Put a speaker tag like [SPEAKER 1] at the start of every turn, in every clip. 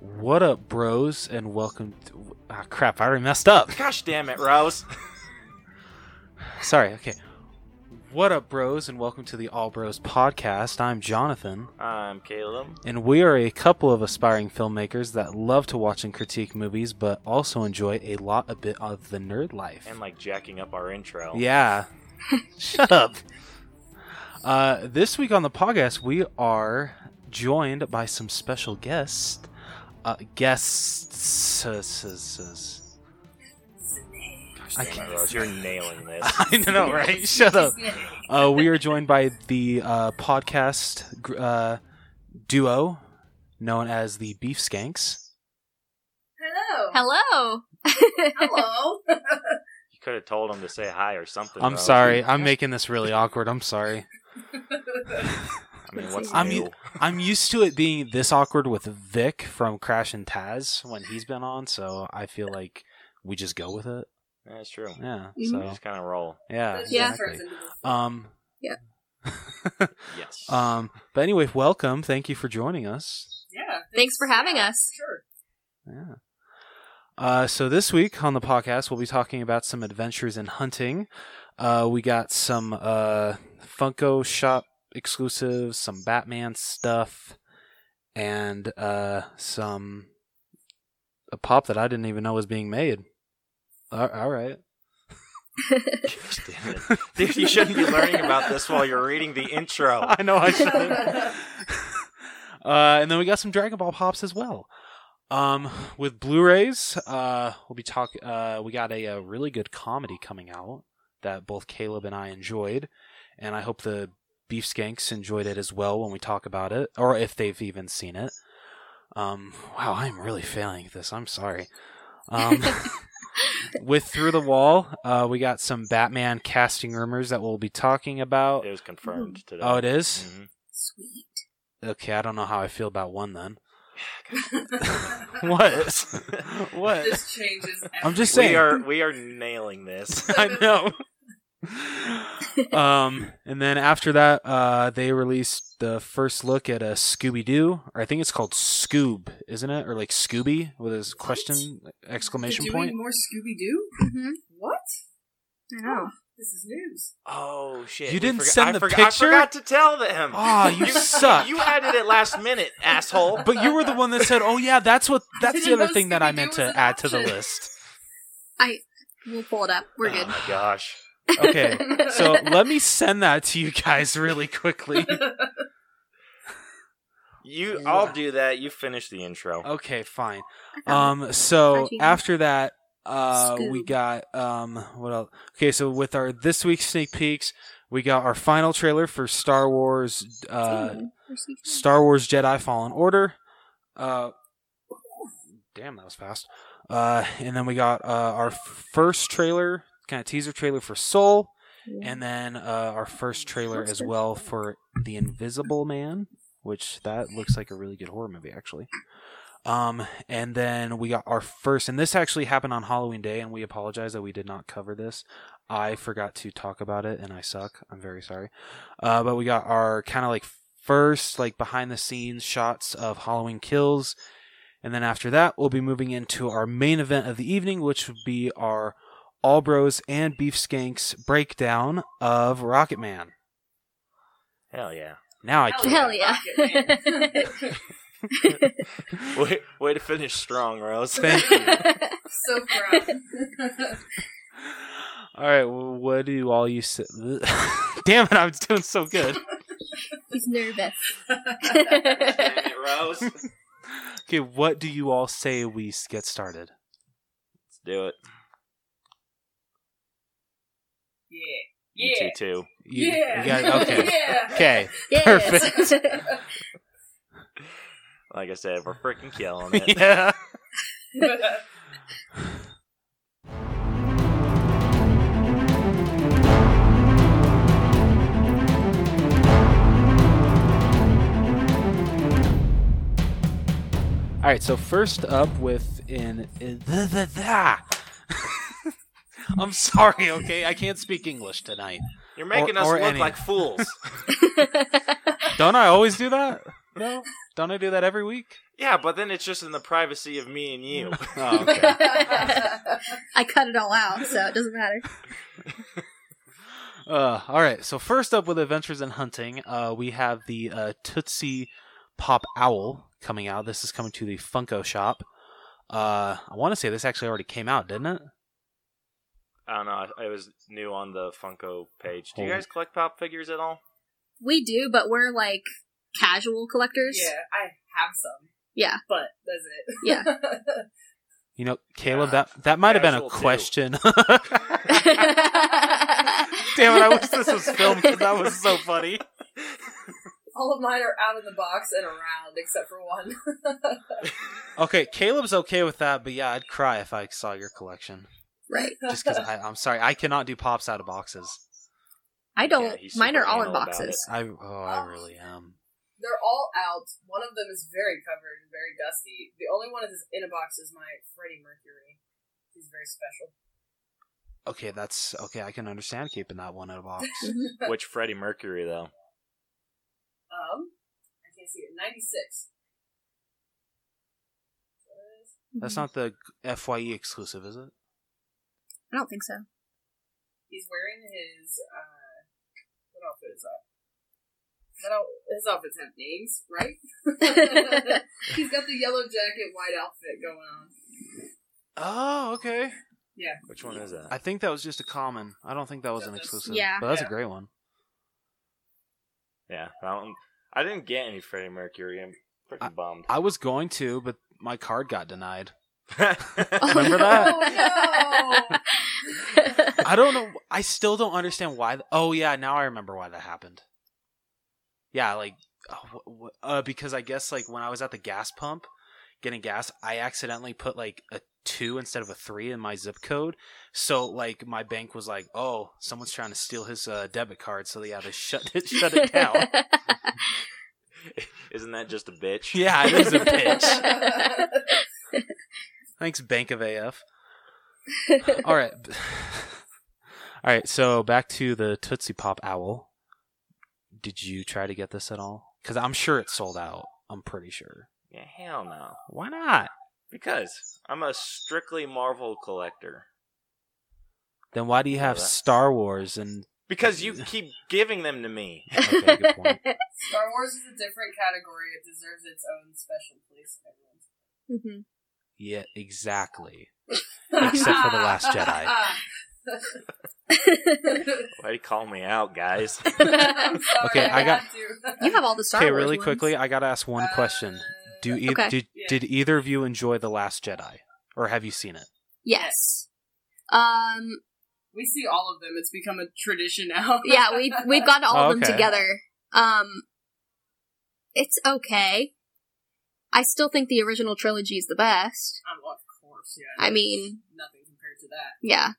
[SPEAKER 1] What up, bros, and welcome to. Ah, crap, I already messed up.
[SPEAKER 2] Gosh damn it, Rouse.
[SPEAKER 1] Sorry, okay. What up, bros, and welcome to the All Bros podcast. I'm Jonathan,
[SPEAKER 2] I'm um, Caleb.
[SPEAKER 1] and we are a couple of aspiring filmmakers that love to watch and critique movies, but also enjoy a lot a bit of the nerd life.
[SPEAKER 2] And like jacking up our intro.
[SPEAKER 1] Yeah. Shut up. Uh, this week on the podcast, we are joined by some special guests. Uh, guests. uh,
[SPEAKER 2] Gosh
[SPEAKER 1] I
[SPEAKER 2] damn
[SPEAKER 1] can't-
[SPEAKER 2] it, Rouse. You're nailing this.
[SPEAKER 1] I know, right? Shut up. Uh, we are joined by the uh, podcast gr- uh, duo known as the Beef Skanks.
[SPEAKER 3] Hello.
[SPEAKER 4] Hello.
[SPEAKER 3] Hello.
[SPEAKER 2] You could have told him to say hi or something.
[SPEAKER 1] I'm
[SPEAKER 2] Rouse.
[SPEAKER 1] sorry. I'm making this really awkward. I'm sorry.
[SPEAKER 2] I mean, what's
[SPEAKER 1] I'm-
[SPEAKER 2] new?
[SPEAKER 1] I'm used to it being this awkward with Vic from Crash and Taz when he's been on, so I feel like we just go with it.
[SPEAKER 2] That's true.
[SPEAKER 1] Yeah.
[SPEAKER 4] Mhm.
[SPEAKER 2] We
[SPEAKER 1] So
[SPEAKER 2] just kind of roll.
[SPEAKER 1] yeah.
[SPEAKER 4] Yeah.
[SPEAKER 1] Exactly. Um.
[SPEAKER 4] Yeah.
[SPEAKER 2] Yes.
[SPEAKER 1] um. But anyway, welcome. Thank you for joining us.
[SPEAKER 3] yeah.
[SPEAKER 4] Thanks for having us.
[SPEAKER 3] Sure.
[SPEAKER 1] Yeah. Uh, so this week on the podcast, we'll be talking about some adventures in hunting. Uh, we got some uh, Funko Shop exclusives, some Batman stuff, and uh, some a pop that I didn't even know was being made. All- all right.
[SPEAKER 2] Gosh damn it. Dude, you shouldn't be learning about this while you're reading the intro.
[SPEAKER 1] I know I should. uh, and then we got some Dragon Ball pops as well. Um, with Blu-rays, uh, we'll be talking. Uh, we got a, uh really good comedy coming out that both Caleb and I enjoyed, and I hope the Beef Skanks enjoyed it as well when we talk about it, or if they've even seen it. Um, wow, I'm really failing at this. I'm sorry. Um, with Through the Wall, uh, we got some Batman casting rumors that we'll be talking about.
[SPEAKER 2] It uh, was confirmed today.
[SPEAKER 1] Oh, it is?
[SPEAKER 2] Mhm.
[SPEAKER 3] Sweet.
[SPEAKER 1] Okay, I don't know how I feel about one then. What? what?
[SPEAKER 3] This changes.
[SPEAKER 1] I'm just
[SPEAKER 2] Mm-hmm. We
[SPEAKER 1] saying.
[SPEAKER 2] are we are nailing this.
[SPEAKER 1] I know. um, and then after that, uh, they released the first look at a Scooby Doo, or I think it's called Scoob, isn't it? Or like Scooby with a question exclamation
[SPEAKER 3] Doing
[SPEAKER 1] point.
[SPEAKER 3] more Scooby Doo?
[SPEAKER 4] Mm-hmm.
[SPEAKER 3] What? Oh,
[SPEAKER 4] I know.
[SPEAKER 3] This is news.
[SPEAKER 2] Oh shit!
[SPEAKER 1] You
[SPEAKER 2] we
[SPEAKER 1] didn't
[SPEAKER 2] forgot-
[SPEAKER 1] send
[SPEAKER 2] I
[SPEAKER 1] the
[SPEAKER 2] forgot-
[SPEAKER 1] picture?
[SPEAKER 2] I forgot to tell them.
[SPEAKER 1] Aw, you suck.
[SPEAKER 2] You added it last minute, asshole.
[SPEAKER 1] But you were the one that said, "Oh yeah, that's what that's the
[SPEAKER 3] Didn't
[SPEAKER 1] other
[SPEAKER 3] know
[SPEAKER 1] thing that I
[SPEAKER 3] Scooby-Doo
[SPEAKER 1] meant
[SPEAKER 3] was
[SPEAKER 1] to
[SPEAKER 3] an
[SPEAKER 1] add to the
[SPEAKER 3] option.
[SPEAKER 1] list."
[SPEAKER 4] We'll pull it up. We're good.
[SPEAKER 2] Oh my gosh.
[SPEAKER 1] Ah, Okay, so let me send that to you guys really quickly.
[SPEAKER 2] You,
[SPEAKER 1] Yeah. Oh.
[SPEAKER 2] I'll do that. You finish the intro.
[SPEAKER 1] Okay, fine.
[SPEAKER 4] Um,
[SPEAKER 1] Um. So
[SPEAKER 4] Cartoon.
[SPEAKER 1] after that, uh, we
[SPEAKER 4] Scoob.
[SPEAKER 1] got um. What else? Okay. So with our this week's sneak peeks, we got our final trailer for Star Wars, uh, Star Wars Jedi Fallen Order. Uh, damn, that was fast. Uh, and then we got uh, our first trailer, kind of teaser trailer for Soul, and then uh, our first trailer as well for The Invisible Man, which that looks like a really good horror movie actually. Um, and then we got our first, and this actually happened on Halloween Day, and we apologize that we did not cover this. I forgot to talk about it, and I suck. I'm very sorry. Uh, but we got our kind of like first like behind the scenes shots of Halloween Kills, and then after that we'll be moving into our main event of the evening, which would be our All Bros and Beef Skanks breakdown of Rocket Man.
[SPEAKER 2] Hell yeah.
[SPEAKER 1] Now I
[SPEAKER 3] Hell
[SPEAKER 1] can.
[SPEAKER 4] Oh, Hell yeah.
[SPEAKER 2] Way, way to finish strong, Rose.
[SPEAKER 1] Thank you.
[SPEAKER 3] so proud.
[SPEAKER 1] All right, well, what do all you say? Damn it, I'm doing so good.
[SPEAKER 4] He's nervous.
[SPEAKER 2] Damn it, Rose. Let's
[SPEAKER 1] Okay, what do you all say we s- get started?
[SPEAKER 2] do it.
[SPEAKER 3] yeah.
[SPEAKER 2] You two
[SPEAKER 3] Yeah.
[SPEAKER 2] too.
[SPEAKER 1] You- you
[SPEAKER 3] yeah.
[SPEAKER 1] got- okay.
[SPEAKER 3] Yeah.
[SPEAKER 1] Okay.
[SPEAKER 4] Yes.
[SPEAKER 2] Like I said, we're freaking killing it.
[SPEAKER 1] yeah. All right, so first up with in, in the, the, the. I'm sorry, okay? I can't speak English tonight.
[SPEAKER 2] You're making
[SPEAKER 1] Or-
[SPEAKER 2] us
[SPEAKER 1] or
[SPEAKER 2] look
[SPEAKER 1] any.
[SPEAKER 2] like fools.
[SPEAKER 1] Don't I always do that? No. Don't I do that every week?
[SPEAKER 2] Yeah, but then it's just in the privacy of me and you.
[SPEAKER 1] Oh, okay.
[SPEAKER 4] I cut it all out, so it doesn't matter.
[SPEAKER 1] uh, all right. So first up with Adventures in Hunting, uh, we have the uh, Tootsie Pop Owl coming out. This is coming to the Funko shop. Uh, I want to say this actually already came out, didn't it?
[SPEAKER 2] I don't know. I, I was new on the Funko page. Do you
[SPEAKER 1] Hold.
[SPEAKER 2] guys collect pop figures at all?
[SPEAKER 4] We do, but we're like casual collectors.
[SPEAKER 3] yeah, I have some,
[SPEAKER 4] Yeah.
[SPEAKER 3] but that's it.
[SPEAKER 4] Yeah.
[SPEAKER 1] You know, Caleb,
[SPEAKER 2] Yeah.
[SPEAKER 1] that that might have been a
[SPEAKER 2] Casual too.
[SPEAKER 1] question. Damn it! I wish this was filmed 'cause that was so funny.
[SPEAKER 3] All of mine are out of the box and around, except for one.
[SPEAKER 1] Okay, Caleb's okay with that, but yeah, I'd cry if I saw your collection.
[SPEAKER 4] right.
[SPEAKER 1] Just because I'm sorry, I cannot do pops out of boxes.
[SPEAKER 4] I
[SPEAKER 2] Yeah,
[SPEAKER 4] don't.
[SPEAKER 2] he's
[SPEAKER 4] mine are
[SPEAKER 2] super
[SPEAKER 4] all in
[SPEAKER 2] anal about
[SPEAKER 4] boxes.
[SPEAKER 1] I oh, I really am.
[SPEAKER 3] They're all out. One of them is very covered and very dusty. The only one that's in a box is my Freddie Mercury. He's very special.
[SPEAKER 1] Okay, that's okay. I can understand keeping that one in a box.
[SPEAKER 2] Which Freddie Mercury though?
[SPEAKER 3] Um, I can't see it. Ninety six.
[SPEAKER 4] Mm-hmm.
[SPEAKER 1] That's not the Fye exclusive, is it?
[SPEAKER 4] I don't think so.
[SPEAKER 3] He's wearing his uh, what outfit is that? That out- his outfits have names, right? He's got the yellow jacket, white outfit going on.
[SPEAKER 1] Oh, okay.
[SPEAKER 2] Which one is that?
[SPEAKER 1] I think that was just a common. I don't think that was an exclusive.
[SPEAKER 4] Yeah.
[SPEAKER 1] but that's a
[SPEAKER 3] Yeah.
[SPEAKER 1] great one.
[SPEAKER 2] yeah, that one. I didn't get any Freddie Mercury. I'm pretty bummed.
[SPEAKER 1] I was going to, but my card got denied.
[SPEAKER 4] no.
[SPEAKER 1] Remember that?
[SPEAKER 3] Oh,
[SPEAKER 1] I don't know. I still don't understand why. th- oh yeah, now I remember why that happened. Yeah, like, oh, wh- wh- uh, because I guess like when I was at the gas pump getting gas, I accidentally put like a two instead of a three in my zip code. So like my bank was like, oh, someone's trying to steal his uh, debit card. So yeah, they shut it, shut it down.
[SPEAKER 2] Isn't that just a bitch?
[SPEAKER 1] yeah, it is a bitch.
[SPEAKER 3] bitch.
[SPEAKER 1] Thanks, Bank of AF. All right. All right, so back to the Tootsie Pop Owl. Did you try to get this at all? Because I'm sure it's sold out. I'm pretty sure.
[SPEAKER 2] Yeah, hell no.
[SPEAKER 1] Why not?
[SPEAKER 2] Because I'm a strictly Marvel collector.
[SPEAKER 1] Then why do you have
[SPEAKER 2] Yeah, that-
[SPEAKER 1] Star Wars and.
[SPEAKER 2] Because you keep giving them to me.
[SPEAKER 1] Okay, good point.
[SPEAKER 3] Star Wars is a different category. It deserves its own special place in
[SPEAKER 4] Mhm.
[SPEAKER 3] everyone's.
[SPEAKER 1] Yeah, exactly. Except for The Last Jedi.
[SPEAKER 2] Why do you call me out, guys?
[SPEAKER 3] I'm sorry,
[SPEAKER 1] Okay, I got-
[SPEAKER 3] had to.
[SPEAKER 4] you have all the Star
[SPEAKER 1] okay,
[SPEAKER 4] Wars
[SPEAKER 1] really
[SPEAKER 4] ones.
[SPEAKER 1] quickly, I got to ask one
[SPEAKER 3] Uh,
[SPEAKER 1] question. Do e-
[SPEAKER 4] Okay.
[SPEAKER 1] did,
[SPEAKER 3] Yeah.
[SPEAKER 1] did either of you enjoy The Last Jedi? Or have you seen it?
[SPEAKER 4] Yes. Um.
[SPEAKER 3] we see all of them. It's become a tradition now.
[SPEAKER 4] Yeah, we we've gotten all of them
[SPEAKER 1] Okay.
[SPEAKER 4] together. Um. It's okay. I still think the original trilogy is the best.
[SPEAKER 3] Um, well, of course, yeah.
[SPEAKER 4] I mean,
[SPEAKER 3] nothing compared to that.
[SPEAKER 4] yeah.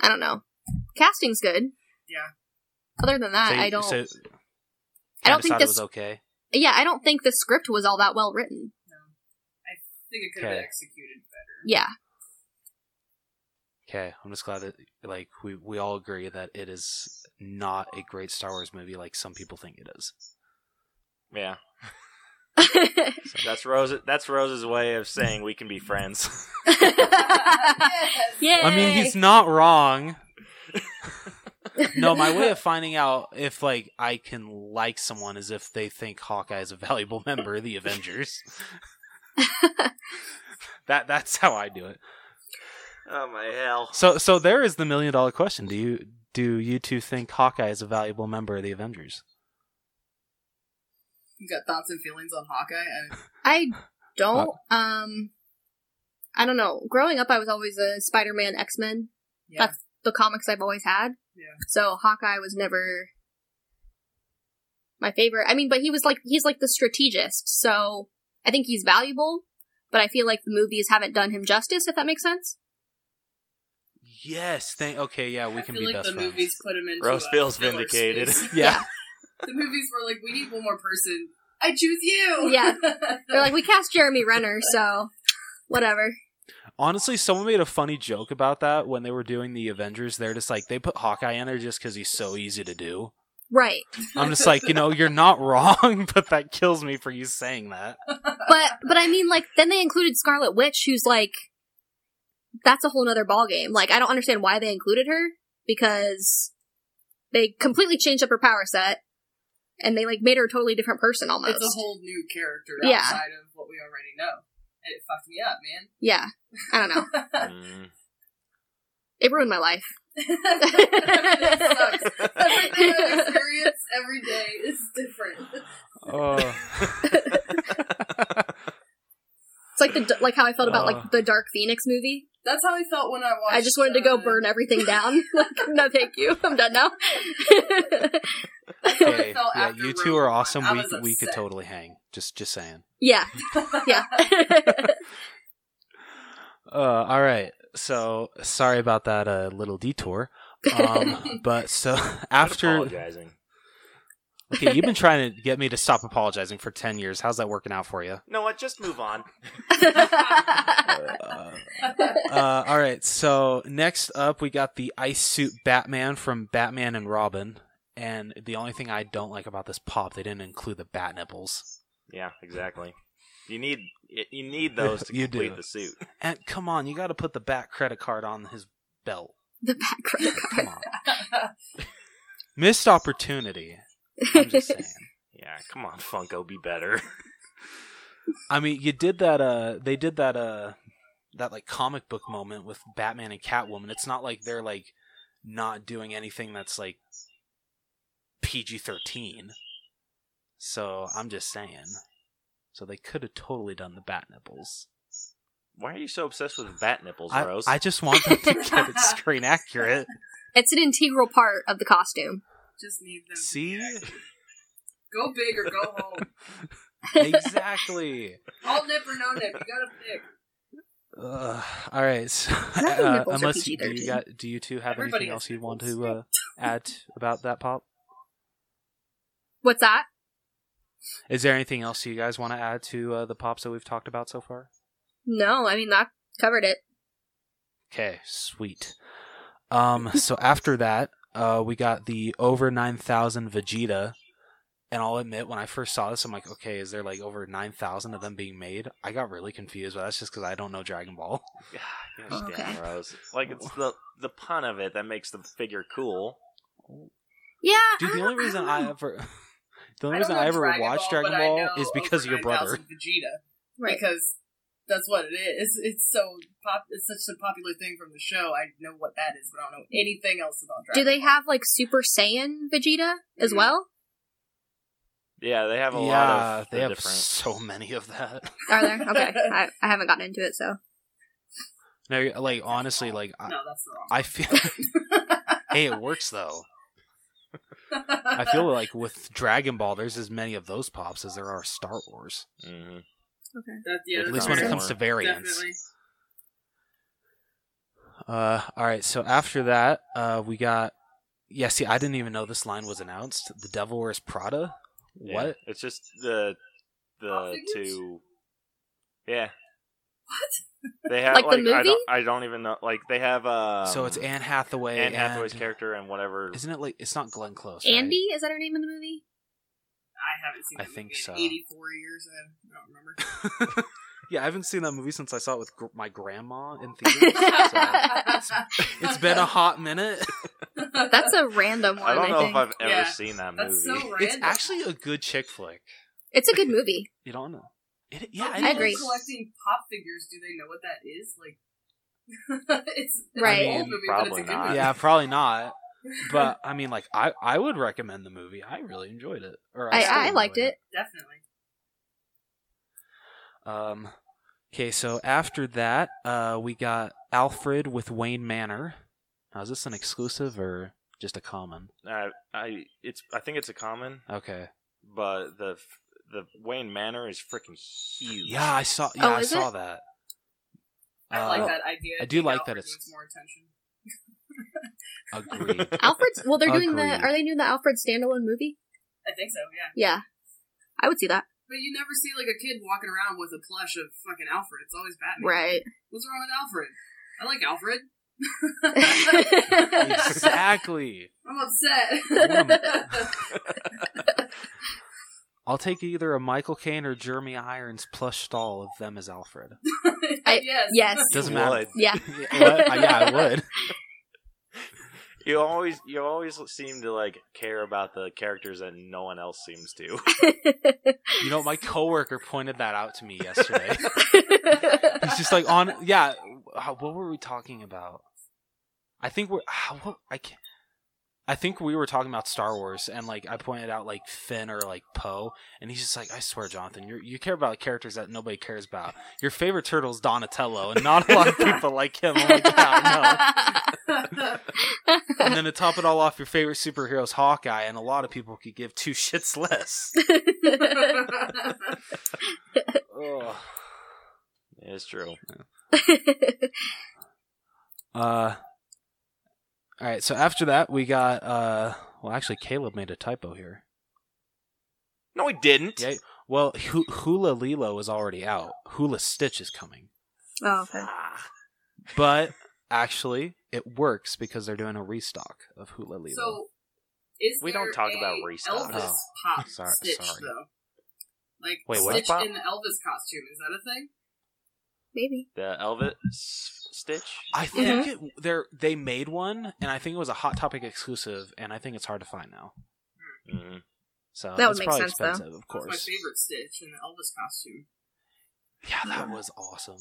[SPEAKER 4] I don't know. Casting's good.
[SPEAKER 3] Yeah.
[SPEAKER 4] Other than that,
[SPEAKER 1] So you-
[SPEAKER 4] I don't.
[SPEAKER 1] so-
[SPEAKER 4] I
[SPEAKER 1] kinda
[SPEAKER 4] don't think
[SPEAKER 1] thought it
[SPEAKER 4] this.
[SPEAKER 1] was okay.
[SPEAKER 4] Yeah, I don't think the script was all that well written.
[SPEAKER 3] I think it could have
[SPEAKER 1] Okay.
[SPEAKER 3] been executed better.
[SPEAKER 4] Yeah.
[SPEAKER 1] Okay, I'm just glad that like we we all agree that it is not a great Star Wars movie like some people think it is.
[SPEAKER 2] Yeah. So that's Rose that's Rose's way of saying we can be friends.
[SPEAKER 3] Yes.
[SPEAKER 4] Yay!
[SPEAKER 1] I mean, he's not wrong. no, my way of finding out if like I can like someone is if they think Hawkeye is a valuable member of the Avengers. that that's how I do it.
[SPEAKER 2] oh my hell.
[SPEAKER 1] So so there is the million dollar question. Do you do you two think Hawkeye is a valuable member of the Avengers?
[SPEAKER 3] You got thoughts and feelings on Hawkeye? And
[SPEAKER 4] I don't.
[SPEAKER 1] Uh.
[SPEAKER 4] Um, I don't know. Growing up, I was always a Spider-Man, X-Men.
[SPEAKER 3] yeah,
[SPEAKER 4] That's- The comics I've always had.
[SPEAKER 3] Yeah.
[SPEAKER 4] So Hawkeye was never my favorite. I mean, but he was like he's like the strategist. So I think he's valuable, but I feel like the movies haven't done him justice. If that makes sense.
[SPEAKER 1] Yes. Thank. Okay. Yeah, we
[SPEAKER 3] I
[SPEAKER 1] can
[SPEAKER 3] feel
[SPEAKER 1] be
[SPEAKER 3] like
[SPEAKER 1] best
[SPEAKER 3] the
[SPEAKER 1] friends.
[SPEAKER 3] movies put him into
[SPEAKER 2] Rose
[SPEAKER 3] a
[SPEAKER 2] feels
[SPEAKER 3] filler
[SPEAKER 2] vindicated.
[SPEAKER 3] space.
[SPEAKER 1] Yeah.
[SPEAKER 3] the movies were like, we need one more person. I choose you.
[SPEAKER 4] Yeah. They're like we cast Jeremy Renner, so whatever.
[SPEAKER 1] Honestly, someone made a funny joke about that when they were doing the Avengers. They're just like they put Hawkeye in there just because he's so easy to do.
[SPEAKER 4] Right.
[SPEAKER 1] I'm just like, you know, you're not wrong, but that kills me for you saying that.
[SPEAKER 4] But but I mean like then they included Scarlet Witch who's like that's a whole nother ballgame. Like I don't understand why they included her because they completely changed up her power set and they like made her a totally different person almost.
[SPEAKER 3] It's a whole new character
[SPEAKER 4] Yeah.
[SPEAKER 3] outside of what we already know. And it fucked me up, man.
[SPEAKER 4] yeah. I don't know.
[SPEAKER 2] Mm.
[SPEAKER 4] It ruined my life.
[SPEAKER 3] it sucks. Everything I experience every day is different.
[SPEAKER 1] Oh.
[SPEAKER 4] It's like the d- like how I felt about
[SPEAKER 1] Uh.
[SPEAKER 4] like the Dark Phoenix movie.
[SPEAKER 3] That's how I felt when I watched.
[SPEAKER 4] I just wanted to go
[SPEAKER 3] uh,
[SPEAKER 4] burn everything down. like no, thank you. I'm done now.
[SPEAKER 3] that's how I
[SPEAKER 1] Okay.
[SPEAKER 3] felt
[SPEAKER 1] Yeah,
[SPEAKER 3] after
[SPEAKER 1] you
[SPEAKER 3] Rogue
[SPEAKER 1] two are
[SPEAKER 3] One.
[SPEAKER 1] awesome.
[SPEAKER 3] I
[SPEAKER 1] We
[SPEAKER 3] was
[SPEAKER 1] we could
[SPEAKER 3] upset.
[SPEAKER 1] totally hang. Just just saying.
[SPEAKER 4] yeah, yeah.
[SPEAKER 1] Uh, all right. So sorry about that uh, little detour. Um, but so after
[SPEAKER 2] apologizing.
[SPEAKER 1] okay, you've been trying to get me to stop apologizing for ten years. How's that working out for you?
[SPEAKER 2] No, what? Just move on.
[SPEAKER 1] Uh, uh, all right. So next up, we got the ice suit Batman from Batman and Robin. And the only thing I don't like about this pop, they didn't include the bat nipples.
[SPEAKER 2] Yeah, exactly. You need you need those to
[SPEAKER 1] You
[SPEAKER 2] complete
[SPEAKER 1] do.
[SPEAKER 2] the suit.
[SPEAKER 1] And come on, you got to put the bat credit card on his belt.
[SPEAKER 4] the background.
[SPEAKER 1] Come on, missed opportunity. I'm just saying.
[SPEAKER 2] Yeah, come on, Funko, be better.
[SPEAKER 1] I mean, you did that. Uh, they did that. Uh, that like comic book moment with Batman and Catwoman. It's not like they're like not doing anything that's like PG thirteen. So I'm just saying. So they could have totally done the bat nipples.
[SPEAKER 2] Why are you so obsessed with bat nipples,
[SPEAKER 1] I,
[SPEAKER 2] Rose?
[SPEAKER 1] I just want them to get it screen accurate.
[SPEAKER 4] It's an integral part of the costume.
[SPEAKER 3] just need them.
[SPEAKER 1] See,
[SPEAKER 3] Go big or go home.
[SPEAKER 1] exactly.
[SPEAKER 3] All nip or no nip. You gotta pick.
[SPEAKER 1] Ugh. all right. So,
[SPEAKER 4] Nothing
[SPEAKER 1] uh,
[SPEAKER 4] nipples are
[SPEAKER 1] unless you, do
[SPEAKER 4] PG-13.
[SPEAKER 1] you got, do you two have
[SPEAKER 3] Everybody
[SPEAKER 1] anything
[SPEAKER 3] has
[SPEAKER 1] else you want
[SPEAKER 3] nipples.
[SPEAKER 1] to uh, add about that pop?
[SPEAKER 4] What's that?
[SPEAKER 1] Is there anything else you guys want to add to uh, the pops that we've talked about so far?
[SPEAKER 4] No, I mean that covered it.
[SPEAKER 1] Okay, sweet. Um, so after that, uh, we got the over nine thousand Vegeta, and I'll admit, when I first saw this, I'm like, okay, is there like over nine thousand of them being made? I got really confused, but that's just because I don't know Dragon Ball.
[SPEAKER 2] Gosh
[SPEAKER 3] Oh,
[SPEAKER 2] damn,
[SPEAKER 4] Okay.
[SPEAKER 2] Rose. Like it's the the pun of it that makes the figure cool.
[SPEAKER 4] Yeah.
[SPEAKER 1] Dude, the
[SPEAKER 4] I
[SPEAKER 1] only
[SPEAKER 4] don't
[SPEAKER 1] reason
[SPEAKER 4] know.
[SPEAKER 1] I ever, the only
[SPEAKER 3] don't
[SPEAKER 1] reason
[SPEAKER 3] know
[SPEAKER 1] I ever
[SPEAKER 3] Dragon
[SPEAKER 1] watched
[SPEAKER 3] Ball,
[SPEAKER 1] Dragon
[SPEAKER 3] but I
[SPEAKER 1] Ball
[SPEAKER 3] know
[SPEAKER 1] is because of
[SPEAKER 3] over
[SPEAKER 1] your brother.
[SPEAKER 3] 9,000 Vegeta.
[SPEAKER 4] right.
[SPEAKER 3] Because that's what it is. It's so pop. It's such a popular thing from the show. I know what that is, but I don't know anything else about. Dragon
[SPEAKER 4] Do they have like Super Saiyan Vegeta as
[SPEAKER 3] Mhm.
[SPEAKER 4] well?
[SPEAKER 2] Yeah, they have a lot
[SPEAKER 1] Yeah,
[SPEAKER 2] of the
[SPEAKER 1] they have
[SPEAKER 2] different.
[SPEAKER 1] so many of that.
[SPEAKER 4] Are there? Okay, I, I haven't gotten into it, so
[SPEAKER 1] No, like honestly, like
[SPEAKER 3] Ball.
[SPEAKER 1] I,
[SPEAKER 3] No, that's the wrong.
[SPEAKER 1] I feel. hey, it works though. I feel like with Dragon Ball, there's as many of those pops as there are Star Wars.
[SPEAKER 2] Mhm.
[SPEAKER 3] That, yeah,
[SPEAKER 1] at
[SPEAKER 3] that's
[SPEAKER 1] least when it
[SPEAKER 4] fair.
[SPEAKER 1] comes to variants.
[SPEAKER 3] Definitely.
[SPEAKER 1] Uh, all right. So after that, uh, we got. Yeah. See, I didn't even know this line was announced. The Devil Wears Prada.
[SPEAKER 2] Yeah,
[SPEAKER 1] What?
[SPEAKER 2] It's just the
[SPEAKER 3] Pop
[SPEAKER 2] the
[SPEAKER 3] figures?
[SPEAKER 2] two. Yeah.
[SPEAKER 3] What?
[SPEAKER 2] They have
[SPEAKER 4] Like
[SPEAKER 2] like,
[SPEAKER 4] the
[SPEAKER 2] I
[SPEAKER 4] movie?
[SPEAKER 2] don't I don't even know like they have um,
[SPEAKER 1] so it's Anne Hathaway.
[SPEAKER 2] Anne Hathaway's
[SPEAKER 1] and-
[SPEAKER 2] character and whatever.
[SPEAKER 1] Isn't it like it's not Glenn Close? right?
[SPEAKER 4] Andy is that her name in the movie?
[SPEAKER 3] I haven't seen.
[SPEAKER 1] I
[SPEAKER 3] that
[SPEAKER 1] think
[SPEAKER 3] movie
[SPEAKER 1] so.
[SPEAKER 3] In Eighty-four years. and I don't remember.
[SPEAKER 1] yeah, I haven't seen that movie since I saw it with gr- my grandma in theaters. so it's been a hot minute.
[SPEAKER 4] That's a random one.
[SPEAKER 2] I
[SPEAKER 4] I,
[SPEAKER 2] don't know
[SPEAKER 4] think
[SPEAKER 2] if I've ever
[SPEAKER 3] Yeah.
[SPEAKER 2] seen that movie.
[SPEAKER 3] That's so random.
[SPEAKER 1] It's actually a good chick flick.
[SPEAKER 4] it's a good movie.
[SPEAKER 1] You don't know. It, yeah,
[SPEAKER 3] How
[SPEAKER 1] it
[SPEAKER 3] people
[SPEAKER 4] agree.
[SPEAKER 1] is.
[SPEAKER 3] Collecting pop figures, do they know what that is? Like, it's, it's
[SPEAKER 4] Right.
[SPEAKER 3] an
[SPEAKER 2] I
[SPEAKER 3] old
[SPEAKER 2] mean,
[SPEAKER 3] movie, but
[SPEAKER 2] probably
[SPEAKER 3] it's a good
[SPEAKER 2] not.
[SPEAKER 3] movie.
[SPEAKER 1] Yeah, probably not. But I mean, like, I I would recommend the movie. I really enjoyed it. Or
[SPEAKER 4] I,
[SPEAKER 1] still
[SPEAKER 4] I
[SPEAKER 1] enjoy
[SPEAKER 4] liked it.
[SPEAKER 3] definitely.
[SPEAKER 1] Um, okay, so after that, uh, we got Alfred with Wayne Manor. Now, is this an exclusive or just a common?
[SPEAKER 2] I, I it's I think it's a common,
[SPEAKER 1] Okay.
[SPEAKER 2] but the f- the Wayne Manor is freaking huge.
[SPEAKER 1] Yeah, I saw. Yeah,
[SPEAKER 4] Oh,
[SPEAKER 1] I
[SPEAKER 4] is
[SPEAKER 1] saw that.
[SPEAKER 3] I
[SPEAKER 1] Uh,
[SPEAKER 3] like that idea.
[SPEAKER 1] I do
[SPEAKER 3] think
[SPEAKER 1] like
[SPEAKER 3] Alfred
[SPEAKER 1] that it's-
[SPEAKER 3] needs more attention.
[SPEAKER 1] Agreed.
[SPEAKER 4] Alfred's well, they're doing the
[SPEAKER 1] Agreed.
[SPEAKER 4] are they doing the Alfred standalone movie?
[SPEAKER 3] I think so. Yeah,
[SPEAKER 4] Yeah, I would see that.
[SPEAKER 3] but you never see like a kid walking around with a plush of fucking Alfred. It's always Batman.
[SPEAKER 4] Right.
[SPEAKER 3] What's wrong with Alfred? I like Alfred.
[SPEAKER 1] exactly.
[SPEAKER 3] I'm upset.
[SPEAKER 1] I'll take either a Michael Caine or Jeremy Irons plush stall of them as Alfred.
[SPEAKER 4] I-
[SPEAKER 3] yes.
[SPEAKER 4] yes.
[SPEAKER 1] Doesn't
[SPEAKER 2] You
[SPEAKER 1] matter.
[SPEAKER 2] would.
[SPEAKER 4] yeah.
[SPEAKER 1] What? Uh, yeah, I would.
[SPEAKER 2] You always you always seem to like care about the characters that no one else seems to.
[SPEAKER 1] You know, my coworker pointed that out to me yesterday. He's just like on. Yeah, uh, what were we talking about? I think we're. Uh, what, I can't. I think we were talking about Star Wars, and like I pointed out, like Finn or like Poe, and he's just like, "I swear, Jonathan, you you care about characters that nobody cares about. Your favorite turtle is Donatello, and not a lot of people like him." I'm like, yeah, no. And then to top it all off, your favorite superhero is Hawkeye, and a lot of people could give two shits less. Ugh.
[SPEAKER 2] It's true.
[SPEAKER 1] Uh, all right. So after that, we got. Uh, well, actually, Caleb made a typo here.
[SPEAKER 2] No, he didn't.
[SPEAKER 1] Yeah. Well, Hu- Hula Lilo is already out. Hula Stitch is coming,
[SPEAKER 4] oh, okay.
[SPEAKER 2] Ah.
[SPEAKER 1] but actually, it works because they're doing a restock of Hula Lilo.
[SPEAKER 3] so, is
[SPEAKER 2] We
[SPEAKER 3] there
[SPEAKER 2] don't talk
[SPEAKER 3] a
[SPEAKER 2] about restock.
[SPEAKER 3] Elvis
[SPEAKER 1] Oh.
[SPEAKER 3] pop
[SPEAKER 1] Sorry-
[SPEAKER 3] Stitch
[SPEAKER 1] sorry.
[SPEAKER 3] though. Like
[SPEAKER 1] Wait, what?
[SPEAKER 3] Stitch
[SPEAKER 2] Pop?
[SPEAKER 3] in the Elvis costume is that a thing?
[SPEAKER 4] Maybe.
[SPEAKER 2] The Elvis Stitch.
[SPEAKER 1] I think
[SPEAKER 3] mm-hmm.
[SPEAKER 1] it, they're they made one, and I think it was a Hot Topic exclusive, and I think it's hard to find now.
[SPEAKER 2] Mm.
[SPEAKER 1] So
[SPEAKER 4] That would
[SPEAKER 1] it's
[SPEAKER 4] make
[SPEAKER 1] probably
[SPEAKER 4] sense, though.
[SPEAKER 1] expensive, of
[SPEAKER 3] That's my
[SPEAKER 1] course.
[SPEAKER 3] favorite Stitch in the Elvis costume.
[SPEAKER 1] Yeah, that was awesome.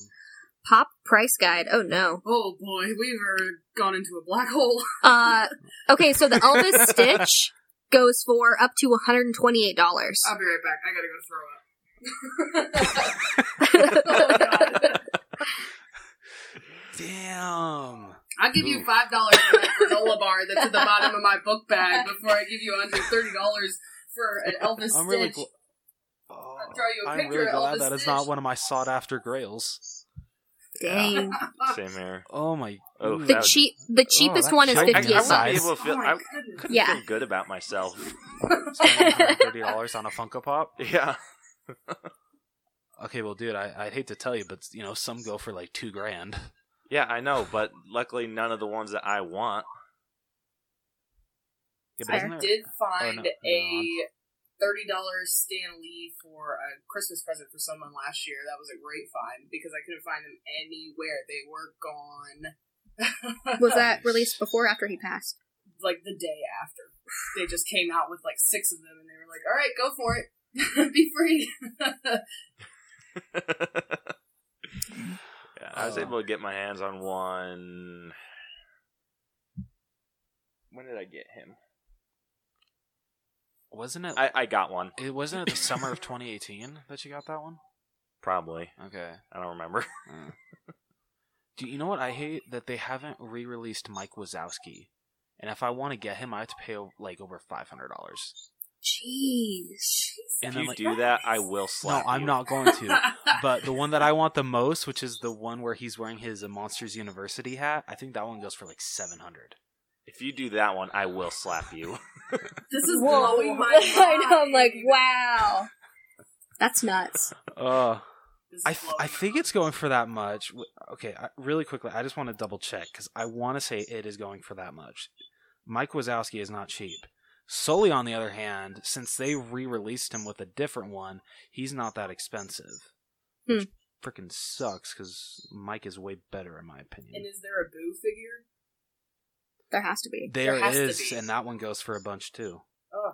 [SPEAKER 4] Pop price guide. Oh no.
[SPEAKER 3] Oh boy, we've uh, gone into a black hole.
[SPEAKER 4] Uh, okay, so the Elvis Stitch goes for up to $128.
[SPEAKER 3] I'll be right back. I gotta go throw up. oh, God.
[SPEAKER 1] Damn.
[SPEAKER 3] I'll give you five dollars for that granola bar that's at the bottom of my book bag before I give you under thirty dollars for an Elvis
[SPEAKER 1] I'm
[SPEAKER 3] Stitch.
[SPEAKER 1] really gl- Oh,
[SPEAKER 3] draw you a
[SPEAKER 1] I'm
[SPEAKER 3] picture
[SPEAKER 1] really
[SPEAKER 3] of
[SPEAKER 1] glad
[SPEAKER 3] Elvis
[SPEAKER 1] that is
[SPEAKER 3] Stitch.
[SPEAKER 1] not one of my sought after grails.
[SPEAKER 4] Dang.
[SPEAKER 2] Same here.
[SPEAKER 1] Oh my!
[SPEAKER 2] Oh,
[SPEAKER 1] Ooh.
[SPEAKER 4] The
[SPEAKER 2] was-
[SPEAKER 4] cheap, the cheapest
[SPEAKER 1] that
[SPEAKER 4] one is
[SPEAKER 1] killed me.
[SPEAKER 2] I, I
[SPEAKER 4] 58
[SPEAKER 2] wouldn't be
[SPEAKER 1] size.
[SPEAKER 2] able to feel.
[SPEAKER 3] oh my
[SPEAKER 2] I
[SPEAKER 3] goodness.
[SPEAKER 2] couldn't
[SPEAKER 4] Yeah.
[SPEAKER 2] feel good about myself.
[SPEAKER 1] Spending $130 on a Funko Pop.
[SPEAKER 2] Yeah.
[SPEAKER 1] Okay, well, dude, I, I'd hate to tell you, but you know, some go for like two grand.
[SPEAKER 2] Yeah, I know, but luckily none of the ones that I want.
[SPEAKER 1] Yeah,
[SPEAKER 3] I
[SPEAKER 1] but isn't there,
[SPEAKER 3] did find
[SPEAKER 1] Oh, no,
[SPEAKER 3] a thirty dollars Stan Lee for a Christmas present for someone last year. That was a great find because I couldn't find them anywhere. They were gone.
[SPEAKER 4] Was that released before or after he passed?
[SPEAKER 3] like the day after? They just came out with like six of them, and they were like, "All right, go for it, be free."
[SPEAKER 2] Yeah, I was
[SPEAKER 1] Uh.
[SPEAKER 2] able to get my hands on one. When did I get him?
[SPEAKER 1] wasn't it?
[SPEAKER 2] I, I got one.
[SPEAKER 1] it wasn't it the summer of 2018 that you got that one.
[SPEAKER 2] Probably.
[SPEAKER 1] Okay.
[SPEAKER 2] I don't remember.
[SPEAKER 1] Uh. Do you know what I hate that they haven't re-released Mike Wazowski, and if I want to get him, I have to pay like over five hundred dollars.
[SPEAKER 4] Jeez.
[SPEAKER 1] And
[SPEAKER 2] if
[SPEAKER 1] then
[SPEAKER 2] you
[SPEAKER 1] like,
[SPEAKER 2] do that, I will slap
[SPEAKER 1] no, I'm
[SPEAKER 2] you.
[SPEAKER 1] not going to. but the one that I want the most, which is the one where he's wearing his uh, Monsters University hat, I think that one goes for like seven hundred.
[SPEAKER 2] If you do that one, I will slap you.
[SPEAKER 3] This is
[SPEAKER 4] Whoa.
[SPEAKER 3] blowing my mind.
[SPEAKER 4] I know, I'm like, wow. That's nuts.
[SPEAKER 1] Uh,
[SPEAKER 3] This is
[SPEAKER 1] I, th-
[SPEAKER 3] blowing
[SPEAKER 1] I
[SPEAKER 3] my
[SPEAKER 1] think it's going for that much. W- Okay, I, really quickly, I just want to double check because I want to say it is going for that much. Mike Wazowski is not cheap. Sully, on the other hand, since they re-released him with a different one, he's not that expensive.
[SPEAKER 3] Hmm.
[SPEAKER 1] Which freaking sucks because Mike is way better in my opinion.
[SPEAKER 3] And is there a Boo figure?
[SPEAKER 4] There has to be.
[SPEAKER 1] There
[SPEAKER 3] has to
[SPEAKER 1] is,
[SPEAKER 3] be.
[SPEAKER 1] and that one goes for a bunch too.
[SPEAKER 4] Oh,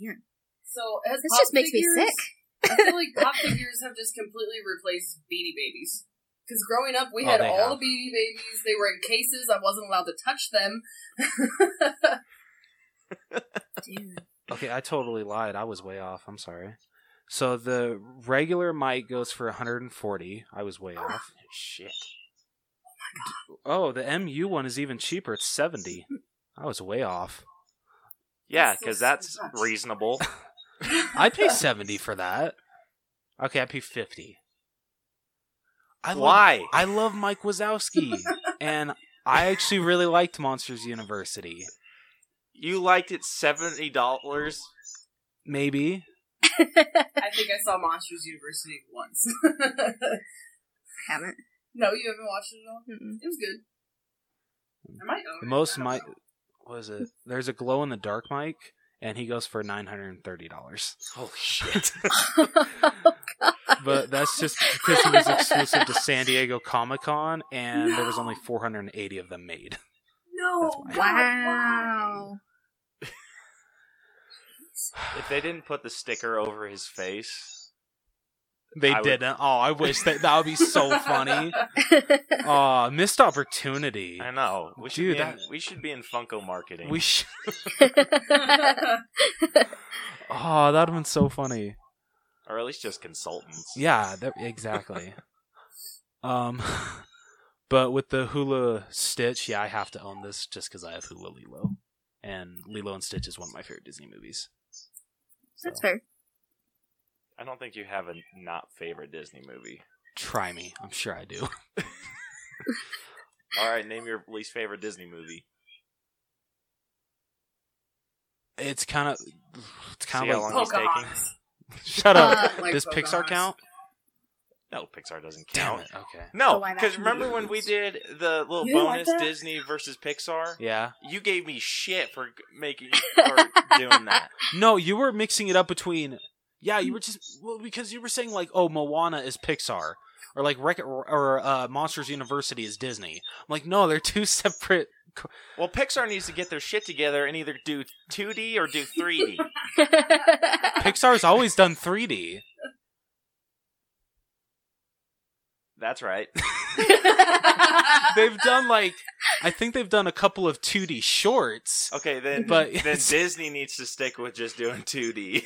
[SPEAKER 4] man.
[SPEAKER 3] So as
[SPEAKER 4] This
[SPEAKER 3] pop
[SPEAKER 4] just makes me
[SPEAKER 3] figures,
[SPEAKER 4] sick.
[SPEAKER 3] I feel like pop figures have just completely replaced Beanie Babies. Because growing up, we
[SPEAKER 1] Oh,
[SPEAKER 3] had
[SPEAKER 1] they
[SPEAKER 3] all
[SPEAKER 1] have.
[SPEAKER 3] the Beanie Babies. They were in cases. I wasn't allowed to touch them.
[SPEAKER 4] Dude.
[SPEAKER 1] Okay, I totally lied. I was way off. I'm sorry. So the regular Mike goes for 140. I was way off.
[SPEAKER 2] Shit.
[SPEAKER 1] Oh, the MU one is even cheaper. It's 70. I was way off.
[SPEAKER 2] Yeah,
[SPEAKER 3] That's so
[SPEAKER 2] because that's
[SPEAKER 3] much.
[SPEAKER 2] reasonable.
[SPEAKER 1] I'd pay 70 for that. Okay, I'd pay 50. I love-
[SPEAKER 2] Why?
[SPEAKER 1] I love Mike Wazowski. and I actually really liked Monsters University.
[SPEAKER 2] You liked it seventy dollars.
[SPEAKER 1] Maybe.
[SPEAKER 3] I think I saw Monsters University once.
[SPEAKER 4] Haven't.
[SPEAKER 3] no, you haven't watched it at all.
[SPEAKER 4] Mm-mm.
[SPEAKER 3] It was good. I might own
[SPEAKER 1] The
[SPEAKER 3] it.
[SPEAKER 1] most
[SPEAKER 3] I don't
[SPEAKER 1] mic
[SPEAKER 3] know.
[SPEAKER 1] was it? There's a glow in the dark mic, and he goes for nine hundred and thirty dollars.
[SPEAKER 2] Holy shit!
[SPEAKER 1] But that's just because he was exclusive to San Diego Comic Con, and there was only four hundred and eighty of them made.
[SPEAKER 3] No.
[SPEAKER 1] That's why.
[SPEAKER 3] God, why?
[SPEAKER 4] wow.
[SPEAKER 2] if they didn't put the sticker over his face,
[SPEAKER 1] They
[SPEAKER 2] I would-
[SPEAKER 1] didn't. Oh, I wish that that would be so funny. Oh, missed opportunity.
[SPEAKER 2] I know we should
[SPEAKER 1] Dude,
[SPEAKER 2] be in,
[SPEAKER 1] that-
[SPEAKER 2] we should be in Funko marketing.
[SPEAKER 1] We sh- oh, that would have been so funny.
[SPEAKER 2] or at least just consultants.
[SPEAKER 1] Yeah, that, exactly. um, but with the Hula Stitch, yeah, I have to own this just because I have Hula Lilo, and Lilo and Stitch is one of my favorite Disney movies.
[SPEAKER 4] That's
[SPEAKER 1] So,
[SPEAKER 4] fair.
[SPEAKER 2] I don't think you have a not favorite Disney movie.
[SPEAKER 1] Try me, I'm sure I do.
[SPEAKER 2] All right, name your least favorite Disney movie.
[SPEAKER 1] It's kind of, it's kind
[SPEAKER 2] See
[SPEAKER 1] of
[SPEAKER 2] how
[SPEAKER 1] like
[SPEAKER 2] long he's taking.
[SPEAKER 3] Pocahontas.
[SPEAKER 1] shut up.
[SPEAKER 4] Uh,
[SPEAKER 3] Like
[SPEAKER 1] Does Pixar
[SPEAKER 3] Pocahontas.
[SPEAKER 1] count?
[SPEAKER 2] No, Pixar doesn't
[SPEAKER 1] Damn
[SPEAKER 2] count.
[SPEAKER 1] it. Okay.
[SPEAKER 4] The
[SPEAKER 2] No,
[SPEAKER 4] live
[SPEAKER 2] because
[SPEAKER 4] action
[SPEAKER 2] remember when we did the little
[SPEAKER 3] Oh, You didn't like
[SPEAKER 2] bonus
[SPEAKER 3] that?
[SPEAKER 2] Disney versus Pixar?
[SPEAKER 1] Yeah.
[SPEAKER 2] You gave me shit for making for doing that.
[SPEAKER 1] No, you were mixing it up between. Yeah, you were just well because you were saying like, oh, Moana is Pixar, or like Wreck or uh, Monsters University is Disney. I'm like, no, they're two separate.
[SPEAKER 2] Well, Pixar needs to get their shit together and either do 2D or do 3D.
[SPEAKER 1] Pixar's always done 3D.
[SPEAKER 2] That's right.
[SPEAKER 1] They've done like I think they've done a couple of 2D shorts.
[SPEAKER 2] Okay, then
[SPEAKER 1] But-
[SPEAKER 2] then Disney needs to stick with just doing 2D.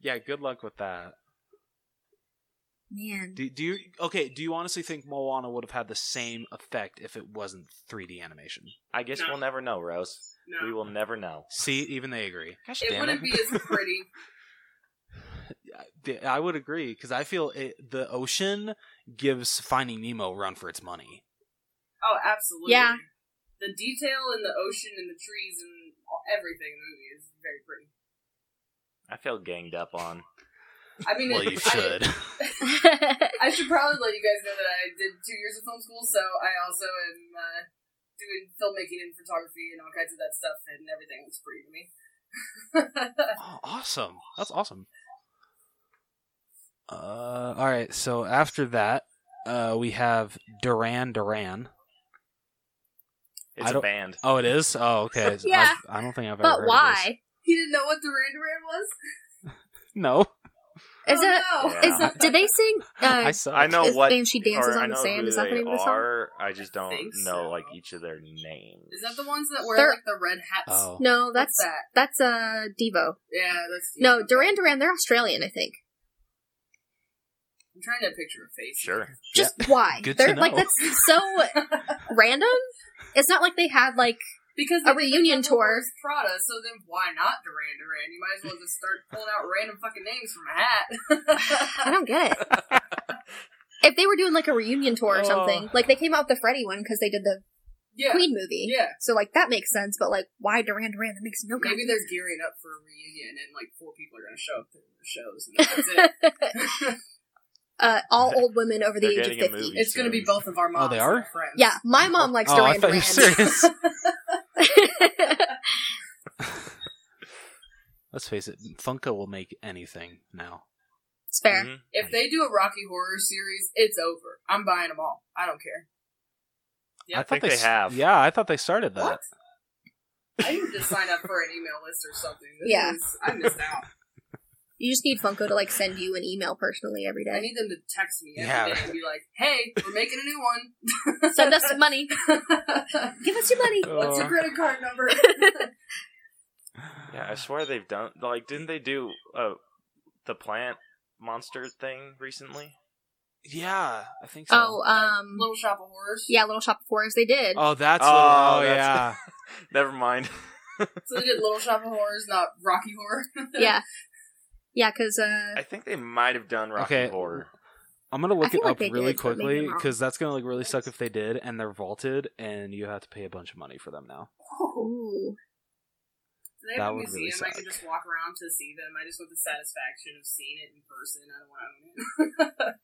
[SPEAKER 1] Yeah, good luck with that.
[SPEAKER 4] Man.
[SPEAKER 1] Do, do you okay? Do you honestly think Moana would have had the same effect if it wasn't 3D animation?
[SPEAKER 2] I guess
[SPEAKER 3] No.
[SPEAKER 2] we'll never know, Rose.
[SPEAKER 3] No.
[SPEAKER 2] We will never know.
[SPEAKER 1] See, even they agree.
[SPEAKER 2] Gosh
[SPEAKER 3] It
[SPEAKER 2] damn it.
[SPEAKER 3] wouldn't be as pretty.
[SPEAKER 1] Th- I would agree because I feel it, the ocean gives Finding Nemo run for its money.
[SPEAKER 3] Oh, absolutely.
[SPEAKER 4] Yeah.
[SPEAKER 3] The detail in the ocean and the trees and all- everything in the movie is very pretty.
[SPEAKER 2] I feel ganged up on.
[SPEAKER 3] I mean,
[SPEAKER 1] Well,
[SPEAKER 3] it-
[SPEAKER 1] you
[SPEAKER 3] I-
[SPEAKER 1] should.
[SPEAKER 3] I should probably let you guys know that I did two years of film school, so I also am uh, doing filmmaking and photography and all kinds of that stuff, and everything looks pretty to me.
[SPEAKER 1] Oh, awesome. That's awesome. Uh, all right. So after that, uh, we have Duran Duran.
[SPEAKER 2] It's
[SPEAKER 1] I
[SPEAKER 2] a
[SPEAKER 1] don't-
[SPEAKER 2] band.
[SPEAKER 1] Oh, it is. Oh, okay. I've-
[SPEAKER 4] Yeah.
[SPEAKER 1] I don't think I've ever. heard of
[SPEAKER 4] but
[SPEAKER 1] this.
[SPEAKER 4] why?
[SPEAKER 3] He didn't know what Duran Duran was?
[SPEAKER 1] No,
[SPEAKER 4] Is it?
[SPEAKER 3] Oh, no.
[SPEAKER 2] Yeah.
[SPEAKER 4] Is it? Did they sing?
[SPEAKER 1] I
[SPEAKER 4] Uh,
[SPEAKER 1] suck.
[SPEAKER 2] I know
[SPEAKER 4] is-
[SPEAKER 2] what
[SPEAKER 4] and she dances
[SPEAKER 2] or I
[SPEAKER 4] on the
[SPEAKER 2] know
[SPEAKER 4] sand.
[SPEAKER 2] who
[SPEAKER 4] Is that the
[SPEAKER 2] they
[SPEAKER 4] name of the song?
[SPEAKER 2] are. I just don't
[SPEAKER 3] think
[SPEAKER 2] know
[SPEAKER 3] so.
[SPEAKER 2] like each of their names.
[SPEAKER 3] Is that the ones that wear
[SPEAKER 4] They're-
[SPEAKER 3] like the red hats?
[SPEAKER 1] Oh,
[SPEAKER 4] No,
[SPEAKER 3] What's
[SPEAKER 4] that's
[SPEAKER 3] that.
[SPEAKER 4] that's uh Devo.
[SPEAKER 3] Yeah, that's
[SPEAKER 4] No, Duran Duran. They're Australian, I think.
[SPEAKER 3] I'm trying to picture a face.
[SPEAKER 2] Sure.
[SPEAKER 4] Just why?
[SPEAKER 1] Good to
[SPEAKER 4] they're like
[SPEAKER 1] know.
[SPEAKER 4] that's so random. It's not like they had like
[SPEAKER 3] Because
[SPEAKER 4] A
[SPEAKER 3] they did
[SPEAKER 4] reunion
[SPEAKER 3] the Devil
[SPEAKER 4] tour.
[SPEAKER 3] Wears Prada, so then why not Duran Duran? You might as well just start pulling out random fucking names from a
[SPEAKER 4] I
[SPEAKER 3] hat.
[SPEAKER 4] don't get it. if they were doing like a reunion tour or
[SPEAKER 1] Oh.
[SPEAKER 4] something, like they came out with the Freddy one because they did the
[SPEAKER 3] yeah,
[SPEAKER 4] Queen movie.
[SPEAKER 3] yeah.
[SPEAKER 4] So like that makes sense, but like why Duran Duran? That makes no sense.
[SPEAKER 3] Maybe they're gearing up for a reunion, and like four people are gonna show up to the shows, and that's it.
[SPEAKER 4] Uh, all old women over the
[SPEAKER 2] They're
[SPEAKER 4] age of
[SPEAKER 2] getting a
[SPEAKER 4] fifty.
[SPEAKER 2] movie.
[SPEAKER 3] it's gonna be both of our moms.
[SPEAKER 1] Oh, they are?
[SPEAKER 3] and our friends.
[SPEAKER 4] Yeah, my mom likes
[SPEAKER 1] oh, I
[SPEAKER 4] Duran
[SPEAKER 1] thought you were
[SPEAKER 4] Duran.
[SPEAKER 1] serious. Let's face it, Funko will make anything now.
[SPEAKER 4] it's fair.
[SPEAKER 2] Mhm.
[SPEAKER 3] If they do a Rocky Horror series, it's over. I'm buying them all. I don't care. Yeah,
[SPEAKER 1] I,
[SPEAKER 3] I
[SPEAKER 1] thought
[SPEAKER 2] think
[SPEAKER 1] they
[SPEAKER 2] they
[SPEAKER 1] s-
[SPEAKER 2] have.
[SPEAKER 1] Yeah, I thought they started that.
[SPEAKER 3] What? I need to sign up for an email list or something. This
[SPEAKER 4] Yeah.
[SPEAKER 3] is- I missed out.
[SPEAKER 4] You just need Funko to like send you an email personally every
[SPEAKER 3] I
[SPEAKER 4] day.
[SPEAKER 3] need them to text me every
[SPEAKER 1] Yeah.
[SPEAKER 3] day and be like, "Hey, we're making a new one.
[SPEAKER 4] Send us money. Give us your money.
[SPEAKER 3] What's your
[SPEAKER 1] Oh.
[SPEAKER 3] credit card number?"
[SPEAKER 2] Yeah, I swear they've done like didn't they do uh the plant monster thing recently?
[SPEAKER 1] Yeah, I think so.
[SPEAKER 4] Oh, um,
[SPEAKER 3] Little Shop of Horrors.
[SPEAKER 4] yeah, Little Shop of Horrors. They did.
[SPEAKER 1] Oh, that's
[SPEAKER 2] Oh,
[SPEAKER 1] oh,
[SPEAKER 2] that's-
[SPEAKER 1] yeah.
[SPEAKER 2] Never mind.
[SPEAKER 3] So they did Little Shop of Horrors, not Rocky Horror.
[SPEAKER 4] yeah, yeah, because uh,
[SPEAKER 2] I think they might have done Rocky
[SPEAKER 1] Okay.
[SPEAKER 2] Horror.
[SPEAKER 1] I'm gonna look
[SPEAKER 4] I
[SPEAKER 1] it
[SPEAKER 4] feel like
[SPEAKER 1] up
[SPEAKER 4] they
[SPEAKER 1] really
[SPEAKER 4] did, but maybe
[SPEAKER 1] quickly
[SPEAKER 4] not.
[SPEAKER 1] because that's gonna like really suck if they did and they're vaulted and you have to pay a bunch of money for them now.
[SPEAKER 3] Do
[SPEAKER 4] ooh,
[SPEAKER 3] they have
[SPEAKER 1] That
[SPEAKER 3] a
[SPEAKER 1] would really
[SPEAKER 3] museum I can
[SPEAKER 1] suck.
[SPEAKER 3] just walk around to see them? I just want the satisfaction of seeing it in person. I don't want to own it.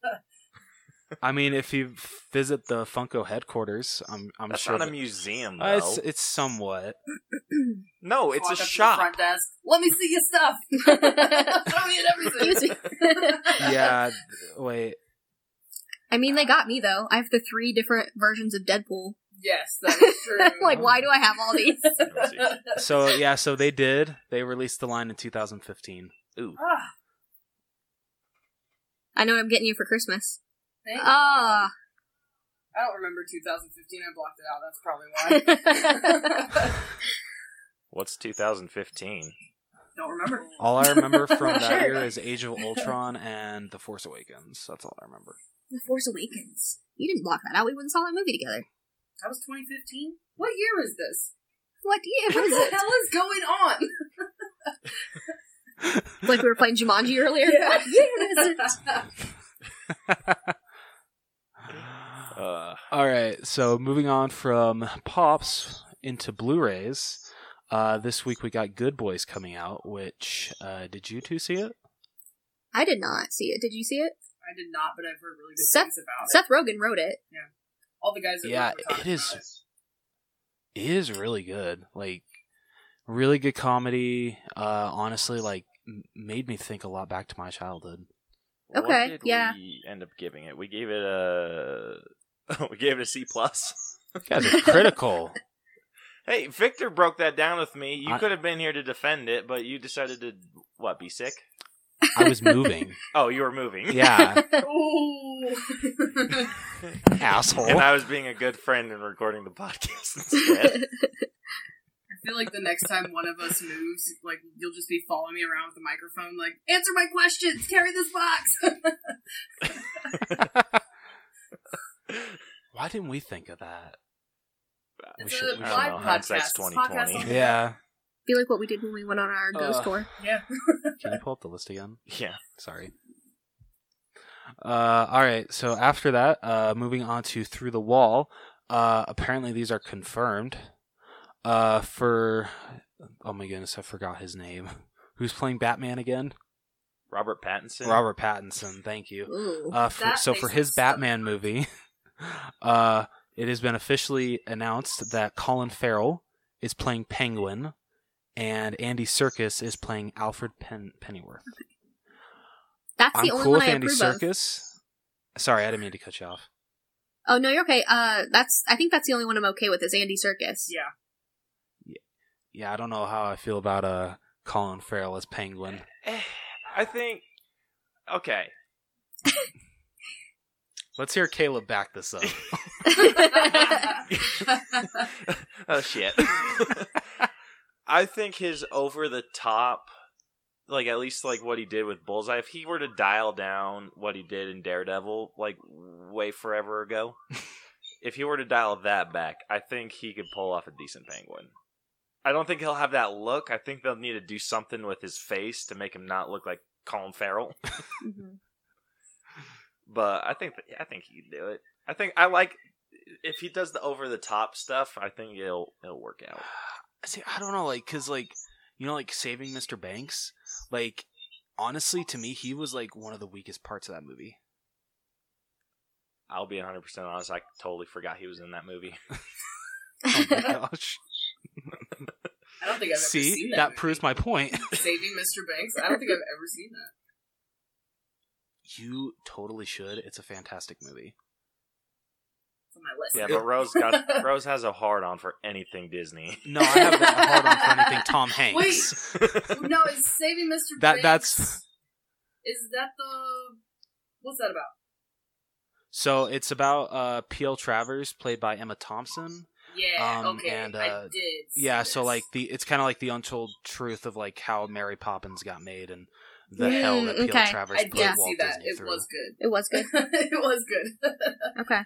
[SPEAKER 1] I mean, if you visit the Funko headquarters, I'm I'm
[SPEAKER 2] That's
[SPEAKER 1] sure
[SPEAKER 2] not a
[SPEAKER 1] that-
[SPEAKER 2] museum,
[SPEAKER 1] Uh,
[SPEAKER 2] though.
[SPEAKER 1] it's it's somewhat.
[SPEAKER 2] no, it's a
[SPEAKER 3] Walk up to the
[SPEAKER 2] shop.
[SPEAKER 3] front desk. Let me see your stuff. Show me
[SPEAKER 4] Excuse
[SPEAKER 3] everything.
[SPEAKER 4] me.
[SPEAKER 1] Yeah. Wait.
[SPEAKER 4] I mean, they got me though. I have the three different versions of Deadpool.
[SPEAKER 3] Yes, that is true.
[SPEAKER 4] like, why do I have all these?
[SPEAKER 1] So yeah. So they did. They released the line in 2015.
[SPEAKER 2] Ooh,
[SPEAKER 3] Ah,
[SPEAKER 4] I know what I'm getting you for Christmas.
[SPEAKER 3] thank-
[SPEAKER 4] Ah,
[SPEAKER 3] I don't remember 2015. I blocked it out. That's probably
[SPEAKER 4] I
[SPEAKER 3] why.
[SPEAKER 2] what's 2015?
[SPEAKER 3] don't remember.
[SPEAKER 1] All I remember from that
[SPEAKER 4] Sure.
[SPEAKER 1] year is Age of Ultron and The Force Awakens. That's all I remember.
[SPEAKER 4] The Force Awakens. You didn't block that out. We wouldn't saw that movie together.
[SPEAKER 3] That was 2015. What year is this?
[SPEAKER 4] What year
[SPEAKER 3] What
[SPEAKER 4] was
[SPEAKER 3] the
[SPEAKER 4] it?
[SPEAKER 3] hell is going on?
[SPEAKER 4] like we were playing Jumanji earlier.
[SPEAKER 3] Yeah.
[SPEAKER 4] What year was it?
[SPEAKER 2] Uh,
[SPEAKER 1] All right, so moving on from pops into Blu-rays. Uh, this week we got Good Boys coming out. Which uh, did you two see it?
[SPEAKER 4] I did not see it. Did you see it?
[SPEAKER 3] I did not, but I've heard really good
[SPEAKER 4] Seth-
[SPEAKER 3] things about it.
[SPEAKER 4] Seth Rogen wrote it.
[SPEAKER 3] All the guys that
[SPEAKER 1] Yeah,
[SPEAKER 3] work were talking
[SPEAKER 1] it is-
[SPEAKER 3] about
[SPEAKER 1] It is really good. Like really good comedy. Uh, honestly, like m- made me think a lot back to my childhood.
[SPEAKER 2] what
[SPEAKER 4] Okay,
[SPEAKER 2] did
[SPEAKER 4] yeah.
[SPEAKER 2] We end up giving it. We gave it a. we gave it a C plus.
[SPEAKER 1] You guys are critical.
[SPEAKER 2] Hey, Victor broke that down with me. You
[SPEAKER 1] I-
[SPEAKER 2] could have been here to defend it, but you decided to what? Be sick?
[SPEAKER 1] I was moving.
[SPEAKER 2] Oh, you were moving.
[SPEAKER 1] Yeah,
[SPEAKER 3] Ooh.
[SPEAKER 1] asshole.
[SPEAKER 2] And I was being a good friend and recording the podcast instead.
[SPEAKER 3] I feel like the next time one of us moves, like you'll just be following me around with a microphone, like answer my questions, carry this box.
[SPEAKER 1] Why didn't we think of that? We
[SPEAKER 3] It's
[SPEAKER 1] should-
[SPEAKER 3] a
[SPEAKER 1] we should
[SPEAKER 3] live
[SPEAKER 2] know. Hindsight's
[SPEAKER 3] podcast.
[SPEAKER 2] 2020.
[SPEAKER 3] Podcast on-
[SPEAKER 1] Yeah.
[SPEAKER 4] Be like what we did when we went on our ghost
[SPEAKER 1] Ugh.
[SPEAKER 4] tour.
[SPEAKER 3] yeah.
[SPEAKER 1] Can you pull up the list again?
[SPEAKER 2] yeah.
[SPEAKER 1] Sorry. Uh, all right. So after that, uh, moving on to Through the Wall. Uh, apparently these are confirmed. Uh, for oh my goodness, I forgot his name. Who's playing Batman again?
[SPEAKER 2] Robert Pattinson.
[SPEAKER 1] Robert Pattinson. Thank you.
[SPEAKER 4] Ooh.
[SPEAKER 1] Uh, for,
[SPEAKER 3] That
[SPEAKER 1] so for
[SPEAKER 3] makes
[SPEAKER 1] his
[SPEAKER 3] sense.
[SPEAKER 1] Batman movie, uh, it has been officially announced that Colin Farrell is playing Penguin, and Andy Circus is playing Alfred Pen- Pennyworth.
[SPEAKER 4] That's
[SPEAKER 1] I'm
[SPEAKER 4] the only
[SPEAKER 1] cool
[SPEAKER 4] one
[SPEAKER 1] with
[SPEAKER 4] I
[SPEAKER 1] Andy
[SPEAKER 4] approve of.
[SPEAKER 1] Circus. Sorry, I didn't mean to cut you off.
[SPEAKER 4] Oh no, you're okay. Uh, that's I think that's the only one I'm okay with is Andy Circus.
[SPEAKER 3] Yeah.
[SPEAKER 1] Yeah, I don't know how I feel about uh Colin Farrell as Penguin.
[SPEAKER 2] Eh, I think. Okay.
[SPEAKER 1] Let's hear Caleb back this up.
[SPEAKER 2] oh shit. I think his over the top, like at least like what he did with Bullseye. If he were to dial down what he did in Daredevil, like way forever ago, if he were to dial that back, I think he could pull off a decent Penguin. I don't think he'll have that look. I think they'll need to do something with his face to make him not look like Colin Farrell.
[SPEAKER 4] Mhm.
[SPEAKER 2] But I think I think he can do it. I think I like if he does the over the top stuff. I think it'll it'll work out.
[SPEAKER 1] See, I don't know, like, cause like, you know, like saving Mr. Banks, like, honestly, to me, he was like one of the weakest parts of that movie.
[SPEAKER 2] I'll be 100 percent honest. I totally forgot he was in that movie.
[SPEAKER 1] Oh
[SPEAKER 4] Mm-hmm.
[SPEAKER 1] my gosh!
[SPEAKER 3] I don't think I've ever
[SPEAKER 1] See,
[SPEAKER 3] seen
[SPEAKER 1] that,
[SPEAKER 3] that. movie.
[SPEAKER 1] proves my point.
[SPEAKER 3] Saving Mr. Banks. I don't think I've ever seen that.
[SPEAKER 1] you totally should. It's a fantastic movie.
[SPEAKER 3] It's on my list.
[SPEAKER 2] Yeah, but Rose got Rose has a hard on for anything Disney.
[SPEAKER 1] No, I have a hard on for anything Tom Hanks.
[SPEAKER 3] Wait. no, it's Saving Mr.
[SPEAKER 1] That-
[SPEAKER 3] Banks.
[SPEAKER 1] that's-
[SPEAKER 3] Is that the what's that about?
[SPEAKER 1] So it's about uh, P.L. Travers, played by Emma Thompson.
[SPEAKER 3] Yeah.
[SPEAKER 1] Um,
[SPEAKER 3] okay.
[SPEAKER 1] and,
[SPEAKER 3] I
[SPEAKER 1] uh,
[SPEAKER 3] did. see
[SPEAKER 1] Yeah, so
[SPEAKER 3] this.
[SPEAKER 1] like the it's kind of like the untold truth of like how Mary Poppins got made and the hell
[SPEAKER 4] Mm,
[SPEAKER 1] that P.L.
[SPEAKER 4] okay.
[SPEAKER 1] Travers
[SPEAKER 3] I
[SPEAKER 1] put
[SPEAKER 3] did
[SPEAKER 4] Yeah.
[SPEAKER 1] Walt
[SPEAKER 3] see that.
[SPEAKER 1] Disney
[SPEAKER 3] It
[SPEAKER 1] through.
[SPEAKER 3] was good.
[SPEAKER 4] It was good.
[SPEAKER 3] it was good.
[SPEAKER 4] Okay.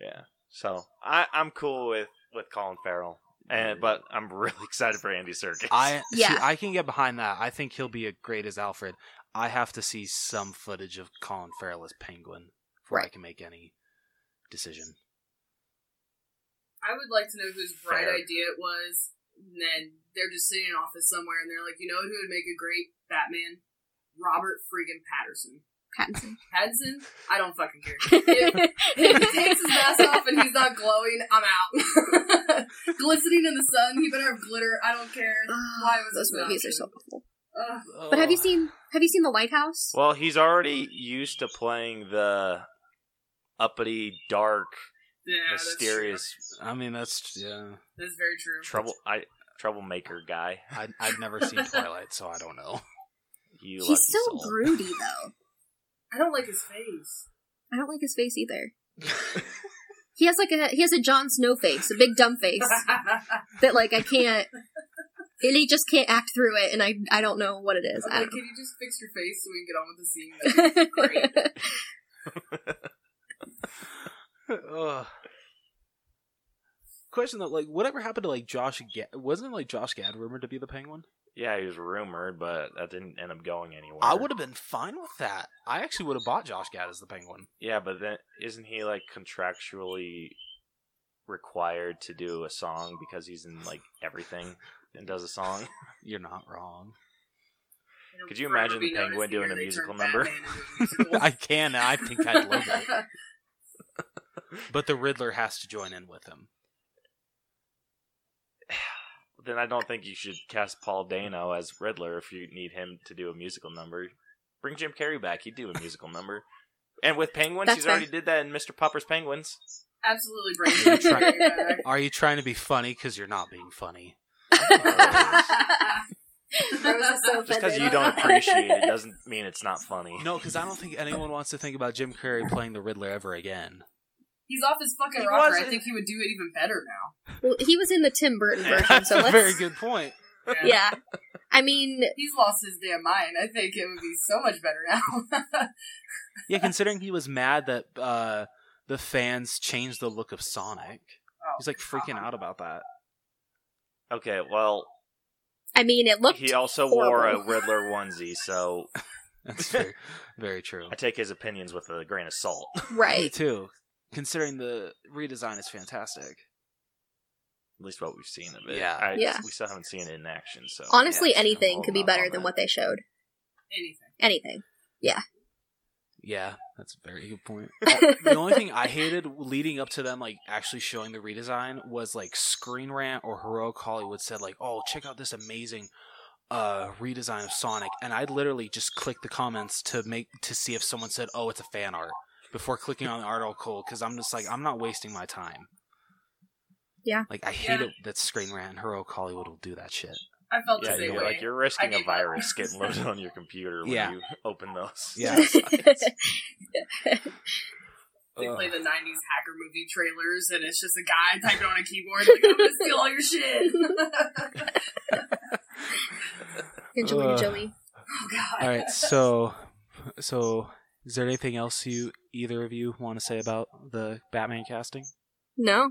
[SPEAKER 2] yeah. So I I'm cool with with Colin Farrell, and but I'm really excited for Andy Serkis.
[SPEAKER 1] I see,
[SPEAKER 4] Yeah.
[SPEAKER 1] I can get behind that. I think he'll be a great as Alfred. I have to see some footage of Colin Farrell as Penguin before I
[SPEAKER 4] Right.
[SPEAKER 1] can make any decision.
[SPEAKER 3] I would like to know whose bright
[SPEAKER 2] Fair.
[SPEAKER 3] idea it was. And then they're just sitting in an office somewhere, and they're like, you know who would make a great Batman? Robert friggin' Patterson.
[SPEAKER 4] Pattinson.
[SPEAKER 3] Hudson, I don't fucking care. If, if he takes his mask off and he's not glowing, I'm out. Glistening in the sun, he better have glitter. I don't care. Why was
[SPEAKER 4] Ah, Those
[SPEAKER 3] this an
[SPEAKER 4] movies are so
[SPEAKER 3] option?
[SPEAKER 4] awful.
[SPEAKER 3] Ugh.
[SPEAKER 4] But have you
[SPEAKER 1] Ugh.
[SPEAKER 4] seen Have you seen The Lighthouse?
[SPEAKER 2] Well, he's already used to playing the uppity, dark,
[SPEAKER 3] Yeah, that's
[SPEAKER 2] mysterious
[SPEAKER 1] I mean, that's yeah.
[SPEAKER 3] true. That's very true.
[SPEAKER 2] trouble I, troublemaker guy.
[SPEAKER 1] I I've never seen Twilight, so I don't know.
[SPEAKER 2] You lucky
[SPEAKER 4] He's so
[SPEAKER 2] soul.
[SPEAKER 4] broody though.
[SPEAKER 3] I don't like his face.
[SPEAKER 4] I don't like his face either. He has like a he has a Jon Snow face, a big dumb face that like I can't. And he just can't act through it, and I I don't know what it is.
[SPEAKER 3] I'm
[SPEAKER 4] I
[SPEAKER 3] like,
[SPEAKER 4] don't
[SPEAKER 3] can you just fix your face so we can get on with the scene?
[SPEAKER 4] know.
[SPEAKER 1] Ugh. Question though, like whatever happened to like Josh? Gad- wasn't like Josh Gad rumored to be the Penguin?
[SPEAKER 2] yeah, he was rumored, but that didn't end up going anywhere.
[SPEAKER 1] I would have been fine with that. I actually would have bought Josh Gad as the Penguin.
[SPEAKER 2] Yeah, but then isn't he like contractually required to do a song because he's in like everything and does a song?
[SPEAKER 1] You're not wrong.
[SPEAKER 3] It'll
[SPEAKER 2] Could you
[SPEAKER 3] forever
[SPEAKER 2] imagine
[SPEAKER 3] be
[SPEAKER 2] the
[SPEAKER 3] known
[SPEAKER 2] penguin
[SPEAKER 3] as the
[SPEAKER 2] doing
[SPEAKER 3] year
[SPEAKER 2] a
[SPEAKER 3] they
[SPEAKER 2] musical
[SPEAKER 3] turned
[SPEAKER 2] number?
[SPEAKER 3] Batman into
[SPEAKER 1] I can. I think I'd love
[SPEAKER 3] a
[SPEAKER 1] it.
[SPEAKER 3] musical.
[SPEAKER 1] But the Riddler has to join in with him.
[SPEAKER 2] Then I don't think you should cast Paul Dano as Riddler if you need him to do a musical number. Bring Jim Carrey back; he'd do a musical number. And with Penguins,
[SPEAKER 4] That's
[SPEAKER 2] he's already did that in Mr. Popper's Penguins.
[SPEAKER 3] Absolutely, Brandon.
[SPEAKER 1] Try-
[SPEAKER 3] Bring it back.
[SPEAKER 1] Are you trying to be funny? Because you're not being funny.
[SPEAKER 4] Rose is so
[SPEAKER 2] Just because
[SPEAKER 4] offended.
[SPEAKER 2] you don't appreciate it doesn't mean it's not funny.
[SPEAKER 1] No, because I don't think anyone wants to think about Jim Carrey playing the Riddler ever again.
[SPEAKER 3] He's off his fucking
[SPEAKER 2] He
[SPEAKER 3] rocker. I
[SPEAKER 2] wasn't-
[SPEAKER 3] think he would do it even better now.
[SPEAKER 4] Well, he was in the Tim Burton version,
[SPEAKER 1] That's
[SPEAKER 4] so
[SPEAKER 1] a
[SPEAKER 4] let's.
[SPEAKER 1] very good point.
[SPEAKER 4] Yeah, I mean,
[SPEAKER 3] He's lost his damn mind. I think it would be so much better now.
[SPEAKER 1] Yeah, considering he was mad that uh, the fans changed the look of Sonic, he's like freaking out about that.
[SPEAKER 2] Okay, well,
[SPEAKER 4] I mean, it looked
[SPEAKER 2] he also wore a
[SPEAKER 4] horrible.
[SPEAKER 2] Riddler onesie, so
[SPEAKER 1] That's very, very true.
[SPEAKER 2] I take his opinions with a grain of salt.
[SPEAKER 1] Me
[SPEAKER 4] right.
[SPEAKER 1] too. Considering the redesign is fantastic.
[SPEAKER 2] At least what we've seen of it.
[SPEAKER 1] Yeah.
[SPEAKER 2] I,
[SPEAKER 4] Yeah.
[SPEAKER 2] We still haven't seen it in action, so.
[SPEAKER 4] Honestly,
[SPEAKER 1] Yeah,
[SPEAKER 4] anything
[SPEAKER 2] I'm
[SPEAKER 4] could be
[SPEAKER 2] holding
[SPEAKER 4] better
[SPEAKER 2] off on
[SPEAKER 4] than
[SPEAKER 2] that.
[SPEAKER 4] what they showed.
[SPEAKER 3] Anything.
[SPEAKER 4] Anything.
[SPEAKER 1] Yeah, that's a very good point. Uh, the only thing I hated leading up to them like actually showing the redesign was like Screen Rant or Heroic Hollywood said like, "Oh, check out this amazing uh redesign of Sonic," and I literally just clicked the comments to make to see if someone said, "Oh, it's a fan art." Before clicking on the article, because I'm just like I'm not wasting my time.
[SPEAKER 4] Yeah.
[SPEAKER 1] like I hate
[SPEAKER 3] Yeah.
[SPEAKER 1] it that Screen Rant and Heroic Hollywood will do that shit.
[SPEAKER 3] I felt
[SPEAKER 2] Yeah,
[SPEAKER 3] the same
[SPEAKER 2] you're,
[SPEAKER 3] way.
[SPEAKER 2] like you're
[SPEAKER 3] I
[SPEAKER 2] risking
[SPEAKER 3] gave
[SPEAKER 2] a
[SPEAKER 3] up.
[SPEAKER 2] virus getting loaded on your computer when
[SPEAKER 1] Yeah.
[SPEAKER 2] you open those.
[SPEAKER 1] Yeah.
[SPEAKER 3] they play
[SPEAKER 1] Ugh.
[SPEAKER 3] the 90s hacker movie trailers, and it's just a guy typing on a keyboard, like, I'm gonna steal all your shit. Oh,
[SPEAKER 4] Angelina
[SPEAKER 1] Ugh.
[SPEAKER 4] Jolie.
[SPEAKER 3] oh, God.
[SPEAKER 1] All right, so so is there anything else you either of you want to say about the Batman casting?
[SPEAKER 4] No.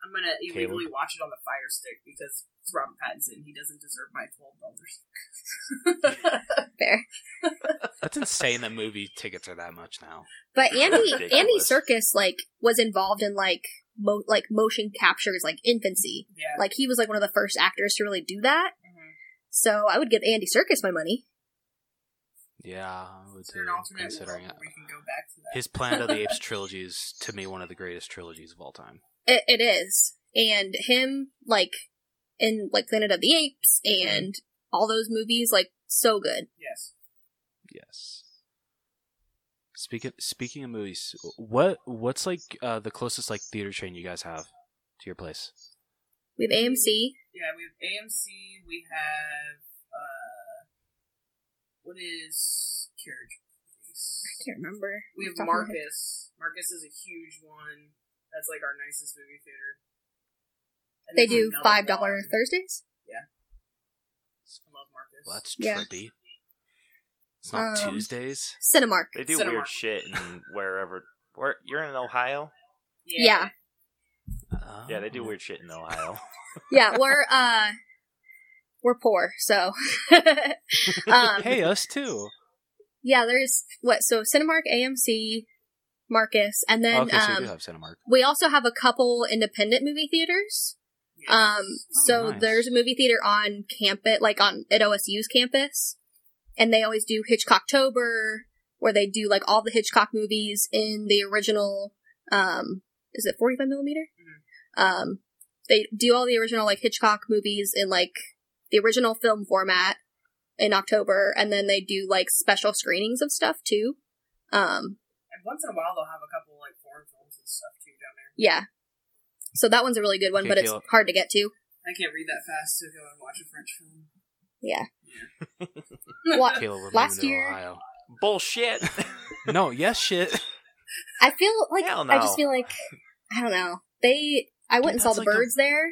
[SPEAKER 3] I'm gonna illegally watch it on the Fire Stick because it's Robert Pattinson. He doesn't deserve my $12.
[SPEAKER 4] Fair.
[SPEAKER 1] That's insane that movie tickets are that much now.
[SPEAKER 4] But Andy
[SPEAKER 2] Ridiculous.
[SPEAKER 4] Andy Circus like was involved in like mo- like motion captures like infancy.
[SPEAKER 3] yeah.
[SPEAKER 4] Like he was like one of the first actors to really do that.
[SPEAKER 3] Mhm.
[SPEAKER 4] So I would give Andy Circus my money.
[SPEAKER 1] Yeah, I would
[SPEAKER 3] Is there an
[SPEAKER 1] too,
[SPEAKER 3] alternate
[SPEAKER 1] considering
[SPEAKER 3] world
[SPEAKER 1] it.
[SPEAKER 3] where we can go back to that?
[SPEAKER 1] His Planet of the Apes trilogy is to me one of the greatest trilogies of all time.
[SPEAKER 4] It, it is. And him like in like Planet of the Apes and all those movies like so good.
[SPEAKER 3] yes.
[SPEAKER 1] Yes. Speaking speaking of movies, what what's like uh, the closest like theater chain you guys have to your place?
[SPEAKER 4] We have AMC.
[SPEAKER 3] Yeah, we have AMC. We have uh, what is carriage? Place?
[SPEAKER 4] I can't remember.
[SPEAKER 3] We have
[SPEAKER 4] Top of my head.
[SPEAKER 3] Marcus. Marcus is a huge one. That's like our nicest movie theater. And
[SPEAKER 4] They
[SPEAKER 3] there's
[SPEAKER 4] do
[SPEAKER 3] another
[SPEAKER 4] five dollar
[SPEAKER 3] one.
[SPEAKER 4] Thursdays.
[SPEAKER 3] I love Marcus.
[SPEAKER 1] Well, that's
[SPEAKER 4] Yeah.
[SPEAKER 1] trippy. It's not
[SPEAKER 4] Um,
[SPEAKER 1] Tuesdays.
[SPEAKER 4] Cinemark.
[SPEAKER 2] They do
[SPEAKER 3] Cinema.
[SPEAKER 2] weird shit and wherever. Where, you're in Ohio?
[SPEAKER 4] Yeah.
[SPEAKER 2] Yeah,
[SPEAKER 1] Oh.
[SPEAKER 2] they do weird shit in Ohio.
[SPEAKER 4] Yeah, we're uh we're poor, so um
[SPEAKER 1] Hey, us too.
[SPEAKER 4] yeah, there's what so Cinemark, AMC, Marcus, and then
[SPEAKER 1] Oh, okay, so you
[SPEAKER 4] um
[SPEAKER 1] do have Cinemark.
[SPEAKER 4] we also have a couple independent movie theaters.
[SPEAKER 3] Yes.
[SPEAKER 4] Um,
[SPEAKER 1] Oh,
[SPEAKER 4] so
[SPEAKER 1] nice.
[SPEAKER 4] there's a movie theater on campus, like on at OSU's campus, and they always do Hitchcocktober, where they do like all the Hitchcock movies in the original. Um, is it forty five millimeter? Um, they do all the original like Hitchcock movies in like the original film format in October, and then they do like special screenings of stuff too. Um,
[SPEAKER 3] And once in a while, they'll have a couple like foreign films and stuff too down there.
[SPEAKER 4] yeah. So that one's a really good one,
[SPEAKER 1] Okay,
[SPEAKER 4] but it's
[SPEAKER 1] Caleb.
[SPEAKER 4] hard to get to.
[SPEAKER 3] I can't read that fast to go and watch a French film.
[SPEAKER 4] Yeah. What?
[SPEAKER 1] Caleb, we're
[SPEAKER 4] Last
[SPEAKER 1] moving to
[SPEAKER 4] year-
[SPEAKER 1] Ohio.
[SPEAKER 2] Bullshit.
[SPEAKER 1] No, yes, shit.
[SPEAKER 4] I feel like
[SPEAKER 2] Hell
[SPEAKER 4] I just
[SPEAKER 2] no.
[SPEAKER 4] feel like I don't know. They I went and saw
[SPEAKER 2] That's
[SPEAKER 4] the
[SPEAKER 2] like a-
[SPEAKER 4] birds there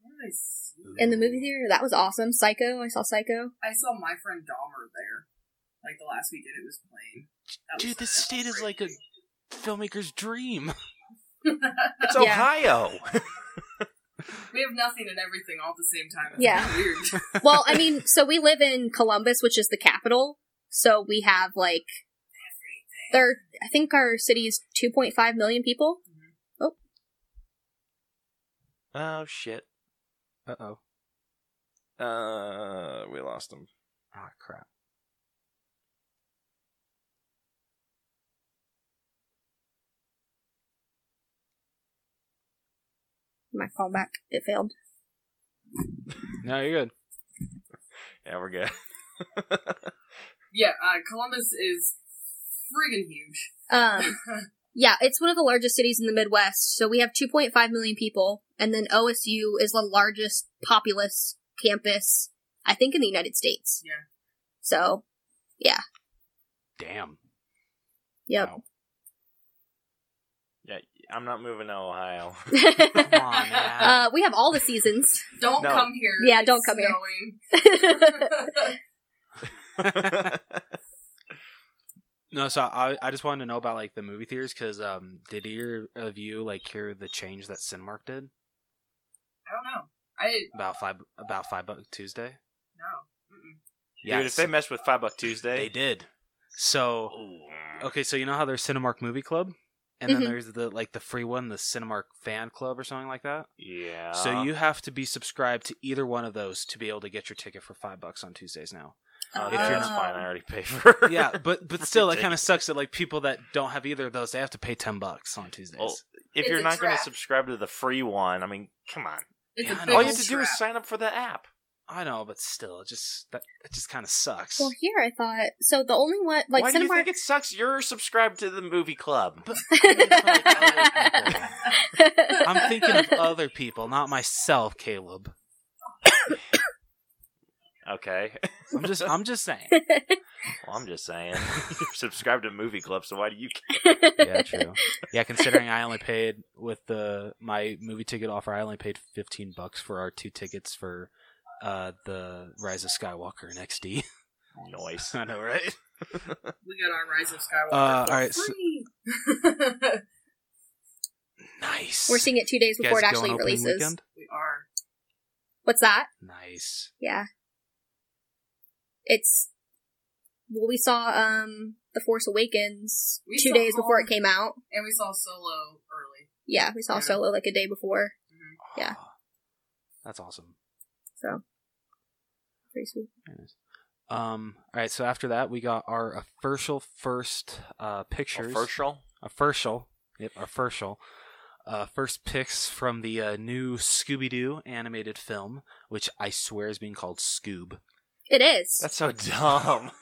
[SPEAKER 3] What did I see?
[SPEAKER 1] Mm.
[SPEAKER 4] in the movie theater. That was awesome. Psycho. I saw Psycho.
[SPEAKER 3] I saw my friend Dahmer there. Like the last weekend it was playing. That was
[SPEAKER 1] Dude, this
[SPEAKER 3] fucking
[SPEAKER 1] state is like a
[SPEAKER 3] crazy.
[SPEAKER 1] filmmaker's dream.
[SPEAKER 2] It's
[SPEAKER 4] Yeah.
[SPEAKER 2] Ohio.
[SPEAKER 3] We have nothing and everything all at the same time. It's
[SPEAKER 4] Yeah.
[SPEAKER 3] Weird.
[SPEAKER 4] Well, I mean, so we live in Columbus, which is the capital. So we have like there. I think our city is two point five million people.
[SPEAKER 2] Oh shit.
[SPEAKER 1] Uh oh.
[SPEAKER 2] Uh, we lost him.
[SPEAKER 1] Ah, crap.
[SPEAKER 4] My callback it failed.
[SPEAKER 1] No, you're good.
[SPEAKER 2] Yeah, we're good.
[SPEAKER 3] yeah, uh, Columbus is friggin' huge.
[SPEAKER 4] Um, yeah, it's one of the largest cities in the Midwest. So we have 2.5 million people, and then OSU is the largest populous campus, I think, in the United States.
[SPEAKER 3] Yeah.
[SPEAKER 4] So,
[SPEAKER 1] Damn.
[SPEAKER 4] yep.
[SPEAKER 1] Wow.
[SPEAKER 2] I'm not moving to Ohio.
[SPEAKER 1] Come on, man.
[SPEAKER 4] uh, we have all the seasons.
[SPEAKER 3] Don't
[SPEAKER 2] No.
[SPEAKER 3] come here.
[SPEAKER 4] Yeah,
[SPEAKER 3] It's
[SPEAKER 4] don't come here.
[SPEAKER 3] snowing.
[SPEAKER 1] No, so I, I just wanted to know about like the movie theaters because um, did either of you like hear the change that Cinemark did
[SPEAKER 3] I don't know. I
[SPEAKER 1] about five about five buck Tuesday?
[SPEAKER 3] no. Mm-mm.
[SPEAKER 2] Dude, if they mess with Five Buck Tuesday,
[SPEAKER 1] they Oh. did. So
[SPEAKER 2] Ooh.
[SPEAKER 1] okay, so you know how there's Cinemark Movie Club, and then
[SPEAKER 4] Mhm.
[SPEAKER 1] there's the like the free one, the Cinemark Fan Club or something like that.
[SPEAKER 2] Yeah.
[SPEAKER 1] So you have to be subscribed to either one of those to be able to get your ticket for five bucks on Tuesdays now.
[SPEAKER 2] Oh,
[SPEAKER 1] if you're
[SPEAKER 2] that's
[SPEAKER 1] not-
[SPEAKER 2] fine. I already paid for. it.
[SPEAKER 1] yeah, but but still, that kind of sucks that like people that don't have either of those, they have to pay ten bucks on Tuesdays.
[SPEAKER 2] Well, if
[SPEAKER 3] It's
[SPEAKER 2] you're
[SPEAKER 3] a
[SPEAKER 2] not going
[SPEAKER 3] trap.
[SPEAKER 2] to subscribe to the free one, I mean, come on.
[SPEAKER 3] It's
[SPEAKER 1] Yeah, I know.
[SPEAKER 3] a big
[SPEAKER 2] All you
[SPEAKER 3] old
[SPEAKER 2] have to do is
[SPEAKER 3] trap.
[SPEAKER 2] sign up for the app.
[SPEAKER 1] I know, but still, it just that it just kind of sucks.
[SPEAKER 4] Well, here I thought so. The only one like
[SPEAKER 2] Why do you
[SPEAKER 4] Cinemark.
[SPEAKER 2] think it sucks? You're subscribed to the movie club.
[SPEAKER 1] But I'm thinking of other people. I'm thinking of other people, not myself, Caleb.
[SPEAKER 2] Okay.
[SPEAKER 1] I'm just I'm just saying.
[SPEAKER 2] Well, I'm just saying. you're subscribed to movie club, so why do you?
[SPEAKER 1] Yeah, true. Yeah, considering I only paid with the my movie ticket offer, I only paid fifteen bucks for our two tickets for uh the Rise of Skywalker in XD.
[SPEAKER 2] Noise.
[SPEAKER 1] I know, right?
[SPEAKER 3] We got our Rise of Skywalker.
[SPEAKER 1] Uh,
[SPEAKER 3] for
[SPEAKER 1] all right, so-
[SPEAKER 3] free.
[SPEAKER 1] Nice.
[SPEAKER 4] We're seeing it two days
[SPEAKER 1] You guys
[SPEAKER 4] before it
[SPEAKER 1] going
[SPEAKER 4] actually
[SPEAKER 1] opening
[SPEAKER 4] releases.
[SPEAKER 1] weekend?
[SPEAKER 3] we are.
[SPEAKER 4] What's that?
[SPEAKER 1] Nice.
[SPEAKER 4] Yeah. It's well, we saw um The Force Awakens
[SPEAKER 3] We
[SPEAKER 4] two
[SPEAKER 3] saw
[SPEAKER 4] days before
[SPEAKER 3] all-
[SPEAKER 4] it came out.
[SPEAKER 3] And we saw Solo early.
[SPEAKER 4] Yeah, we saw
[SPEAKER 3] Yeah.
[SPEAKER 4] Solo like a day before. Yeah.
[SPEAKER 1] Ah, That's awesome.
[SPEAKER 4] So pretty sweet.
[SPEAKER 1] Very nice. Um. All right. So after that, we got our official first uh pictures.
[SPEAKER 2] Official.
[SPEAKER 1] official. Yep, official. Uh, first picks from the uh, new Scooby Doo animated film, which I swear is being called Scoob.
[SPEAKER 4] It is.
[SPEAKER 2] That's so dumb.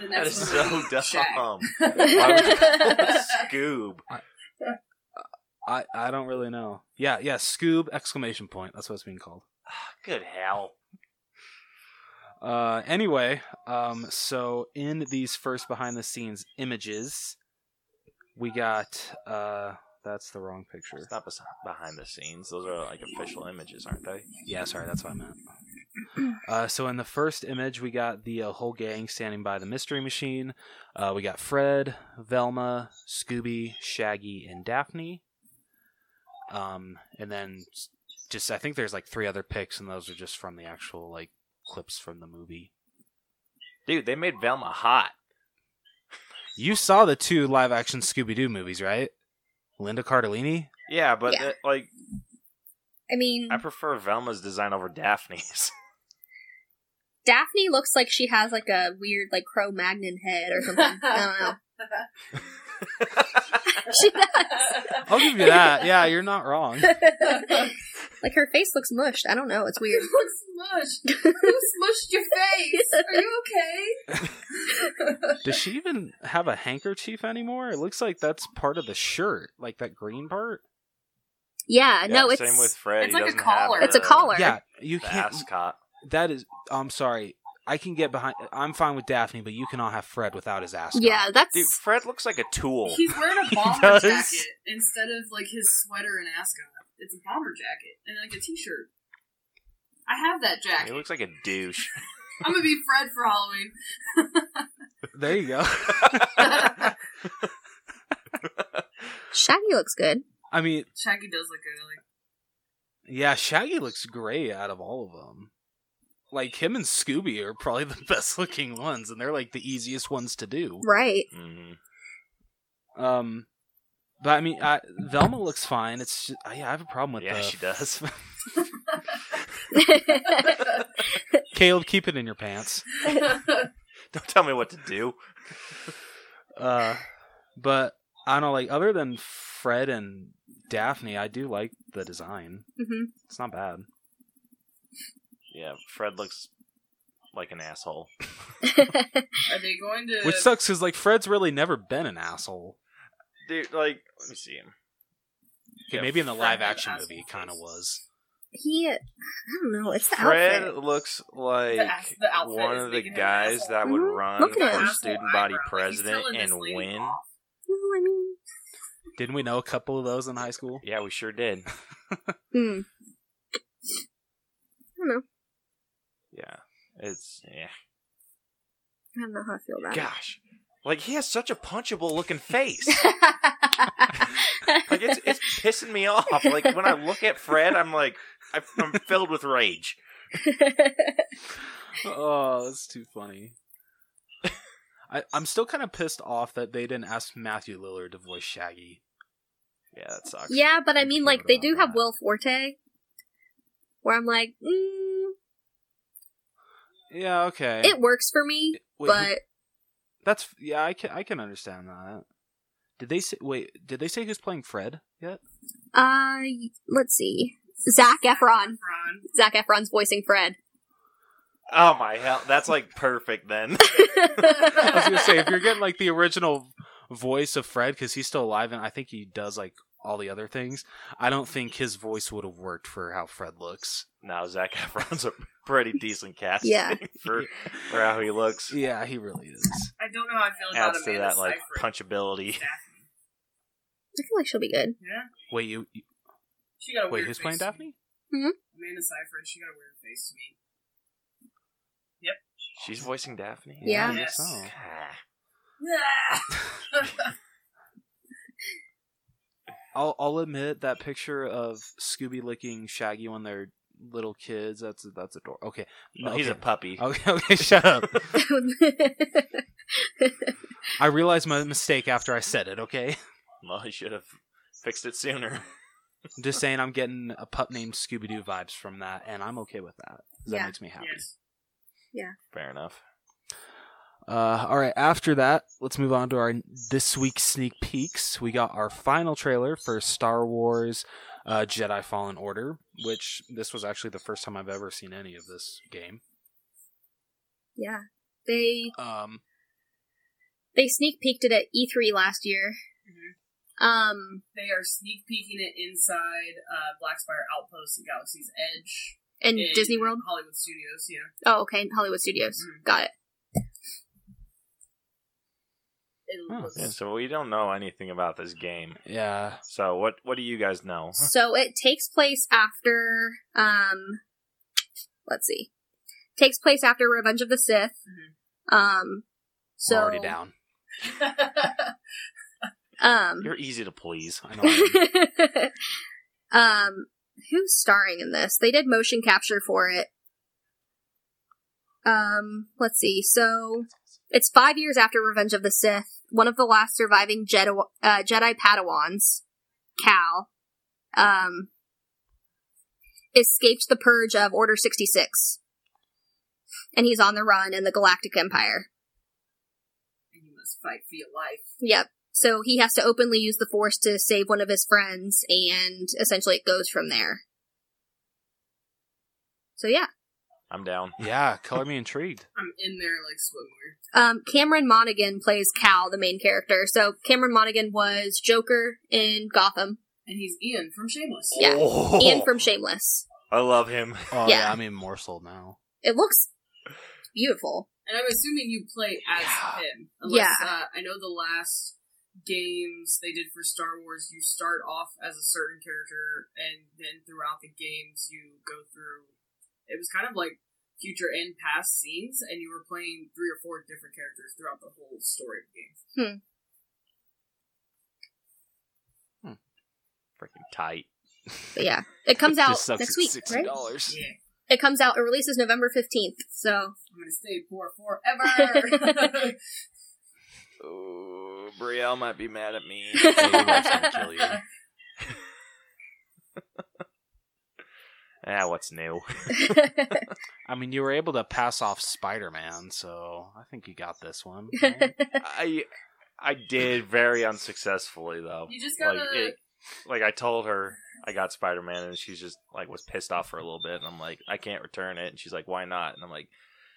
[SPEAKER 3] The
[SPEAKER 2] that
[SPEAKER 3] next
[SPEAKER 2] is so
[SPEAKER 3] one we
[SPEAKER 2] dumb.
[SPEAKER 3] check.
[SPEAKER 2] Why would you call it Scoob?
[SPEAKER 1] I, I don't really know. Yeah, yeah, Scoob! Exclamation point. That's what it's being called.
[SPEAKER 2] Good hell.
[SPEAKER 1] Uh, anyway, um, so in these first behind the scenes images, we got uh, that's the wrong picture.
[SPEAKER 2] It's not bes- behind the scenes. Those are like official images, aren't they?
[SPEAKER 1] Yeah, sorry, that's what I meant. Uh, so in the first image, we got the uh, whole gang standing by the mystery machine. Uh, we got Fred, Velma, Scooby, Shaggy, and Daphne. Um, and then just I think there's like three other pics, and those are just from the actual like clips from the movie.
[SPEAKER 2] Dude, they made Velma hot.
[SPEAKER 1] You saw the two live action Scooby Doo movies, right? Linda Cardellini.
[SPEAKER 2] Yeah, but
[SPEAKER 4] Yeah.
[SPEAKER 2] uh, like
[SPEAKER 4] I mean, Uh,
[SPEAKER 2] I prefer Velma's design over Daphne's.
[SPEAKER 4] Daphne looks like she has like a weird like Crow Magnon head or something. I don't know. she does.
[SPEAKER 1] I'll give you that. Yeah, you're not wrong.
[SPEAKER 4] like her face looks mushed. I don't know. It's
[SPEAKER 3] You
[SPEAKER 4] weird.
[SPEAKER 3] look smushed. Who smushed your face? Are you okay?
[SPEAKER 1] Does she even have a handkerchief anymore? It looks like that's part of the shirt, like that green part.
[SPEAKER 4] Yeah,
[SPEAKER 2] Yeah,
[SPEAKER 4] no, it's
[SPEAKER 2] same with Fred.
[SPEAKER 3] it's
[SPEAKER 2] he
[SPEAKER 3] like a
[SPEAKER 2] doesn't have
[SPEAKER 3] collar.
[SPEAKER 4] It's a
[SPEAKER 2] the-
[SPEAKER 4] collar.
[SPEAKER 1] Yeah, you
[SPEAKER 2] The
[SPEAKER 1] can't.
[SPEAKER 2] ascot.
[SPEAKER 1] That is. I'm sorry. I can get behind. I'm fine with Daphne, but you cannot have Fred without his ascot.
[SPEAKER 4] yeah, that's
[SPEAKER 2] Dude, Fred looks like a tool.
[SPEAKER 3] He's wearing a bomber
[SPEAKER 1] does.
[SPEAKER 3] jacket instead of like his sweater and ascot. It's a bomber jacket and like a t-shirt. I have that
[SPEAKER 2] He
[SPEAKER 3] jacket.
[SPEAKER 2] looks like a douche.
[SPEAKER 3] I'm gonna be Fred for Halloween.
[SPEAKER 1] There you go.
[SPEAKER 4] Shaggy looks good.
[SPEAKER 1] I mean,
[SPEAKER 3] Shaggy does look good. I Like
[SPEAKER 1] yeah, Shaggy looks great out of all of them. Like him and Scooby are probably the best looking ones, and they're like the easiest ones to do.
[SPEAKER 4] Right.
[SPEAKER 2] Mhm.
[SPEAKER 1] Um, but I mean, I, Velma looks fine. It's ju- I, I have a problem with
[SPEAKER 2] Yeah,
[SPEAKER 1] the-
[SPEAKER 2] she does.
[SPEAKER 1] Caleb, keep it in your pants.
[SPEAKER 2] Don't tell me what to do.
[SPEAKER 1] Uh, but I don't know, like other than Fred and Daphne, I do like the design.
[SPEAKER 4] hmm
[SPEAKER 1] It's not bad.
[SPEAKER 2] Yeah, Fred looks like an asshole.
[SPEAKER 3] Are they going to?
[SPEAKER 1] Which sucks because like Fred's really never been an asshole.
[SPEAKER 2] Dude, like, let me see him.
[SPEAKER 1] Okay,
[SPEAKER 2] Yeah,
[SPEAKER 1] maybe in the
[SPEAKER 3] Fred
[SPEAKER 1] live
[SPEAKER 3] had
[SPEAKER 1] action
[SPEAKER 3] asshole
[SPEAKER 1] movie, he kind of
[SPEAKER 3] face.
[SPEAKER 1] was.
[SPEAKER 4] He, I don't know. It's the
[SPEAKER 2] Fred
[SPEAKER 4] outfit.
[SPEAKER 2] looks like
[SPEAKER 3] ass- the outfit
[SPEAKER 2] one
[SPEAKER 3] is
[SPEAKER 2] of the
[SPEAKER 3] making him an
[SPEAKER 2] guys
[SPEAKER 3] asshole.
[SPEAKER 2] that would
[SPEAKER 4] Mhm.
[SPEAKER 2] run
[SPEAKER 4] Look at him.
[SPEAKER 2] for
[SPEAKER 3] Asshole
[SPEAKER 2] student body
[SPEAKER 3] eyebrow. He's
[SPEAKER 2] president
[SPEAKER 3] telling this
[SPEAKER 2] and
[SPEAKER 3] lady
[SPEAKER 2] win.
[SPEAKER 3] off.
[SPEAKER 4] Well, I mean,
[SPEAKER 1] Didn't we know a couple of those in high school?
[SPEAKER 2] Yeah, we sure did.
[SPEAKER 4] hmm. I don't know.
[SPEAKER 2] Yeah, it's yeah.
[SPEAKER 4] I don't know how I feel about
[SPEAKER 2] Gosh, like he has such a punchable looking face.
[SPEAKER 4] it.
[SPEAKER 2] like it's it's pissing me off. Like when I look at Fred, I'm like I- I'm filled with rage.
[SPEAKER 1] oh, that's too funny. I, I'm still kind of pissed off that they didn't ask Matthew Lillard to voice Shaggy.
[SPEAKER 2] Yeah, that sucks.
[SPEAKER 4] yeah, but I mean, like they do have
[SPEAKER 1] About that.
[SPEAKER 4] Will Forte, where I'm like, mm,
[SPEAKER 1] Yeah, okay.
[SPEAKER 4] it works for me,
[SPEAKER 1] Wait, who-
[SPEAKER 4] but
[SPEAKER 1] That's yeah, I can I can understand that. Did they say wait? Did they say who's playing Fred yet?
[SPEAKER 4] uh, let's see. Zach Efron.
[SPEAKER 3] Ron.
[SPEAKER 4] Zach Efron's voicing Fred.
[SPEAKER 2] Oh my hell, that's like perfect then.
[SPEAKER 1] I was gonna say if you're getting like the original voice of Fred because he's still alive and I think he does like all the other things. I don't think his voice would have worked for how Fred looks.
[SPEAKER 2] now Zach Efron's a pretty decent cast.
[SPEAKER 4] Yeah.
[SPEAKER 2] for for how he looks.
[SPEAKER 1] Yeah, he really is.
[SPEAKER 3] I don't know how I feel about
[SPEAKER 2] Adds
[SPEAKER 3] Amanda
[SPEAKER 2] to that like
[SPEAKER 3] Seyfried.
[SPEAKER 2] punchability.
[SPEAKER 4] I feel like she'll be good.
[SPEAKER 3] Yeah,
[SPEAKER 1] Wait, you you-
[SPEAKER 3] she got a
[SPEAKER 1] wait?
[SPEAKER 3] weird
[SPEAKER 1] Who's
[SPEAKER 3] face
[SPEAKER 1] playing
[SPEAKER 3] to me.
[SPEAKER 1] Daphne?
[SPEAKER 3] Amanda Seyfried. She got a weird face to me.
[SPEAKER 2] She's voicing Daphne.
[SPEAKER 4] Yeah.
[SPEAKER 1] I guess
[SPEAKER 3] Yes.
[SPEAKER 1] so.
[SPEAKER 2] Ah.
[SPEAKER 1] I'll I'll admit that picture of Scooby licking Shaggy when they're little kids. That's that's adorable. Okay,
[SPEAKER 2] No, he's a
[SPEAKER 1] okay.
[SPEAKER 2] puppy.
[SPEAKER 1] okay. Okay, shut up. I realized my mistake after I said it. Okay.
[SPEAKER 2] Well, he should have fixed it sooner.
[SPEAKER 1] I'm just saying I'm getting a pup named Scooby Doo vibes from that, and I'm okay with that. 'cause
[SPEAKER 4] Yeah.
[SPEAKER 1] That makes me happy.
[SPEAKER 3] yes.
[SPEAKER 2] Fair enough.
[SPEAKER 1] Uh, all right, after that, let's move on to our this week's sneak peeks. We got our final trailer for Star Wars uh, Jedi Fallen Order, which this was actually the first time I've ever seen any of this game.
[SPEAKER 4] yeah, they
[SPEAKER 1] Um,
[SPEAKER 4] they sneak peeked it at E3 last year.
[SPEAKER 3] Mhm.
[SPEAKER 4] Um,
[SPEAKER 3] They are sneak peeking it inside uh, Blackspire Outpost at Galaxy's Edge.
[SPEAKER 4] and
[SPEAKER 3] in
[SPEAKER 4] Disney World.
[SPEAKER 3] Hollywood Studios, yeah.
[SPEAKER 4] Oh, okay, in Hollywood Studios.
[SPEAKER 3] Mhm.
[SPEAKER 4] Got it.
[SPEAKER 3] It
[SPEAKER 1] Oh,
[SPEAKER 3] looks
[SPEAKER 2] Yeah, so we don't know anything about this game.
[SPEAKER 1] yeah,
[SPEAKER 2] So what what do you guys know?
[SPEAKER 1] Uh-huh.
[SPEAKER 4] So it takes place after um let's see. Takes place after Revenge of the Sith. Um so
[SPEAKER 1] I'm Mm-hmm. already down.
[SPEAKER 4] Um
[SPEAKER 2] You're easy to please.
[SPEAKER 1] I know. I'm-
[SPEAKER 4] Um who's starring in this? They did motion capture for it. Um let's see. So it's 5 years after Revenge of the Sith. One of the last surviving Jedi uh, Jedi Padawans, Cal, um escaped the purge of Order 66. and he's on the run in the Galactic Empire.
[SPEAKER 3] And you must fight for your life.
[SPEAKER 4] Yep. So he has to openly use the Force to save one of his friends, and essentially it goes from there. So yeah,
[SPEAKER 2] I'm down.
[SPEAKER 1] Yeah, color me intrigued.
[SPEAKER 3] I'm in there like swimwear.
[SPEAKER 4] um, Cameron Monaghan plays Cal, the main character. So Cameron Monaghan was Joker in Gotham
[SPEAKER 3] And he's Ian from Shameless.
[SPEAKER 4] Yeah.
[SPEAKER 2] Oh,
[SPEAKER 4] and from Shameless.
[SPEAKER 2] I love him.
[SPEAKER 1] Oh yeah,
[SPEAKER 4] Yeah.
[SPEAKER 1] I'm even more sold now.
[SPEAKER 4] It looks beautiful.
[SPEAKER 3] And I'm assuming you play as
[SPEAKER 1] Yeah.
[SPEAKER 3] him. Unless, uh, I know the last games they did for Star Wars, you start off as a certain character, and then throughout the games, you go through. It was kind of like future and past scenes, and you were playing three or four different characters throughout the whole story of the game.
[SPEAKER 2] Freaking tight.
[SPEAKER 4] But yeah, it comes out
[SPEAKER 1] Just sucks
[SPEAKER 4] next
[SPEAKER 1] it's
[SPEAKER 4] week,
[SPEAKER 1] $60.
[SPEAKER 4] right?
[SPEAKER 3] Yeah.
[SPEAKER 4] It comes out. It releases November fifteenth. So
[SPEAKER 3] I'm gonna stay poor forever!
[SPEAKER 2] Ooh, Brielle might be mad at me.
[SPEAKER 4] Your
[SPEAKER 2] wife's gonna kill you. Ah, what's new?
[SPEAKER 1] I mean, you were able to pass off Spider Man, so I think you got this one. right?
[SPEAKER 2] I I did very unsuccessfully though.
[SPEAKER 3] You just gotta-
[SPEAKER 2] like, like I told her I got Spider Man and she's just like was pissed off for a little bit and I'm like, I can't return it and she's like, Why not? And I'm like,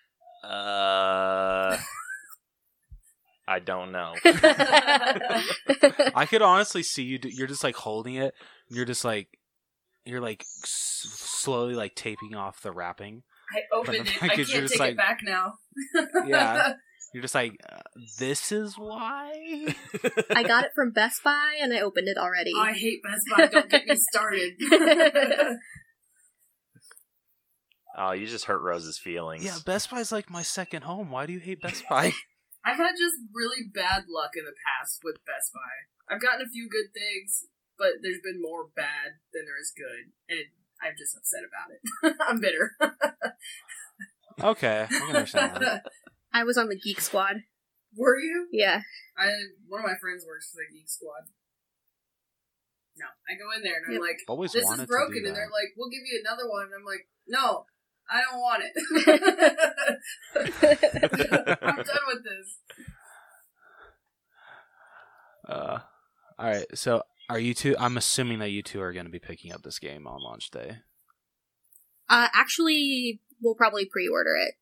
[SPEAKER 2] Uh I don't know.
[SPEAKER 1] I could honestly see you. Do, you're just like holding it. And you're just like, you're like s- slowly like taping off the wrapping.
[SPEAKER 3] I opened it. I
[SPEAKER 1] Because
[SPEAKER 3] can't
[SPEAKER 1] you're
[SPEAKER 3] take
[SPEAKER 1] just like-
[SPEAKER 3] it back now.
[SPEAKER 1] Yeah. You're just like, uh, this is why.
[SPEAKER 4] I got it from Best Buy and I opened it already.
[SPEAKER 3] Oh, I hate Best Buy. Don't get me started.
[SPEAKER 2] Oh, you just hurt Rose's feelings.
[SPEAKER 1] Yeah, Best Buy's like my second home. Why do you hate Best Buy?
[SPEAKER 3] I've had just really bad luck in the past with Best Buy. I've gotten a few good things, but there's been more bad than there is good, and it, I'm just upset about it. I'm bitter.
[SPEAKER 1] okay, I can understand that.
[SPEAKER 4] I was on the Geek Squad.
[SPEAKER 3] Were you?
[SPEAKER 4] Yeah.
[SPEAKER 3] I one of my friends works for the Geek Squad. No, I go in there and I'm
[SPEAKER 4] Yep.
[SPEAKER 3] like,
[SPEAKER 1] Always
[SPEAKER 3] "This
[SPEAKER 1] wanted
[SPEAKER 3] is broken,"
[SPEAKER 1] to do that.
[SPEAKER 3] and they're like, "We'll give you another one." And I'm like, "No, I don't want it. I'm done with this."
[SPEAKER 1] Uh, all right. So, are you two? I'm assuming that you two are going to be picking up this game on launch day.
[SPEAKER 4] Uh, actually, we'll probably pre-order it.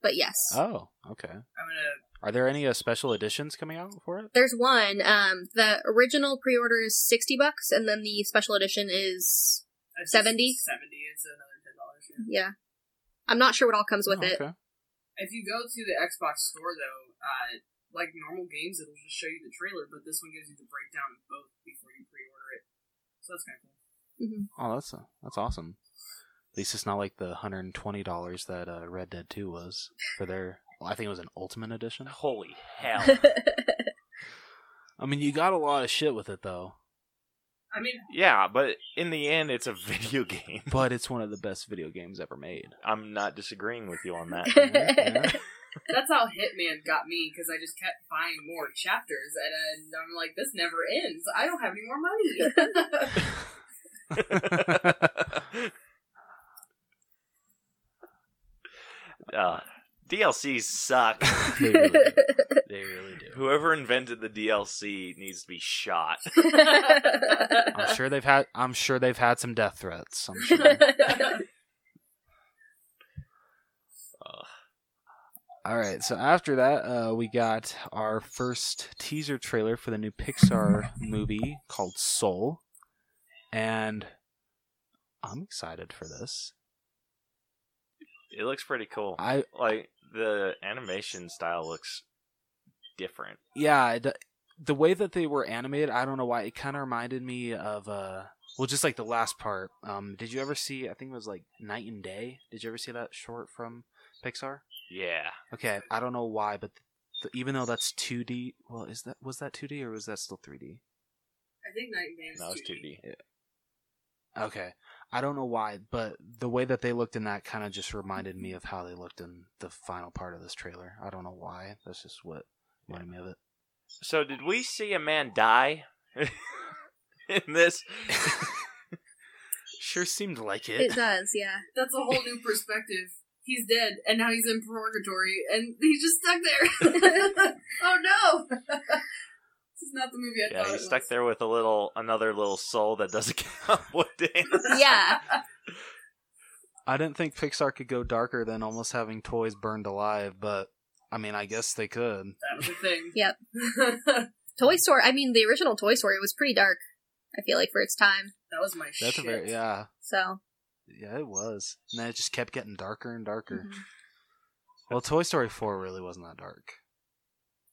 [SPEAKER 4] But yes,
[SPEAKER 1] Oh, okay.
[SPEAKER 3] I'm gonna
[SPEAKER 1] Are there any uh, special editions coming out for it?
[SPEAKER 4] there's one. Um, the original pre-order is sixty bucks, and then the special edition is
[SPEAKER 3] That's
[SPEAKER 4] 70?
[SPEAKER 3] just 70 it's another ten dollars
[SPEAKER 4] yeah. I'm not sure what all comes with
[SPEAKER 1] Oh,
[SPEAKER 4] it.
[SPEAKER 1] okay.
[SPEAKER 3] if you go to the xbox store though uh like normal games it'll just show you the trailer but this one gives you the breakdown of both before you pre-order it so that's kind of cool
[SPEAKER 1] Oh, that's uh, that's awesome. At least it's not like the hundred and twenty dollars that uh, Red Dead Two was for their. Well, I think it was an Ultimate Edition.
[SPEAKER 2] Holy hell.
[SPEAKER 1] I mean, you got a lot of shit with it though,
[SPEAKER 3] i mean
[SPEAKER 2] yeah, but in the end it's a video game.
[SPEAKER 1] but it's one of the best video games ever made.
[SPEAKER 2] I'm not disagreeing with you on that.
[SPEAKER 1] Yeah, yeah.
[SPEAKER 3] that's how hitman got me because i just kept buying more chapters and, then i'm like this never ends i don't have any more money
[SPEAKER 2] uh, DLCs suck.
[SPEAKER 1] they really do. They really do.
[SPEAKER 2] Whoever invented the DLC needs to be shot.
[SPEAKER 1] I'm sure they've had. I'm sure they've had some death threats. I'm sure.
[SPEAKER 2] Ugh.
[SPEAKER 1] All right. So after that, uh, we got our first teaser trailer for the new Pixar movie called Soul, and I'm excited for this.
[SPEAKER 2] it looks pretty cool.
[SPEAKER 1] I
[SPEAKER 2] Like the animation style looks different.
[SPEAKER 1] yeah, the, the way that they were animated, I don't know why it kind of reminded me of uh, well, just like the last part. Um, did you ever see? I think it was like Night and Day. Did you ever see that short from Pixar?
[SPEAKER 2] Yeah,
[SPEAKER 1] Okay, I don't know why, but th- even though that's 2D, well, is that was that 2D or was that still 3D?
[SPEAKER 3] i think night and Day is
[SPEAKER 2] that was
[SPEAKER 3] 2D.
[SPEAKER 2] 2D.
[SPEAKER 1] Okay, I don't know why, but the way that they looked in that kind of just reminded me of how they looked in the final part of this trailer. I don't know why. That's just what reminded me of it.
[SPEAKER 2] So did we see a man die in this?
[SPEAKER 1] Sure seemed like
[SPEAKER 4] It
[SPEAKER 1] it.
[SPEAKER 4] does, yeah.
[SPEAKER 3] that's a whole new perspective he's dead, and now he's in purgatory, and he's just stuck there. oh no! this is not the movie I
[SPEAKER 2] Yeah,
[SPEAKER 3] thought
[SPEAKER 2] he's
[SPEAKER 3] it
[SPEAKER 2] stuck
[SPEAKER 3] was.
[SPEAKER 2] there with a little another little soul that does a cowboy dance.
[SPEAKER 4] yeah.
[SPEAKER 1] I didn't think Pixar could go darker than almost having toys burned alive, but I mean, I guess they could.
[SPEAKER 3] That was a thing.
[SPEAKER 4] Yep.
[SPEAKER 3] that
[SPEAKER 4] Toy Story. I mean, the original Toy Story was pretty dark. I feel like for its time.
[SPEAKER 3] was my shit.
[SPEAKER 1] That's a very yeah,
[SPEAKER 4] So
[SPEAKER 1] yeah, it was. And then it just kept getting darker and darker.
[SPEAKER 4] mhm.
[SPEAKER 1] Well, Toy Story four really wasn't that dark.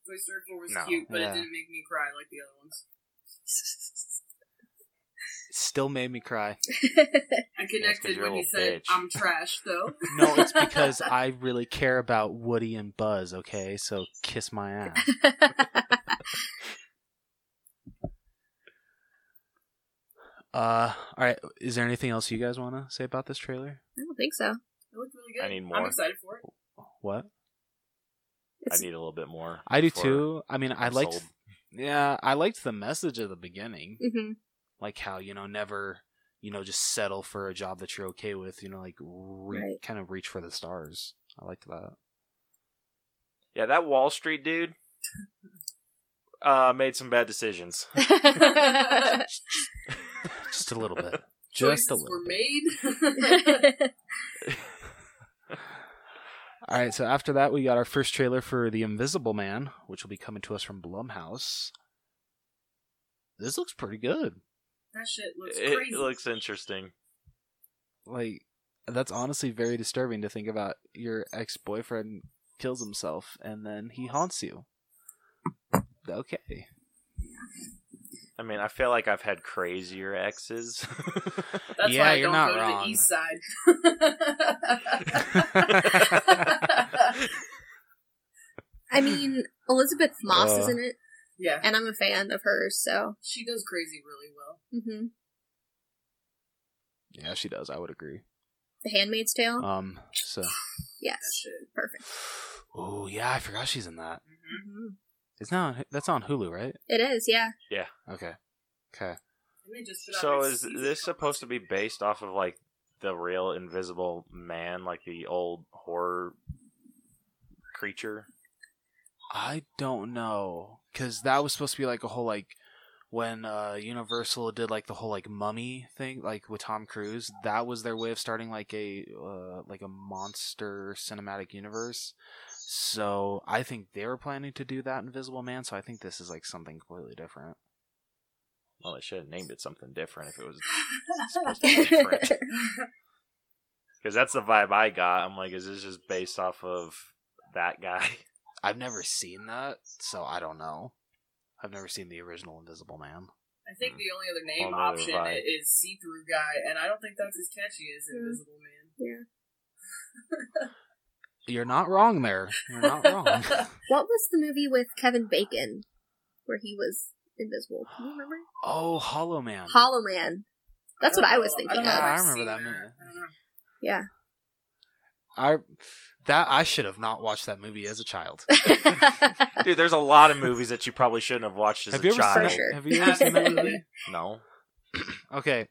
[SPEAKER 3] Toy Story 4 was
[SPEAKER 2] No.
[SPEAKER 3] cute, but
[SPEAKER 1] Yeah.
[SPEAKER 3] it didn't make me cry like the other ones.
[SPEAKER 1] It still made me cry.
[SPEAKER 3] I
[SPEAKER 2] 'cause
[SPEAKER 3] connected
[SPEAKER 2] you're a
[SPEAKER 3] when he
[SPEAKER 2] little
[SPEAKER 3] said,
[SPEAKER 2] bitch.
[SPEAKER 3] "I'm trash," though.
[SPEAKER 1] No, it's because I really care about Woody and Buzz. Okay, so kiss my ass. Uh, all right. Is there anything else you guys want to say about this trailer?
[SPEAKER 4] I don't think so.
[SPEAKER 3] It looked really good.
[SPEAKER 2] I need
[SPEAKER 3] I'm
[SPEAKER 2] more.
[SPEAKER 3] excited for it.
[SPEAKER 1] What?
[SPEAKER 2] I
[SPEAKER 4] It's-
[SPEAKER 2] need a little bit more.
[SPEAKER 1] I do
[SPEAKER 2] before
[SPEAKER 1] too. I mean, I
[SPEAKER 2] I'm
[SPEAKER 1] liked.
[SPEAKER 2] sold.
[SPEAKER 1] Yeah, I liked the message at the beginning,
[SPEAKER 4] hmm
[SPEAKER 1] like how you know never, you know, just settle for a job that you're okay with. You know, like re-
[SPEAKER 4] Right.
[SPEAKER 1] kind of reach for the stars. I liked that.
[SPEAKER 2] Yeah, that Wall Street dude uh, made some bad decisions.
[SPEAKER 4] Mm-hmm.
[SPEAKER 1] Just a little bit. Just a
[SPEAKER 3] Choices
[SPEAKER 1] little.
[SPEAKER 3] were
[SPEAKER 1] Bit.
[SPEAKER 3] made.
[SPEAKER 1] All right. So after that, we got our first trailer for the Invisible Man, which will be coming to us from Blumhouse. This looks pretty good.
[SPEAKER 3] that shit looks
[SPEAKER 2] it
[SPEAKER 3] crazy.
[SPEAKER 2] looks interesting.
[SPEAKER 1] like that's honestly very disturbing to think about your ex-boyfriend kills himself and then he haunts you okay
[SPEAKER 2] I mean, I feel like I've had crazier exes.
[SPEAKER 3] That's
[SPEAKER 1] Yeah,
[SPEAKER 3] why I
[SPEAKER 1] you're
[SPEAKER 3] don't
[SPEAKER 1] not
[SPEAKER 3] go
[SPEAKER 1] wrong.
[SPEAKER 3] to the east side.
[SPEAKER 4] I mean, Elizabeth Moss
[SPEAKER 1] Uh.
[SPEAKER 4] is in it,
[SPEAKER 3] yeah,
[SPEAKER 4] and I'm a fan of hers. So
[SPEAKER 3] she does crazy really well.
[SPEAKER 4] hmm
[SPEAKER 1] yeah she does i would agree
[SPEAKER 4] The Handmaid's Tale.
[SPEAKER 1] um so
[SPEAKER 4] yes,
[SPEAKER 3] That shit.
[SPEAKER 4] perfect.
[SPEAKER 1] oh yeah i forgot she's in that
[SPEAKER 3] Mhm.
[SPEAKER 1] it's not on, that's on hulu right
[SPEAKER 4] It is. Yeah.
[SPEAKER 1] okay okay
[SPEAKER 3] And they just put out
[SPEAKER 2] so
[SPEAKER 3] a
[SPEAKER 2] is
[SPEAKER 3] season
[SPEAKER 2] this
[SPEAKER 3] called-
[SPEAKER 2] supposed to be based off of like the real invisible man, like the old horror creature?
[SPEAKER 1] i don't know because that was supposed to be like a whole like when uh universal did like the whole like mummy thing like with tom cruise that was their way of starting like a uh, like a monster cinematic universe so i think they were planning to do that invisible man so i think this is like something completely different
[SPEAKER 2] Well, they should have named it something different if it was supposed to be different. Because that's the vibe I got. I'm like, is this just based off of that guy?
[SPEAKER 1] i've never seen that so i don't know i've never seen the original invisible man
[SPEAKER 3] I think the only other name
[SPEAKER 2] Only other
[SPEAKER 3] option
[SPEAKER 2] vibe.
[SPEAKER 3] is see through guy, and I don't think that's as catchy as
[SPEAKER 4] Yeah.
[SPEAKER 3] Invisible Man.
[SPEAKER 1] you're not wrong there you're not wrong
[SPEAKER 4] What was the movie with Kevin Bacon where he was invisible? Can you remember?
[SPEAKER 1] oh hollow man
[SPEAKER 4] Hollow Man. That's what I was
[SPEAKER 3] don't know.
[SPEAKER 4] thinking
[SPEAKER 3] don't
[SPEAKER 1] Yeah,
[SPEAKER 3] know
[SPEAKER 4] of.
[SPEAKER 3] if
[SPEAKER 1] I
[SPEAKER 3] I've
[SPEAKER 1] remember
[SPEAKER 3] seen
[SPEAKER 1] that movie.
[SPEAKER 3] I don't
[SPEAKER 1] i
[SPEAKER 3] know.
[SPEAKER 1] that i should have not watched that movie as a child
[SPEAKER 2] Dude, there's a lot of movies that you probably shouldn't have watched as
[SPEAKER 1] have
[SPEAKER 2] a
[SPEAKER 1] you ever
[SPEAKER 2] child.
[SPEAKER 1] seen that,
[SPEAKER 4] For sure.
[SPEAKER 1] have you ever seen that movie
[SPEAKER 2] No.
[SPEAKER 1] Okay.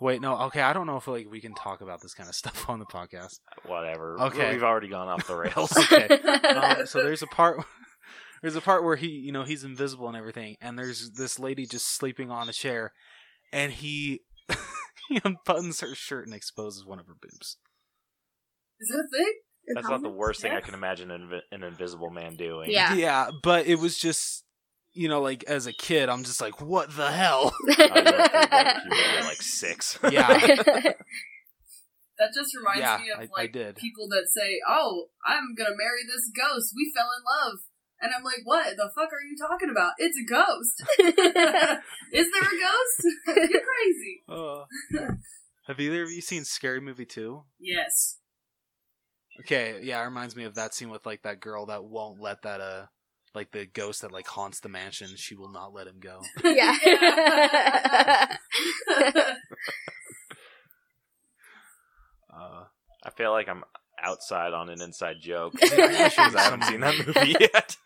[SPEAKER 1] Wait, no. Okay, I don't know if like we can talk about this kind of stuff on the podcast.
[SPEAKER 2] Whatever.
[SPEAKER 1] Okay.
[SPEAKER 2] We've already gone off the rails.
[SPEAKER 1] Okay. Um, so there's a part there's a part where he, you know, he's invisible and everything and there's this lady just sleeping on a chair and he he unbuttons her shirt and exposes one of her boobs.
[SPEAKER 3] Is that a thing?
[SPEAKER 2] That's not the worst thing
[SPEAKER 3] Yeah.
[SPEAKER 2] I can imagine an, invi- an invisible man doing.
[SPEAKER 4] Yeah.
[SPEAKER 1] but it was just you know, like as a kid, I'm just like, what the hell?
[SPEAKER 2] I went through, like, puberty at, like six.
[SPEAKER 1] Yeah.
[SPEAKER 3] That just reminds
[SPEAKER 1] Yeah,
[SPEAKER 3] me of
[SPEAKER 1] I- I
[SPEAKER 3] like
[SPEAKER 1] did.
[SPEAKER 3] people that say, "Oh, I'm gonna marry this ghost. We fell in love," and I'm like, "What the fuck are you talking about? It's a ghost. Is there a ghost? You're crazy."
[SPEAKER 1] Uh, have either of you seen Scary Movie 2?
[SPEAKER 3] Yes.
[SPEAKER 1] Okay, yeah, it reminds me of that scene with like that girl that won't let that uh like the ghost that like haunts the mansion, she will not let him go.
[SPEAKER 4] yeah.
[SPEAKER 3] Yeah.
[SPEAKER 1] Uh
[SPEAKER 2] I feel like I'm outside on an inside joke.
[SPEAKER 4] Yeah, I should
[SPEAKER 2] Because I haven't seen that movie yet.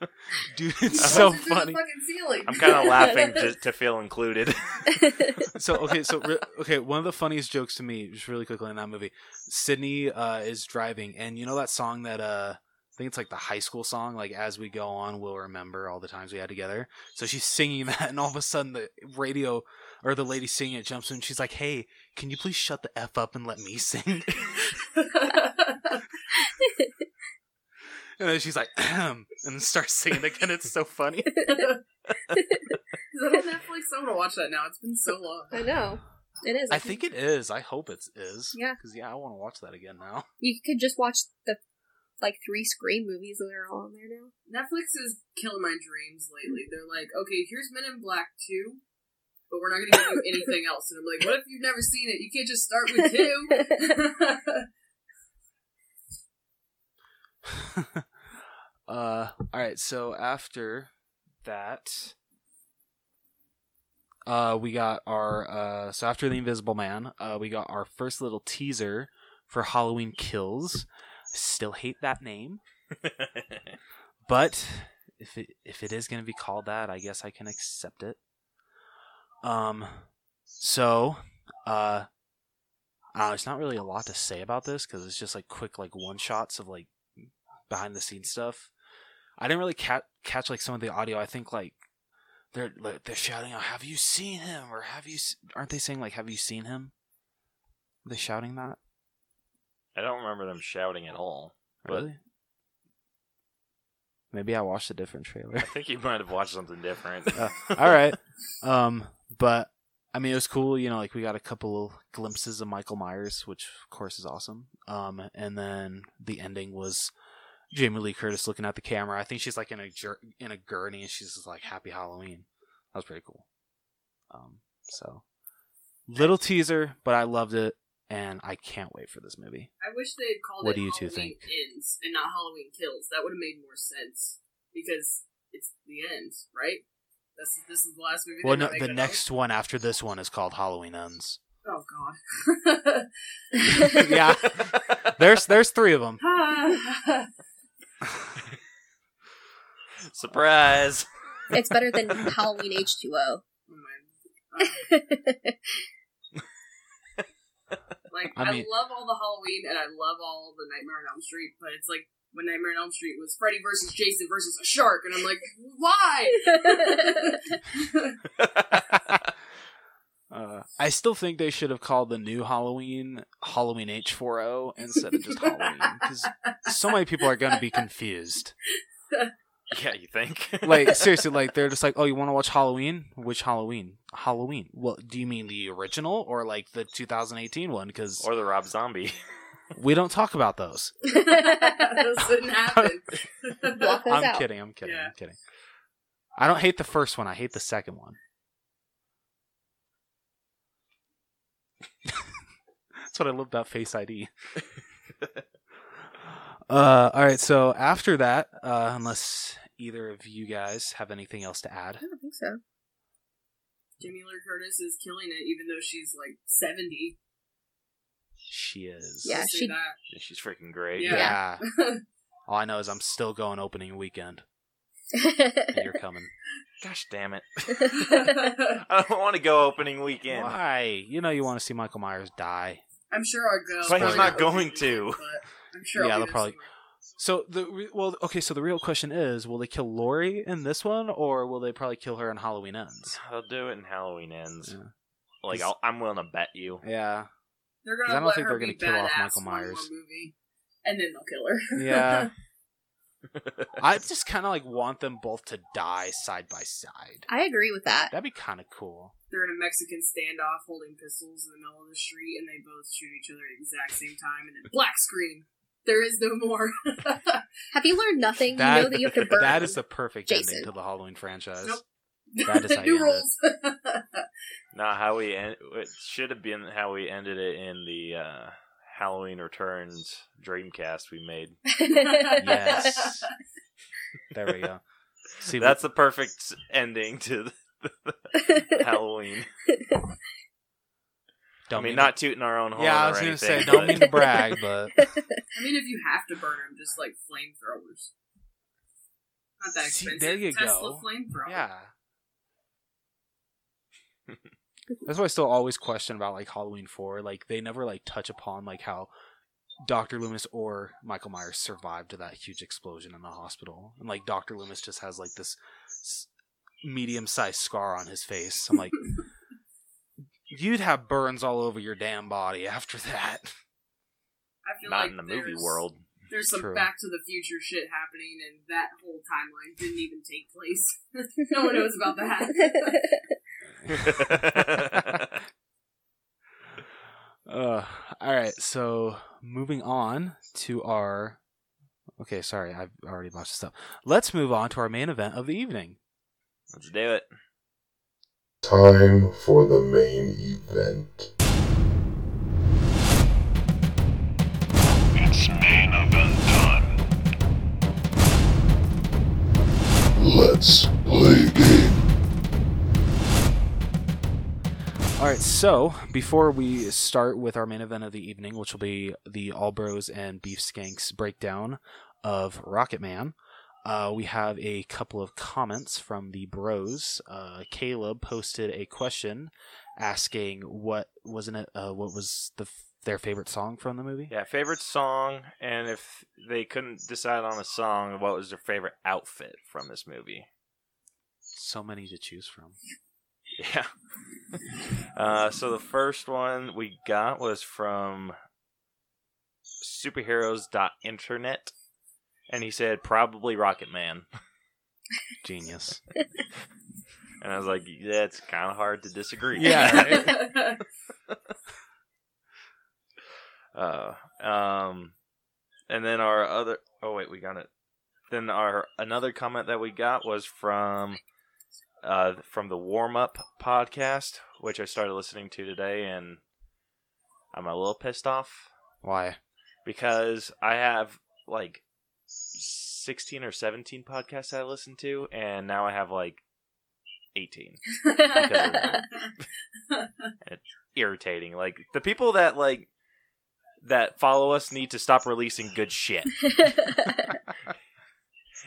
[SPEAKER 1] Dude, it's
[SPEAKER 3] He
[SPEAKER 1] so
[SPEAKER 3] goes through
[SPEAKER 1] funny.
[SPEAKER 3] The fucking ceiling.
[SPEAKER 2] I'm kind of laughing to, to feel included.
[SPEAKER 1] So okay, so re- okay, one of the funniest jokes to me, just really quickly in that movie, Sydney uh, is driving, and you know that song that uh, I think it's like the high school song, like "As we go on, we'll remember all the times we had together." So she's singing that, and all of a sudden the radio or the lady singing it jumps in. And she's like, "Hey, can you please shut the f up and let me sing?" And then she's like, "Ahem," and then starts singing again. It's so funny.
[SPEAKER 3] Is that on Netflix? I want to watch that now. It's been so long.
[SPEAKER 4] I know. It is.
[SPEAKER 1] I think it is. I hope it is.
[SPEAKER 4] Yeah.
[SPEAKER 1] because yeah, I want to watch that again now.
[SPEAKER 4] you could just watch the like three Scream movies that are all on there now.
[SPEAKER 3] Netflix is killing my dreams lately. They're like, okay, here's Men in Black 2, but we're not going to give you anything else. And I'm like, what if you've never seen it? You can't just start with 2.
[SPEAKER 1] Uh, all right. So after that, uh, we got our uh, so after the Invisible Man, uh, we got our first little teaser for Halloween Kills. I still hate that name, but if it if it is gonna be called that, I guess I can accept it. Um, so, uh, uh, it's not really a lot to say about this because it's just like quick like one shots of like behind the scenes stuff. I didn't really ca- catch like some of the audio. I think like they're like, they're shouting out, "Have you seen him?" or "Have you?" s-" Aren't they saying like, "Have you seen him?" Are they shouting that
[SPEAKER 2] I don't remember them shouting at all. But-
[SPEAKER 1] really? Maybe I watched a different trailer.
[SPEAKER 2] I think you might have watched something different.
[SPEAKER 1] Uh, all right um but i mean it was cool you know like we got a couple glimpses of michael myers which of course is awesome um and then the ending was jamie lee curtis looking at the camera i think she's like in a jer- in a gurney and she's just like happy halloween that was pretty cool um so little teaser but i loved it and i can't wait for this movie
[SPEAKER 3] I wish they had called
[SPEAKER 1] What
[SPEAKER 3] it
[SPEAKER 1] do you two
[SPEAKER 3] Halloween
[SPEAKER 1] think?
[SPEAKER 3] Ends and not Halloween Kills. That would have made more sense because it's the end, right? This is, this is the last movie.
[SPEAKER 1] well
[SPEAKER 3] they're
[SPEAKER 1] no,
[SPEAKER 3] not
[SPEAKER 1] the
[SPEAKER 3] making
[SPEAKER 1] next one after this one is called halloween ends
[SPEAKER 3] another- Oh god.
[SPEAKER 1] yeah there's there's three of them
[SPEAKER 3] Ah.
[SPEAKER 2] Surprise!
[SPEAKER 4] It's better than Halloween H two O.
[SPEAKER 3] Oh my- uh, like
[SPEAKER 1] I
[SPEAKER 3] I,
[SPEAKER 1] mean-
[SPEAKER 3] love all the Halloween and I love all the Nightmare on Elm Street, but it's like when Nightmare on Elm Street was Freddy versus Jason versus a shark, and I'm like, why?
[SPEAKER 1] Uh, I still think they should have called the new Halloween Halloween H40 instead of just Halloween because so many people are going to be confused.
[SPEAKER 2] Yeah, you think?
[SPEAKER 1] Like seriously, like they're just like, "Oh, you want to watch Halloween? Which Halloween? Halloween? Well, do you mean the original or like the 2018 one? Because
[SPEAKER 2] or the Rob Zombie.
[SPEAKER 1] we don't talk about those."
[SPEAKER 3] this didn't happen.
[SPEAKER 4] Block those
[SPEAKER 1] I'm
[SPEAKER 4] out.
[SPEAKER 1] kidding. I'm kidding.
[SPEAKER 3] Yeah.
[SPEAKER 1] I'm kidding. I don't hate the first one. I hate the second one. That's what I love about Face ID. uh, all right. So after that, uh, unless either of you guys have anything else to add,
[SPEAKER 4] I don't think so.
[SPEAKER 3] Jamie Lee Curtis is killing it, even though she's like seventy.
[SPEAKER 1] she is.
[SPEAKER 4] Yeah,
[SPEAKER 3] I'll say
[SPEAKER 4] she-
[SPEAKER 3] that.
[SPEAKER 2] Yeah, She's freaking great.
[SPEAKER 1] Yeah.
[SPEAKER 3] Yeah.
[SPEAKER 1] All I know is I'm still going opening weekend, and you're coming.
[SPEAKER 2] Gosh damn it. I don't want to go opening weekend.
[SPEAKER 1] Why? You know you want to see Michael Myers die.
[SPEAKER 3] I'm sure I'll go.
[SPEAKER 2] But
[SPEAKER 1] he's
[SPEAKER 3] Probably
[SPEAKER 1] not
[SPEAKER 2] going
[SPEAKER 3] opening,
[SPEAKER 2] to.
[SPEAKER 3] but I'm sure.
[SPEAKER 1] Yeah,
[SPEAKER 3] I'll
[SPEAKER 1] they'll
[SPEAKER 3] be there
[SPEAKER 1] probably-
[SPEAKER 3] somewhere.
[SPEAKER 1] So the re- well, okay. So the real question is, will they kill Lori in this one, or will they probably kill her in Halloween Ends?
[SPEAKER 2] I'll do it in Halloween ends.
[SPEAKER 1] Yeah.
[SPEAKER 2] Like I'll, I'm willing to bet you.
[SPEAKER 1] Yeah,
[SPEAKER 3] They're
[SPEAKER 1] 'Cause
[SPEAKER 3] gonna
[SPEAKER 1] I don't
[SPEAKER 3] let
[SPEAKER 1] think
[SPEAKER 3] her
[SPEAKER 1] they're gonna
[SPEAKER 3] be
[SPEAKER 1] kill off
[SPEAKER 3] badass
[SPEAKER 1] Michael
[SPEAKER 3] one more
[SPEAKER 1] Myers.
[SPEAKER 3] movie, and then they'll kill her.
[SPEAKER 1] yeah. I just kind of like want them both to die side by side.
[SPEAKER 4] I agree with that.
[SPEAKER 1] That'd be kind of cool.
[SPEAKER 3] They're in a Mexican standoff holding pistols in the middle of the street and they both shoot each other at the exact same time and then black screen. There is no more.
[SPEAKER 4] Have you learned nothing?
[SPEAKER 1] That-
[SPEAKER 4] you know that you have to burn.
[SPEAKER 1] That is the perfect
[SPEAKER 4] Jason.
[SPEAKER 1] ending to the Halloween franchise.
[SPEAKER 3] Nope.
[SPEAKER 1] That is how you
[SPEAKER 3] New
[SPEAKER 1] end it.
[SPEAKER 3] rules.
[SPEAKER 2] Not how we en- it should have been how we ended it in the uh, Halloween Returns Dreamcast we made.
[SPEAKER 1] Yes. there we go. See,
[SPEAKER 2] That's the perfect ending to the Halloween. I mean, not tooting our own horn.
[SPEAKER 1] Yeah, I
[SPEAKER 2] or
[SPEAKER 1] was gonna
[SPEAKER 2] anything,
[SPEAKER 1] say, don't
[SPEAKER 2] but-
[SPEAKER 1] mean to brag, but
[SPEAKER 3] I mean, if you have to burn them, just like flamethrowers. Not that
[SPEAKER 1] See,
[SPEAKER 3] expensive.
[SPEAKER 1] there you
[SPEAKER 3] Tesla
[SPEAKER 1] go.
[SPEAKER 3] flamethrower.
[SPEAKER 1] yeah. That's why I still always question about like Halloween four. Like they never like touch upon like how Doctor Loomis or Michael Myers survived that huge explosion in the hospital, and like Doctor Loomis just has like this medium sized scar on his face. I'm like, you'd have burns all over your damn body after that.
[SPEAKER 3] I feel
[SPEAKER 2] not
[SPEAKER 3] like
[SPEAKER 2] in the movie
[SPEAKER 3] there's-
[SPEAKER 2] world.
[SPEAKER 3] There's some
[SPEAKER 1] True.
[SPEAKER 3] Back to the Future shit happening, and that whole timeline didn't even take place. no one knows about that.
[SPEAKER 1] Uh, all right, so moving on to our. Okay, sorry, I've already lost this up. Let's move on to our main event of the evening.
[SPEAKER 2] Let's do it.
[SPEAKER 5] Time for the main event.
[SPEAKER 6] It's main event time.
[SPEAKER 5] Let's play game.
[SPEAKER 1] All right, so before we start with our main event of the evening, which will be the All Bros and Beef Skanks breakdown of Rocket Man, uh, we have a couple of comments from the Bros. Uh, Caleb posted a question asking what wasn't it? Uh, what was the f- their favorite song from the movie?
[SPEAKER 2] Yeah, favorite song, and if they couldn't decide on a song, what was their favorite outfit from this movie?
[SPEAKER 1] So many to choose from.
[SPEAKER 2] Yeah. Uh, so the first one we got was from superheroes.internet, and he said probably Rocket Man.
[SPEAKER 1] Genius.
[SPEAKER 2] And I was like, that's kind of hard to disagree.
[SPEAKER 1] Yeah.
[SPEAKER 2] Uh, um, and then our other. Oh wait, we got it. Then our another comment that we got was from, uh, from the warm up podcast, which I started listening to today, and I'm a little pissed off
[SPEAKER 1] Why?
[SPEAKER 2] because I have like sixteen or seventeen podcasts I listen to, and now I have like eighteen. Irritating. Like the people that like that follow us need to stop releasing good shit.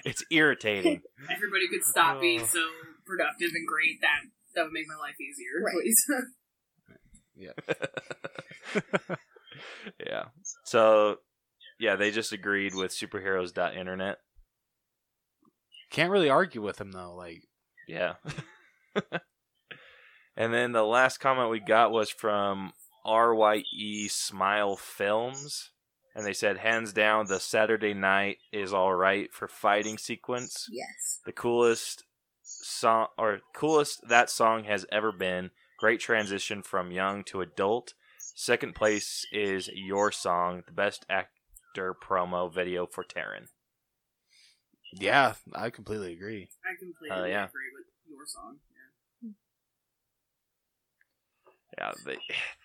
[SPEAKER 2] It's irritating.
[SPEAKER 3] Everybody could stop being
[SPEAKER 2] Oh.
[SPEAKER 3] so productive and great. That that would make my life easier,
[SPEAKER 4] Right.
[SPEAKER 3] please.
[SPEAKER 2] yeah. So, yeah, they just agreed with superheroes.internet.
[SPEAKER 1] Can't really argue with him though. Like,
[SPEAKER 2] Yeah. and then the last comment we got was from RYE Smile Films. And they said, hands down, the Saturday night is all right for fighting sequence.
[SPEAKER 4] yes.
[SPEAKER 2] The coolest song, or coolest that song has ever been. Great transition from young to adult. Second place is Your Song, the best actor promo video for Taryn.
[SPEAKER 1] yeah, I completely agree.
[SPEAKER 3] I completely
[SPEAKER 2] Oh, yeah.
[SPEAKER 3] agree with your song. Yeah.
[SPEAKER 2] Yeah, they,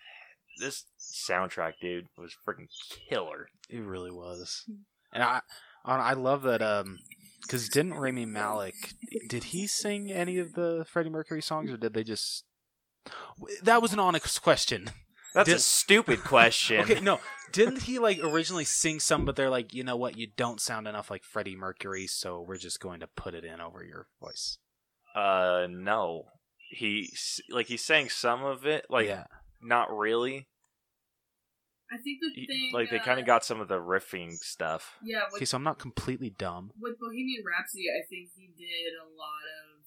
[SPEAKER 2] this soundtrack, dude, was freaking killer.
[SPEAKER 1] It really was. And I, I I love that. Um, because didn't Rami Malik did he sing any of the Freddie Mercury songs, or did they just? That was an honest question.
[SPEAKER 2] That's a
[SPEAKER 1] Did-
[SPEAKER 2] stupid question.
[SPEAKER 1] Okay, no, didn't he like originally sing some? But they're like, you know what? You don't sound enough like Freddie Mercury, so we're just going to put it in over your voice.
[SPEAKER 2] Uh, no. He s- like he sang some of it, like
[SPEAKER 1] yeah,
[SPEAKER 2] not really.
[SPEAKER 3] I think the
[SPEAKER 2] He-
[SPEAKER 3] thing,
[SPEAKER 2] like they kind
[SPEAKER 3] uh,
[SPEAKER 2] of got some of the riffing stuff.
[SPEAKER 3] yeah. With
[SPEAKER 1] okay, so I'm not completely dumb.
[SPEAKER 3] with Bohemian Rhapsody, I think he did a lot of,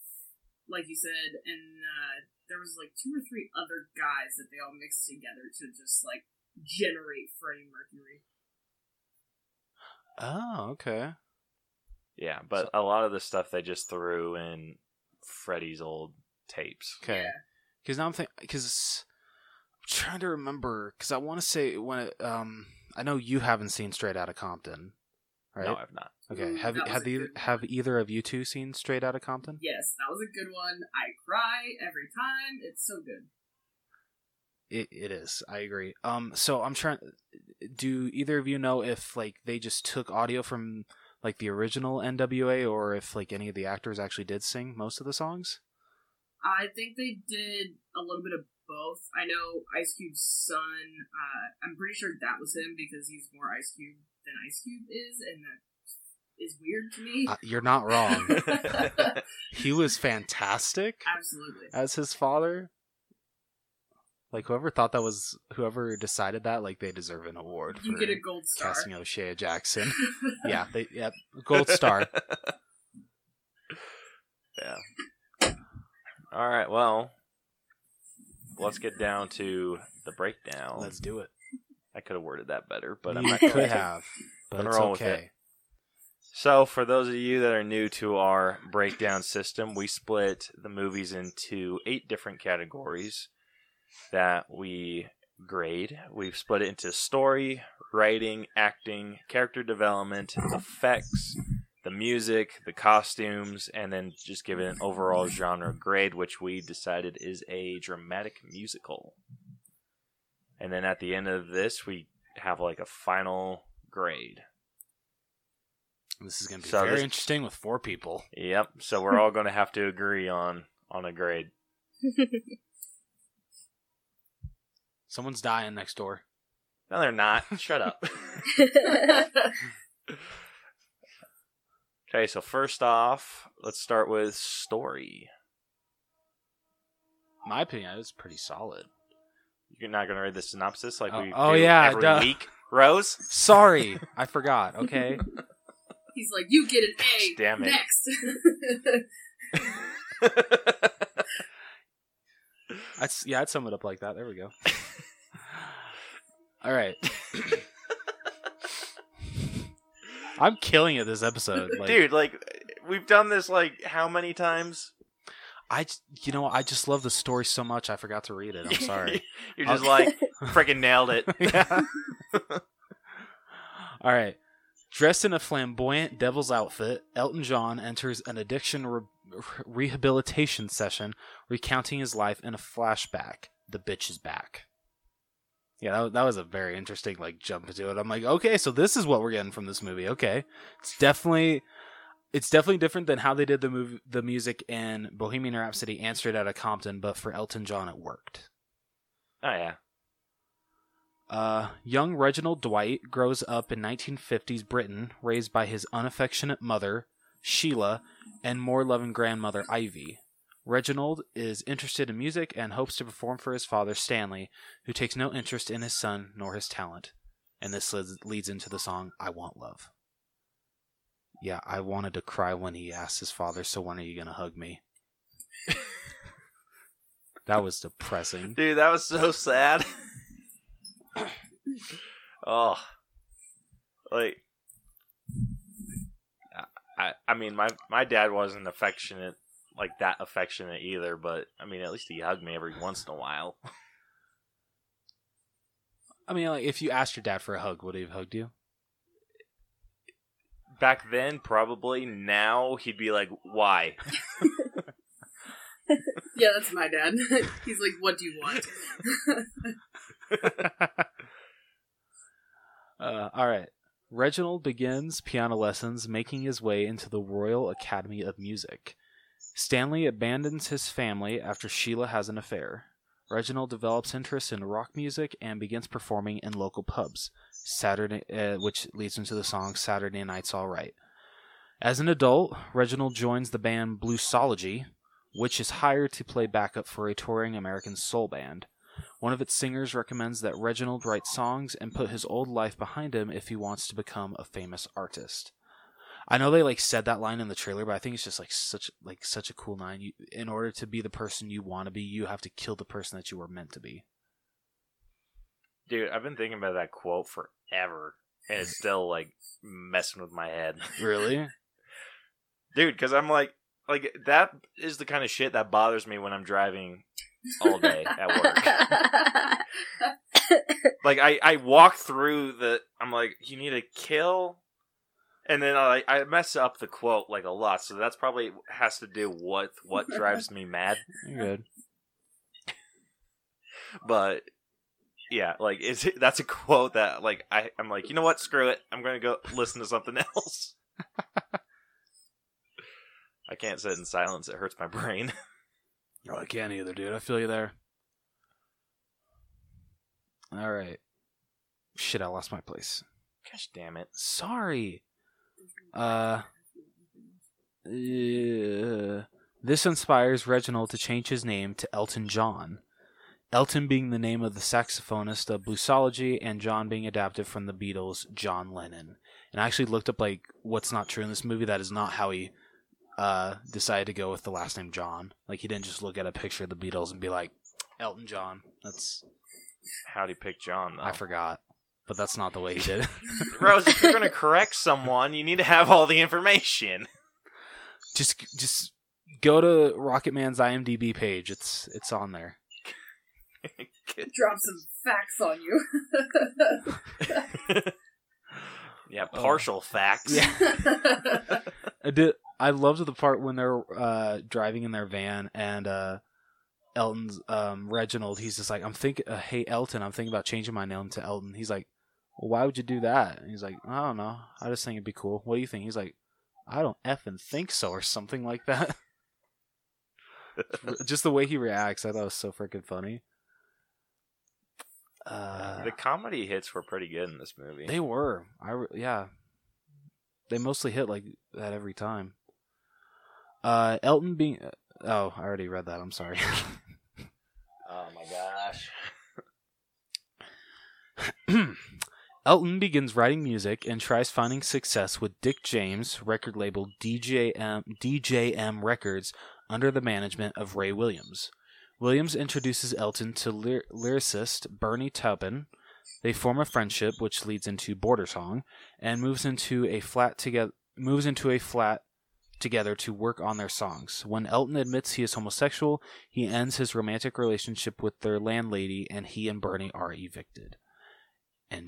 [SPEAKER 3] like you said, and uh, there was like two or three other guys that they all mixed together to just like generate Freddie Mercury.
[SPEAKER 1] Oh, okay.
[SPEAKER 2] Yeah, but a lot of the stuff they just threw in Freddie's old tapes.
[SPEAKER 1] Okay.
[SPEAKER 3] Yeah.
[SPEAKER 1] Because now I'm thinking, because I'm trying to remember, because I want to say when it, um I know you haven't seen Straight Outta Compton, right?
[SPEAKER 2] No, I've not.
[SPEAKER 1] okay.
[SPEAKER 3] Mm,
[SPEAKER 1] Have
[SPEAKER 3] that was
[SPEAKER 1] have
[SPEAKER 3] a
[SPEAKER 1] the
[SPEAKER 3] good
[SPEAKER 1] have either of you two seen Straight Outta Compton?
[SPEAKER 3] Yes, that was a good one. I cry every time. It's so good.
[SPEAKER 1] It, it is. I agree. Um, so I'm trying. Do either of you know if like they just took audio from like the original NWA, or if like any of the actors actually did sing most of the songs?
[SPEAKER 3] I think they did a little bit of both. I know Ice Cube's son. Uh, I'm pretty sure that was him because he's more Ice Cube than Ice Cube is, and that is weird to me.
[SPEAKER 1] Uh, you're not wrong.
[SPEAKER 2] um,
[SPEAKER 1] he was fantastic
[SPEAKER 3] Absolutely.
[SPEAKER 1] as his father. Like whoever thought that was whoever decided that, like they deserve an award
[SPEAKER 3] You
[SPEAKER 1] for
[SPEAKER 3] get a gold star.
[SPEAKER 1] casting O'Shea Jackson. yeah, they yeah, gold star.
[SPEAKER 2] yeah. All right. Well, let's get down to the breakdown.
[SPEAKER 1] Let's do it.
[SPEAKER 2] I could have worded that better, but
[SPEAKER 1] you
[SPEAKER 2] I'm not
[SPEAKER 1] could
[SPEAKER 2] going to.
[SPEAKER 1] have, but
[SPEAKER 2] Gonna
[SPEAKER 1] it's
[SPEAKER 2] roll with
[SPEAKER 1] okay.
[SPEAKER 2] So, for those of you that are new to our breakdown system, we split the movies into eight different categories that we grade. We've split it into story, writing, acting, character development, effects, the music, the costumes, and then just give it an overall genre grade, which we decided is a dramatic musical. And then at the end of this, we have like a final grade.
[SPEAKER 1] This is going to be
[SPEAKER 2] So
[SPEAKER 1] very
[SPEAKER 2] this-
[SPEAKER 1] interesting with four people.
[SPEAKER 2] Yep. So
[SPEAKER 1] Hmm.
[SPEAKER 2] we're all going to have to agree on on a grade.
[SPEAKER 1] Someone's dying next door.
[SPEAKER 2] No, they're not. Shut up. okay. So first off, let's start with story.
[SPEAKER 1] My opinion, it was pretty solid.
[SPEAKER 2] You're not going to read the synopsis like we
[SPEAKER 1] Oh, oh,
[SPEAKER 2] do
[SPEAKER 1] yeah,
[SPEAKER 2] every
[SPEAKER 1] duh.
[SPEAKER 2] week, Rose.
[SPEAKER 1] Sorry, I forgot. Okay,
[SPEAKER 3] He's like, you get an A.
[SPEAKER 2] Damn it.
[SPEAKER 3] Next.
[SPEAKER 1] I'd, s- yeah, I'd sum it up like that. There we go. All right. I'm killing it this episode, like,
[SPEAKER 2] Dude, like we've done this like how many times?
[SPEAKER 1] I, j- you know, I just love the story so much. I forgot to read it. I'm sorry.
[SPEAKER 2] You're just like freaking nailed it.
[SPEAKER 1] Yeah. All right. Dressed in a flamboyant devil's outfit, Elton John enters an addiction re- rehabilitation session, recounting his life in a flashback. The bitch is back. Yeah, that, wa- that was a very interesting like jump into it. I'm like, okay, so this is what we're getting from this movie. Okay, it's definitely, it's definitely different than how they did the movie, the music in Bohemian Rhapsody and Straight Outta Compton, but for Elton John, it worked.
[SPEAKER 2] Oh yeah.
[SPEAKER 1] Uh, young Reginald Dwight grows up in 1950s Britain, raised by his unaffectionate mother, Sheila, and more loving grandmother, Ivy. Reginald is interested in music and hopes to perform for his father, Stanley, who takes no interest in his son nor his talent. And this leads, leads into the song I Want Love. Yeah, I wanted to cry when he asked his father, so when are you going to hug me? that was depressing.
[SPEAKER 2] Dude, that was so sad. oh, like, I, I mean, my my dad wasn't affectionate like that affectionate either, but I mean, at least he hugged me every once in a while.
[SPEAKER 1] I mean, like, if you asked your dad for a hug, would he have hugged you?
[SPEAKER 2] Back then, probably. Now he'd be like, "Why?"
[SPEAKER 3] yeah, that's my dad. He's like, what do you want?
[SPEAKER 1] Uh, all right. Reginald begins piano lessons, making his way into the Royal Academy of Music. Stanley abandons his family after Sheila has an affair. Reginald develops interest in rock music and begins performing in local pubs, Saturday, uh, which leads him to the song "Saturday Night's All Right." As an adult, Reginald joins the band Bluesology, which is hired to play backup for a touring American soul band. One of its singers recommends that Reginald write songs and put his old life behind him if he wants to become a famous artist. I know they like said that line in the trailer, but I think it's just like such like such a cool line. You, in order to be the person you want to be, you have to kill the person that you were meant to be.
[SPEAKER 2] Dude, I've been thinking about that quote forever, and it's still like messing with my head.
[SPEAKER 1] Really?
[SPEAKER 2] dude because i'm like like that is the kind of shit that bothers me when i'm driving all day at work like i i walk through the i'm like you need to kill and then i i mess up the quote like a lot so that's probably has to do with what drives me mad
[SPEAKER 1] You're good.
[SPEAKER 2] but yeah like is it, that's a quote that like i i'm like you know what screw it i'm gonna go listen to something else i can't sit in silence it hurts my brain
[SPEAKER 1] Oh, No, I can't either, dude. I feel you there. All right. Shit, I lost my place.
[SPEAKER 2] Gosh damn it.
[SPEAKER 1] Sorry. Uh, uh, this inspires Reginald to change his name to Elton John. Elton being the name of the saxophonist of bluesology, and John being adapted from the Beatles' John Lennon. And I actually looked up like what's not true in this movie. That is not how he uh, decided to go with the last name John. Like he didn't just look at a picture of the Beatles and be like Elton John. That's
[SPEAKER 2] How'd he pick John though?
[SPEAKER 1] I forgot, but that's not the way he did. it.
[SPEAKER 2] Rose, if you're gonna correct someone, you need to have all the information.
[SPEAKER 1] just just go to Rocket Man's IMDb page. It's it's on there.
[SPEAKER 3] Drop some facts on you.
[SPEAKER 2] yeah, partial facts.
[SPEAKER 1] Yeah. I did. I loved the part when they're uh, driving in their van and uh, Elton's um, Reginald. He's just like, I'm thinking, uh, hey Elton, I'm thinking about changing my name to Elton. He's like, well, why would you do that? And he's like, I don't know. I just think it'd be cool. What do you think? He's like, I don't effing think so, or something like that. just the way he reacts, I thought was so freaking funny. Uh,
[SPEAKER 2] the comedy hits were pretty good in this movie.
[SPEAKER 1] they were. I re- yeah. They mostly hit like that every time. Uh, Elton being oh, I already read that. I'm sorry.
[SPEAKER 2] oh my gosh.
[SPEAKER 1] Elton begins writing music and tries finding success with Dick James, record label DJM, DJM Records, under the management of Ray Williams. Williams introduces Elton to lyr- lyricist Bernie Taupin. They form a friendship, which leads into Border Song, and moves into a flat together moves into a flat together to work on their songs. When Elton admits he is homosexual, he ends his romantic relationship with their landlady, and he and Bernie are evicted. And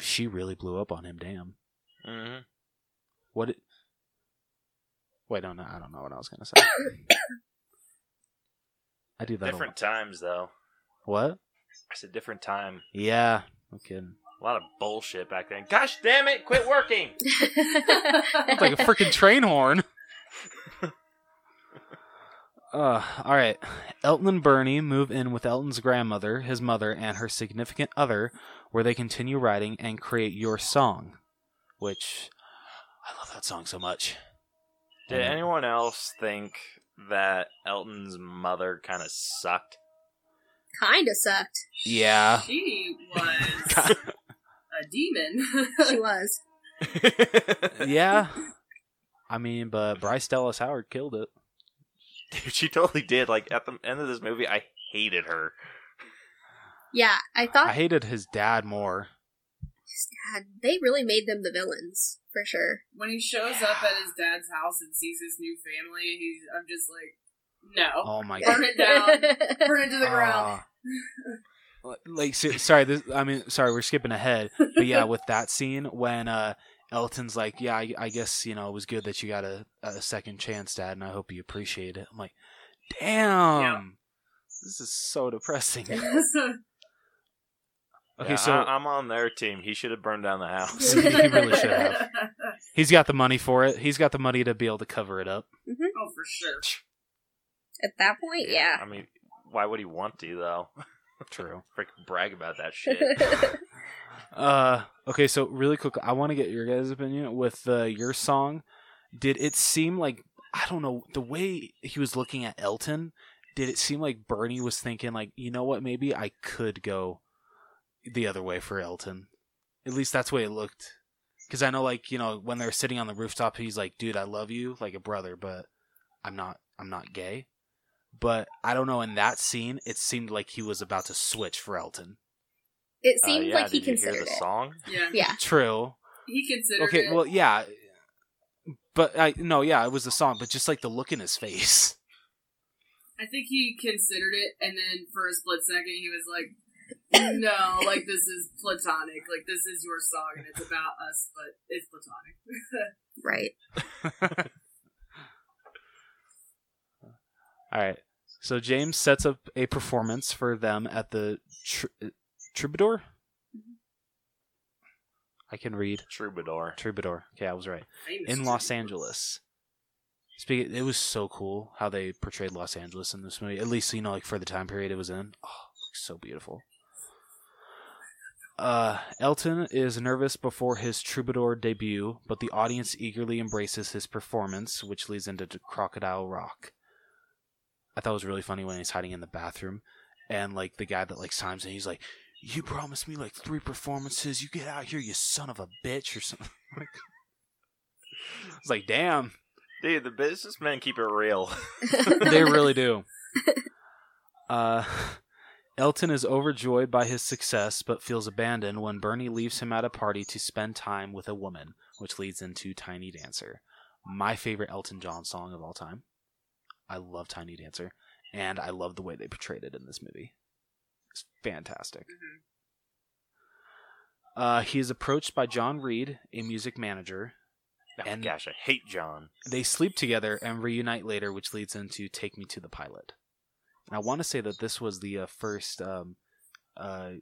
[SPEAKER 1] she really blew up on him. Damn.
[SPEAKER 2] hmm
[SPEAKER 1] What? It... Wait, no, no, I don't know what I was gonna say. I do that. a
[SPEAKER 2] Different times though.
[SPEAKER 1] lot. What?
[SPEAKER 2] It's a different time.
[SPEAKER 1] Yeah. No kidding.
[SPEAKER 2] A lot of bullshit back then. Gosh damn it! Quit working.
[SPEAKER 1] It's like a freaking train horn. Uh, all right. Elton and Bernie move in with Elton's grandmother, his mother, and her significant other, where they continue writing and create Your Song, which I love that song so much.
[SPEAKER 2] Did anyone else think that Elton's mother kind of sucked?
[SPEAKER 4] kind of sucked.
[SPEAKER 2] Uh.
[SPEAKER 1] Yeah.
[SPEAKER 3] she was a demon.
[SPEAKER 4] She was.
[SPEAKER 2] Dude,
[SPEAKER 1] yeah. I mean, but Bryce Dallas Howard killed it.
[SPEAKER 2] she totally did. Like at the end of this movie, I hated her.
[SPEAKER 4] Yeah, I
[SPEAKER 1] I
[SPEAKER 4] thought
[SPEAKER 1] hated his dad more.
[SPEAKER 4] God, they really made them the villains for sure.
[SPEAKER 3] when he shows up at his dad's house and sees his new family, he's I'm just like, no,
[SPEAKER 1] Oh my
[SPEAKER 3] Burn
[SPEAKER 1] god.
[SPEAKER 3] it down. burn it to the ground.
[SPEAKER 1] Uh, like so- sorry, this I mean sorry, we're skipping ahead. But yeah, with that scene when uh Elton's like, "Yeah, I, I guess, you know, it was good that you got a, a second chance, dad, and I hope you appreciate it." I'm like, "Damn." This is so depressing. Okay,
[SPEAKER 2] Yeah,
[SPEAKER 1] so
[SPEAKER 2] I- I'm on their team. He should have burned down the house.
[SPEAKER 1] he really should have. He's got the money for it. He's got the money to be able to cover it up.
[SPEAKER 3] Oh, for sure.
[SPEAKER 4] At that point, yeah.
[SPEAKER 2] I mean, why would he want to though?
[SPEAKER 1] True.
[SPEAKER 2] Freaking brag about that shit.
[SPEAKER 1] Oh, Uh, okay, so really quick, I want to get your guys' opinion with uh, your song. Did it seem like I don't know the way he was looking at Elton? Did it seem like Bernie was thinking like, you know what, maybe I could go the other way for Elton? At least that's the way it looked. Because I know, like you know, when they're sitting on the rooftop, he's like, "Dude, I love you like a brother, but I'm not, I'm not gay." But I don't know. In that scene, it seemed like he was about to switch for Elton.
[SPEAKER 4] It
[SPEAKER 2] Uh,
[SPEAKER 4] seemed
[SPEAKER 2] yeah,
[SPEAKER 4] like
[SPEAKER 2] did
[SPEAKER 4] he
[SPEAKER 2] you hear
[SPEAKER 4] considered
[SPEAKER 2] the
[SPEAKER 4] it.
[SPEAKER 2] song?
[SPEAKER 3] Yeah,
[SPEAKER 4] Yeah,
[SPEAKER 1] True.
[SPEAKER 3] he considered.
[SPEAKER 1] okay
[SPEAKER 3] it.
[SPEAKER 1] well yeah but i no yeah it was the song but just like the look in his face
[SPEAKER 3] I think he considered it, and then for a split second, he was like, "No, like this is platonic. Like this is your song, and it's about us, but it's platonic."
[SPEAKER 4] right.
[SPEAKER 1] all right so james sets up a performance for them at the tr- uh, troubadour i can read
[SPEAKER 2] Troubadour.
[SPEAKER 1] troubadour okay i was right
[SPEAKER 3] Famous
[SPEAKER 1] in
[SPEAKER 3] for
[SPEAKER 1] los
[SPEAKER 3] it.
[SPEAKER 1] angeles Speaking, it was so cool how they portrayed Los Angeles in this movie. At least you know, like for the time period it was in. Oh, it looks so beautiful. Uh, Elton is nervous before his troubadour debut, but the audience eagerly embraces his performance, which leads into t- Crocodile Rock. I thought it was really funny when he's hiding in the bathroom, and like the guy that like signs in, he's like, "You promised me like three performances. You get out here, you son of a bitch," or something. like, it's like, damn,
[SPEAKER 2] Dude, the businessmen keep it real.
[SPEAKER 1] they really do. Uh, Elton is overjoyed by his success, but feels abandoned when Bernie leaves him at a party to spend time with a woman, which leads into Tiny Dancer, my favorite Elton John song of all time. I love Tiny Dancer, and I love the way they portrayed it in this movie. It's fantastic. Uh, he is approached by John Reed, a music manager.
[SPEAKER 2] Oh
[SPEAKER 1] And-
[SPEAKER 2] gosh, I hate John.
[SPEAKER 1] They sleep together and reunite later, which leads into "Take Me to the Pilot." And I want to say that this was the uh, first um, uh,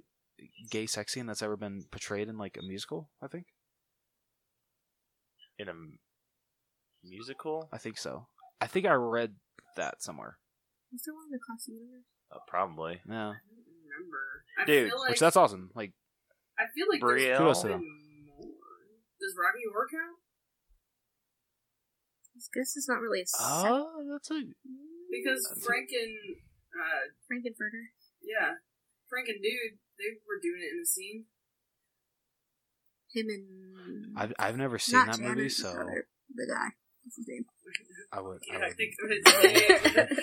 [SPEAKER 1] gay sex scene that's ever been portrayed in like a musical. I think.
[SPEAKER 2] In a m- musical?
[SPEAKER 1] I think so. I think I read that somewhere.
[SPEAKER 4] Is there one across the universe?
[SPEAKER 2] Uh, probably.
[SPEAKER 1] Yeah,
[SPEAKER 3] I don't remember. I
[SPEAKER 2] Dude,
[SPEAKER 3] feel like,
[SPEAKER 1] which that's awesome. Like,
[SPEAKER 3] I feel like there's
[SPEAKER 2] Brielle.
[SPEAKER 1] Who else
[SPEAKER 3] probably more. Does Robbie Orr count?
[SPEAKER 4] This is not really a uh,
[SPEAKER 1] oh, that's a
[SPEAKER 3] Because
[SPEAKER 1] That's-
[SPEAKER 3] Frank and uh,
[SPEAKER 4] Frankenfurter.
[SPEAKER 3] yeah, Frank and dude, they were doing it in the scene.
[SPEAKER 4] Him and
[SPEAKER 1] I've I've never seen that
[SPEAKER 4] Janet,
[SPEAKER 1] movie,
[SPEAKER 4] the
[SPEAKER 1] so
[SPEAKER 4] other- the guy. What's his name?
[SPEAKER 1] I would. I
[SPEAKER 3] Yeah, I
[SPEAKER 1] would-
[SPEAKER 3] think of it.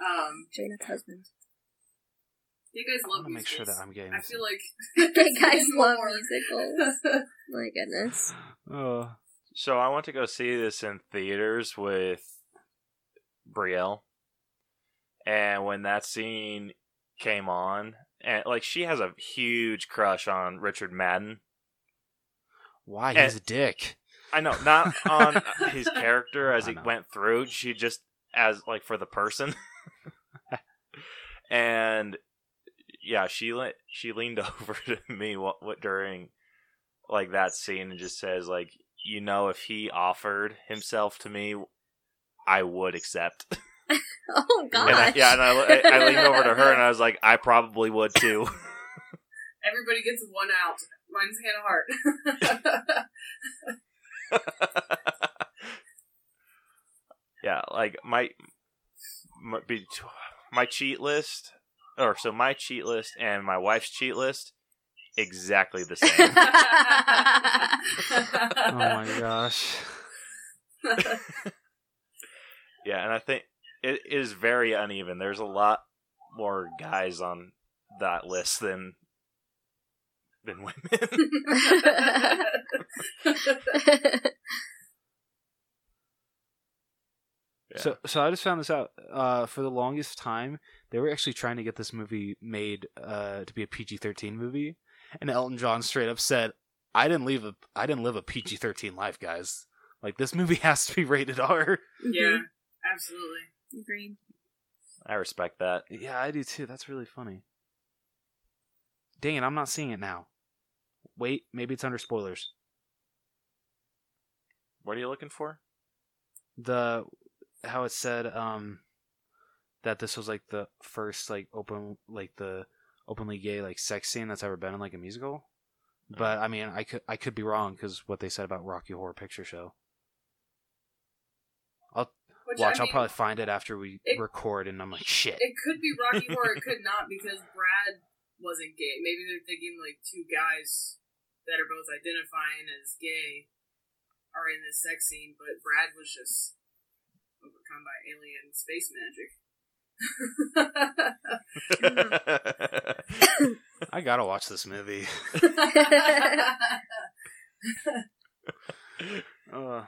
[SPEAKER 3] um,
[SPEAKER 4] Janet's husband.
[SPEAKER 3] you guys
[SPEAKER 1] I
[SPEAKER 3] love
[SPEAKER 1] want to make sure that
[SPEAKER 3] musicals.
[SPEAKER 1] I'm getting.
[SPEAKER 3] I feel like
[SPEAKER 4] That guys love
[SPEAKER 3] More.
[SPEAKER 4] musicals. My goodness.
[SPEAKER 1] Uh,
[SPEAKER 2] So I want to go see this in theaters with Brielle. And when that scene came on, and like she has a huge crush on Richard Madden.
[SPEAKER 1] why
[SPEAKER 2] Eh.
[SPEAKER 1] he's a dick?
[SPEAKER 2] I know, not on his character as
[SPEAKER 1] I
[SPEAKER 2] he
[SPEAKER 1] know.
[SPEAKER 2] went through, she just as like for the person. and yeah, she le- she leaned over to me what, what during like that scene and just says like, "You know if he offered himself to me, I would accept."
[SPEAKER 4] Oh gosh.
[SPEAKER 2] And I, yeah, and I, I, I leaned over to her and I was like, "I probably would too."
[SPEAKER 3] everybody gets one out. Mine's Hannah Hart.
[SPEAKER 2] yeah, like my my, be, my cheat list, or so my cheat list and my wife's cheat list, exactly the same.
[SPEAKER 1] Oh my gosh.
[SPEAKER 2] yeah, and I think it is very uneven. There's a lot more guys on that list than than women. Yeah.
[SPEAKER 1] So, so I just found this out. Uh, for the longest time, they were actually trying to get this movie made uh, to be a PG thirteen movie, and Elton John straight up said, "I didn't leave a, I didn't live a PG thirteen life, guys. Like this movie has to be rated R."
[SPEAKER 3] yeah, absolutely.
[SPEAKER 4] Agreed.
[SPEAKER 2] I respect that.
[SPEAKER 1] Yeah, I do too. That's really funny. Dang it, I'm not seeing it now. Wait, maybe it's under spoilers.
[SPEAKER 2] What are you looking for?
[SPEAKER 1] The how it said um that this was like the first like open like the openly gay like sex scene that's ever been in like a musical. But I mean, I could I could be wrong because what they said about Rocky Horror Picture Show.
[SPEAKER 3] Which,
[SPEAKER 1] Watch,
[SPEAKER 3] I
[SPEAKER 1] I'll
[SPEAKER 3] mean,
[SPEAKER 1] probably find it after we
[SPEAKER 3] It-
[SPEAKER 1] record, and I'm like, shit.
[SPEAKER 3] It could be Rocky Horror. It could not because Brad wasn't gay. Maybe they're thinking like two guys that are both identifying as gay are in this sex scene, but Brad was just overcome by alien space magic.
[SPEAKER 4] Mm-hmm.
[SPEAKER 1] I gotta watch this movie. Uh.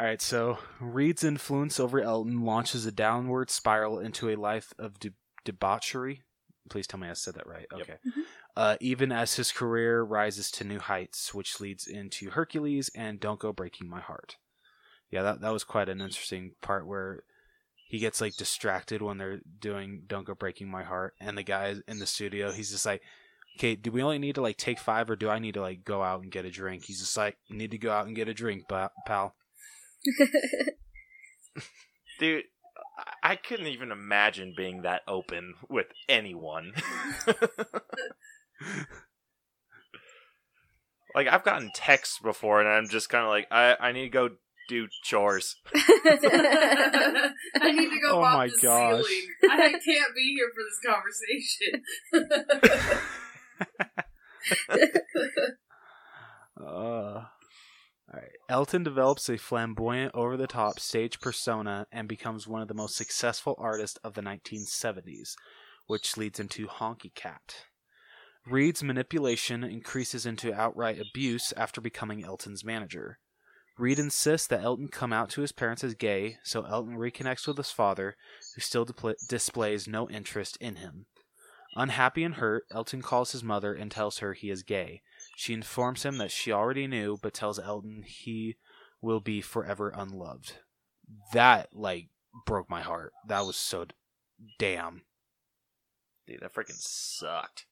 [SPEAKER 1] All right, so Reed's influence over Elton launches a downward spiral into a life of de- debauchery. Please tell me I said that right.
[SPEAKER 2] Yep.
[SPEAKER 1] Okay. Uh, even as his career rises to new heights, which leads into Hercules and Don't Go Breaking My Heart. Yeah, that, that was quite an interesting part where he gets like distracted when they're doing Don't Go Breaking My Heart, and the guy in the studio, he's just like, okay, do we only need to like take five or do I need to like go out and get a drink? He's just like, need to go out and get a drink, pa- pal.
[SPEAKER 2] Dude, I- I couldn't even imagine being that open with anyone. Like I've gotten texts before, and I'm just kind of like, I I need to go do chores.
[SPEAKER 3] I need to go
[SPEAKER 1] Oh
[SPEAKER 3] mop
[SPEAKER 1] my
[SPEAKER 3] the
[SPEAKER 1] gosh.
[SPEAKER 3] ceiling. I can't be here for this conversation.
[SPEAKER 1] Uh, all right. Elton develops a flamboyant, over the top stage persona and becomes one of the most successful artists of the 1970s, which leads into Honky Cat. Reed's manipulation increases into outright abuse after becoming Elton's manager. Reed insists that Elton come out to his parents as gay, so Elton reconnects with his father, who still depl- displays no interest in him. Unhappy and hurt, Elton calls his mother and tells her he is gay. She informs him that she already knew, but tells Elton he will be forever unloved. That, like, broke my heart. That was so d- damn.
[SPEAKER 2] Dude, that freaking sucked.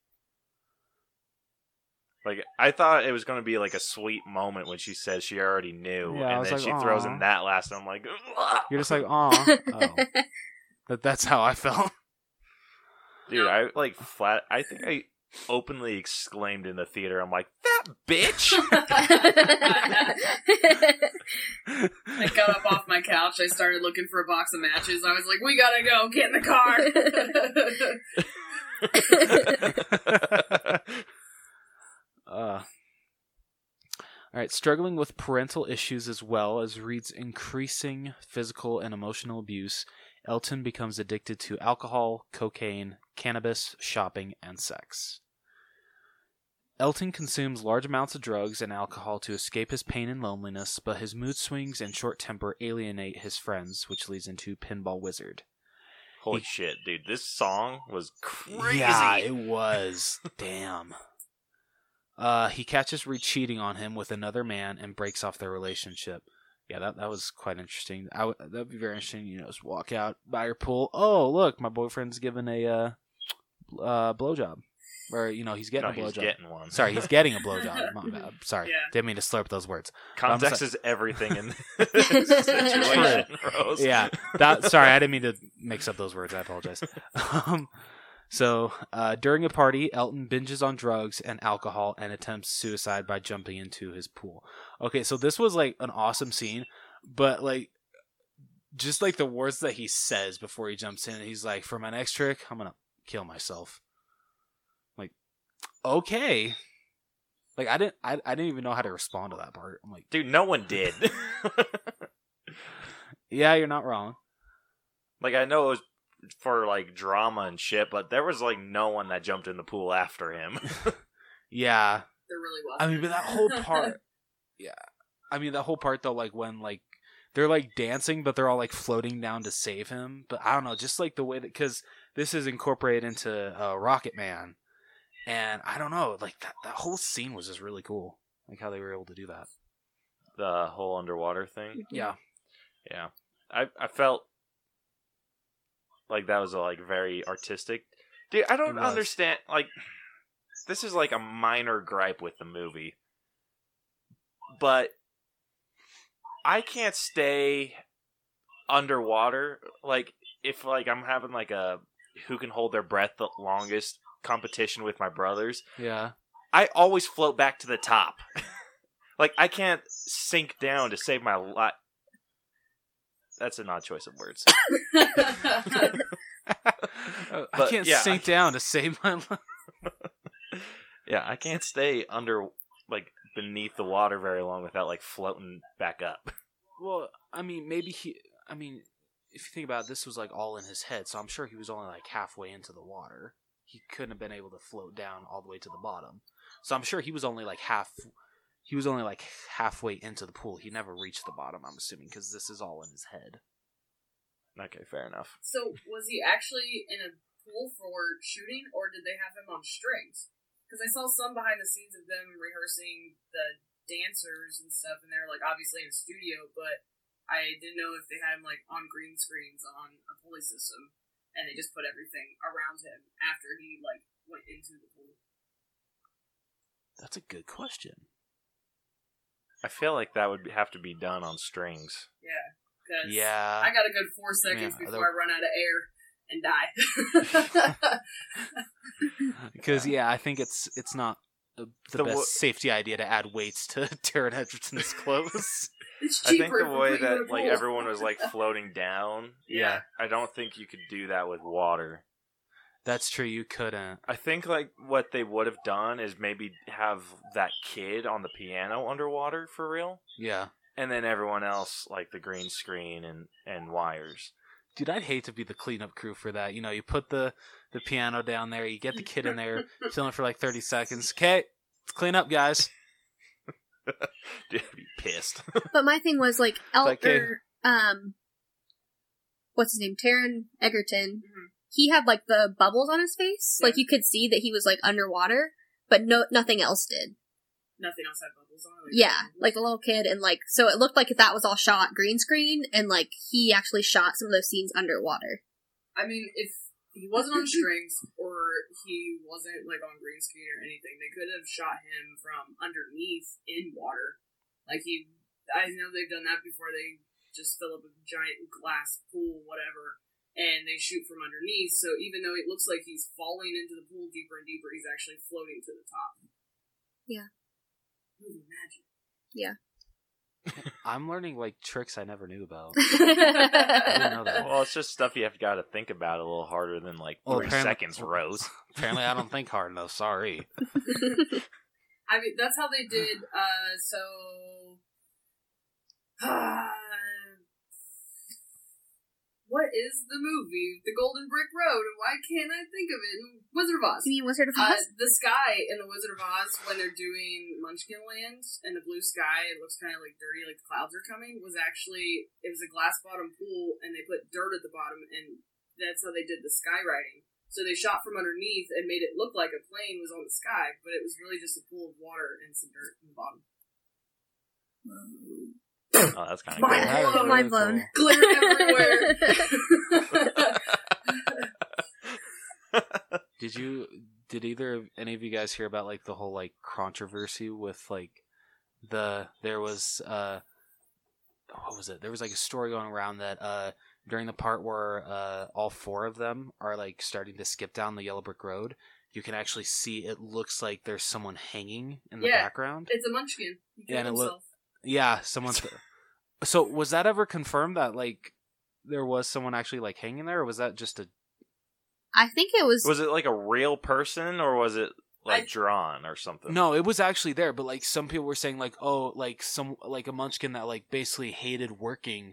[SPEAKER 2] Like I thought it was gonna be like a sweet moment when she says she already knew,
[SPEAKER 1] Yeah, I
[SPEAKER 2] and
[SPEAKER 1] was
[SPEAKER 2] then
[SPEAKER 1] like,
[SPEAKER 2] she throws
[SPEAKER 1] "Aw."
[SPEAKER 2] in that last, and I'm like,
[SPEAKER 1] You're just like, aw. oh. That, that's how I felt.
[SPEAKER 2] dude, I like flat. I think I openly exclaimed in the theater, I'm like, that bitch.
[SPEAKER 3] I got up off my couch. I started looking for a box of matches. I was like, "We gotta go. Get in the car."
[SPEAKER 1] Uh, all right, struggling with parental issues as well as Reed's increasing physical and emotional abuse, Elton becomes addicted to alcohol, cocaine, cannabis, shopping, and sex. Elton consumes large amounts of drugs and alcohol to escape his pain and loneliness, but his mood swings and short temper alienate his friends, which leads into Pinball Wizard.
[SPEAKER 2] Holy shit, dude! This song was crazy.
[SPEAKER 1] Yeah, it was. Damn. Uh, he catches Reed cheating on him with another man and breaks off their relationship. Yeah, that, that was quite interesting. I w- that'd be very interesting. You know, just walk out by your pool. Oh, look, my boyfriend's giving a uh, uh blowjob, or you know, he's
[SPEAKER 2] no,
[SPEAKER 1] getting a
[SPEAKER 2] he's
[SPEAKER 1] blowjob.
[SPEAKER 2] getting one.
[SPEAKER 1] Sorry, he's getting a blowjob. My bad. Sorry,
[SPEAKER 3] Yeah.
[SPEAKER 1] didn't mean to slurp those words.
[SPEAKER 2] Context is everything in this situation, Rose.
[SPEAKER 1] Yeah, that sorry i didn't mean to mix up those words i apologize um, so uh, during a party elton binges on drugs and alcohol and attempts suicide by jumping into his pool okay so this was like an awesome scene but like just like the words that he says before he jumps in he's like for my next trick i'm gonna kill myself like okay like i didn't i, I didn't even know how to respond to that part i'm like
[SPEAKER 2] Dude, no one did.
[SPEAKER 1] yeah you're not wrong
[SPEAKER 2] like I know it was for like drama and shit, but there was like no one that jumped in the pool after him.
[SPEAKER 1] yeah
[SPEAKER 3] there really was.
[SPEAKER 1] I mean, but that whole part, yeah. I mean, that whole part though, like when like they're like dancing, but they're all like floating down to save him. But I don't know, just like the way that because this is incorporated into uh, Rocket Man, and I don't know, like that that whole scene was just really cool, like how they were able to do that.
[SPEAKER 2] the whole underwater thing.
[SPEAKER 1] Yeah,
[SPEAKER 2] Yeah, I I felt like that was like very artistic. Dude, I
[SPEAKER 1] It
[SPEAKER 2] don't
[SPEAKER 1] was.
[SPEAKER 2] understand. Like, this is like a minor gripe with the movie, but I can't stay underwater. Like, if like I'm having like a who can hold their breath the longest competition with my brothers,
[SPEAKER 1] yeah,
[SPEAKER 2] I always float back to the top. like I can't sink down to save my life. That's an odd choice of words.
[SPEAKER 1] Uh, I
[SPEAKER 2] But,
[SPEAKER 1] can't
[SPEAKER 2] yeah,
[SPEAKER 1] sink
[SPEAKER 2] I-
[SPEAKER 1] down to save my life.
[SPEAKER 2] yeah, I can't stay under like beneath the water very long without like floating back up.
[SPEAKER 1] Well, I mean, maybe he. I mean, if you think about it, this was like all in his head, so I'm sure he was only like halfway into the water. He couldn't have been able to float down all the way to the bottom. So I'm sure he was only like half. He was only like halfway into the pool. He never reached the bottom. I'm assuming because this is all in his head.
[SPEAKER 2] Okay, fair enough.
[SPEAKER 3] so, was he actually in a pool for shooting, or did they have him on strings? Because I saw some behind the scenes of them rehearsing the dancers and stuff, and they're like obviously in a studio, but I didn't know if they had him like on green screens on a pulley system, and they just put everything around him after he like went into the pool.
[SPEAKER 1] That's a good question.
[SPEAKER 2] I feel like that would have to be done on strings.
[SPEAKER 3] Yeah, because
[SPEAKER 1] Yeah.
[SPEAKER 3] I got a good four seconds
[SPEAKER 1] Yeah,
[SPEAKER 3] before I run out of air. and die.
[SPEAKER 1] Because yeah. I think it's it's not the, the
[SPEAKER 2] The
[SPEAKER 1] best
[SPEAKER 2] wo-
[SPEAKER 1] safety idea to add weights to Taron Edgerton's clothes.
[SPEAKER 3] it's
[SPEAKER 2] I
[SPEAKER 3] cheaper.
[SPEAKER 2] think the
[SPEAKER 3] if we
[SPEAKER 2] way
[SPEAKER 3] put you in
[SPEAKER 2] that
[SPEAKER 3] a
[SPEAKER 2] like
[SPEAKER 3] pool.
[SPEAKER 2] everyone was like floating down.
[SPEAKER 3] Yeah.
[SPEAKER 2] I don't think you could do that with water.
[SPEAKER 1] That's true. You couldn't.
[SPEAKER 2] I think like what they would have done is maybe have that kid on the piano underwater for real,
[SPEAKER 1] Yeah,
[SPEAKER 2] and then everyone else like the green screen and and wires.
[SPEAKER 1] dude, I'd hate to be the cleanup crew for that. You know, you put the the piano down there, you get the kid in there, chilling for like thirty seconds. Okay, let's clean up, guys.
[SPEAKER 2] Dude, I'd be pissed.
[SPEAKER 4] But my thing was like El
[SPEAKER 1] Like, hey.
[SPEAKER 4] er, um what's his name? Taryn Egerton.
[SPEAKER 3] Mhm.
[SPEAKER 4] He had like the bubbles on his face.
[SPEAKER 3] Yeah.
[SPEAKER 4] Like you could see that he was like underwater, but no nothing else did.
[SPEAKER 3] Nothing else had bubbles on it.
[SPEAKER 4] Yeah. Like the little kid and like so it looked like that was all shot green screen and like he actually shot some of those scenes underwater.
[SPEAKER 3] I mean, if he wasn't on strings or he wasn't like on green screen or anything, they could have shot him from underneath in water. Like he, I know they've done that before. They just fill up a giant glass pool, whatever, and they shoot from underneath. So even though it looks like he's falling into the pool deeper and deeper, he's actually floating to the top.
[SPEAKER 4] Yeah.
[SPEAKER 3] Ooh, magic.
[SPEAKER 1] I'm learning like tricks I never knew about. I didn't know
[SPEAKER 4] I
[SPEAKER 1] that.
[SPEAKER 2] well, it's just stuff you have got to think about a little harder than like
[SPEAKER 1] Well,
[SPEAKER 2] three
[SPEAKER 1] apparently-
[SPEAKER 2] seconds, Rose.
[SPEAKER 1] Apparently, I don't think hard enough. Sorry.
[SPEAKER 3] I mean, that's how they did. Uh, so, what is the movie, The Golden Brick Road, and why can't I think of it? in Wizard of Oz.
[SPEAKER 4] mean Wizard of
[SPEAKER 3] Uh,
[SPEAKER 4] Oz?
[SPEAKER 3] the sky in The Wizard of Oz when they're doing Munchkin Land and the blue sky, it looks kind of like dirty, like the clouds are coming. Was actually it was a glass bottom pool, and they put dirt at the bottom, and that's how they did the sky riding. So they shot from underneath and made it look like a plane was on the sky, but it was really just a pool of water and some dirt in the bottom.
[SPEAKER 2] Oh, that's kind of cool.
[SPEAKER 3] Fine.
[SPEAKER 1] That is really
[SPEAKER 3] blown.
[SPEAKER 4] Mind blown.
[SPEAKER 1] cool.
[SPEAKER 3] Glitter everywhere.
[SPEAKER 1] Did you? Did either of any of you guys hear about like the whole like controversy with like the there was uh what was it? There was like a story going around that uh during the part where uh all four of them are like starting to skip down the yellow brick road, you can actually see it looks like there's someone hanging in the
[SPEAKER 3] Yeah.
[SPEAKER 1] background.
[SPEAKER 3] it's a munchkin. He
[SPEAKER 1] Yeah,
[SPEAKER 3] killed
[SPEAKER 1] and it lo-
[SPEAKER 3] himself.
[SPEAKER 1] Yeah, someone. so was that ever confirmed that like there was someone actually like hanging there, or was that just a
[SPEAKER 4] I think it was,
[SPEAKER 2] Was it like a real person or was it like
[SPEAKER 3] I-
[SPEAKER 2] drawn or something?
[SPEAKER 1] No, it was actually there, but like some people were saying like, oh, like some like a munchkin that like basically hated working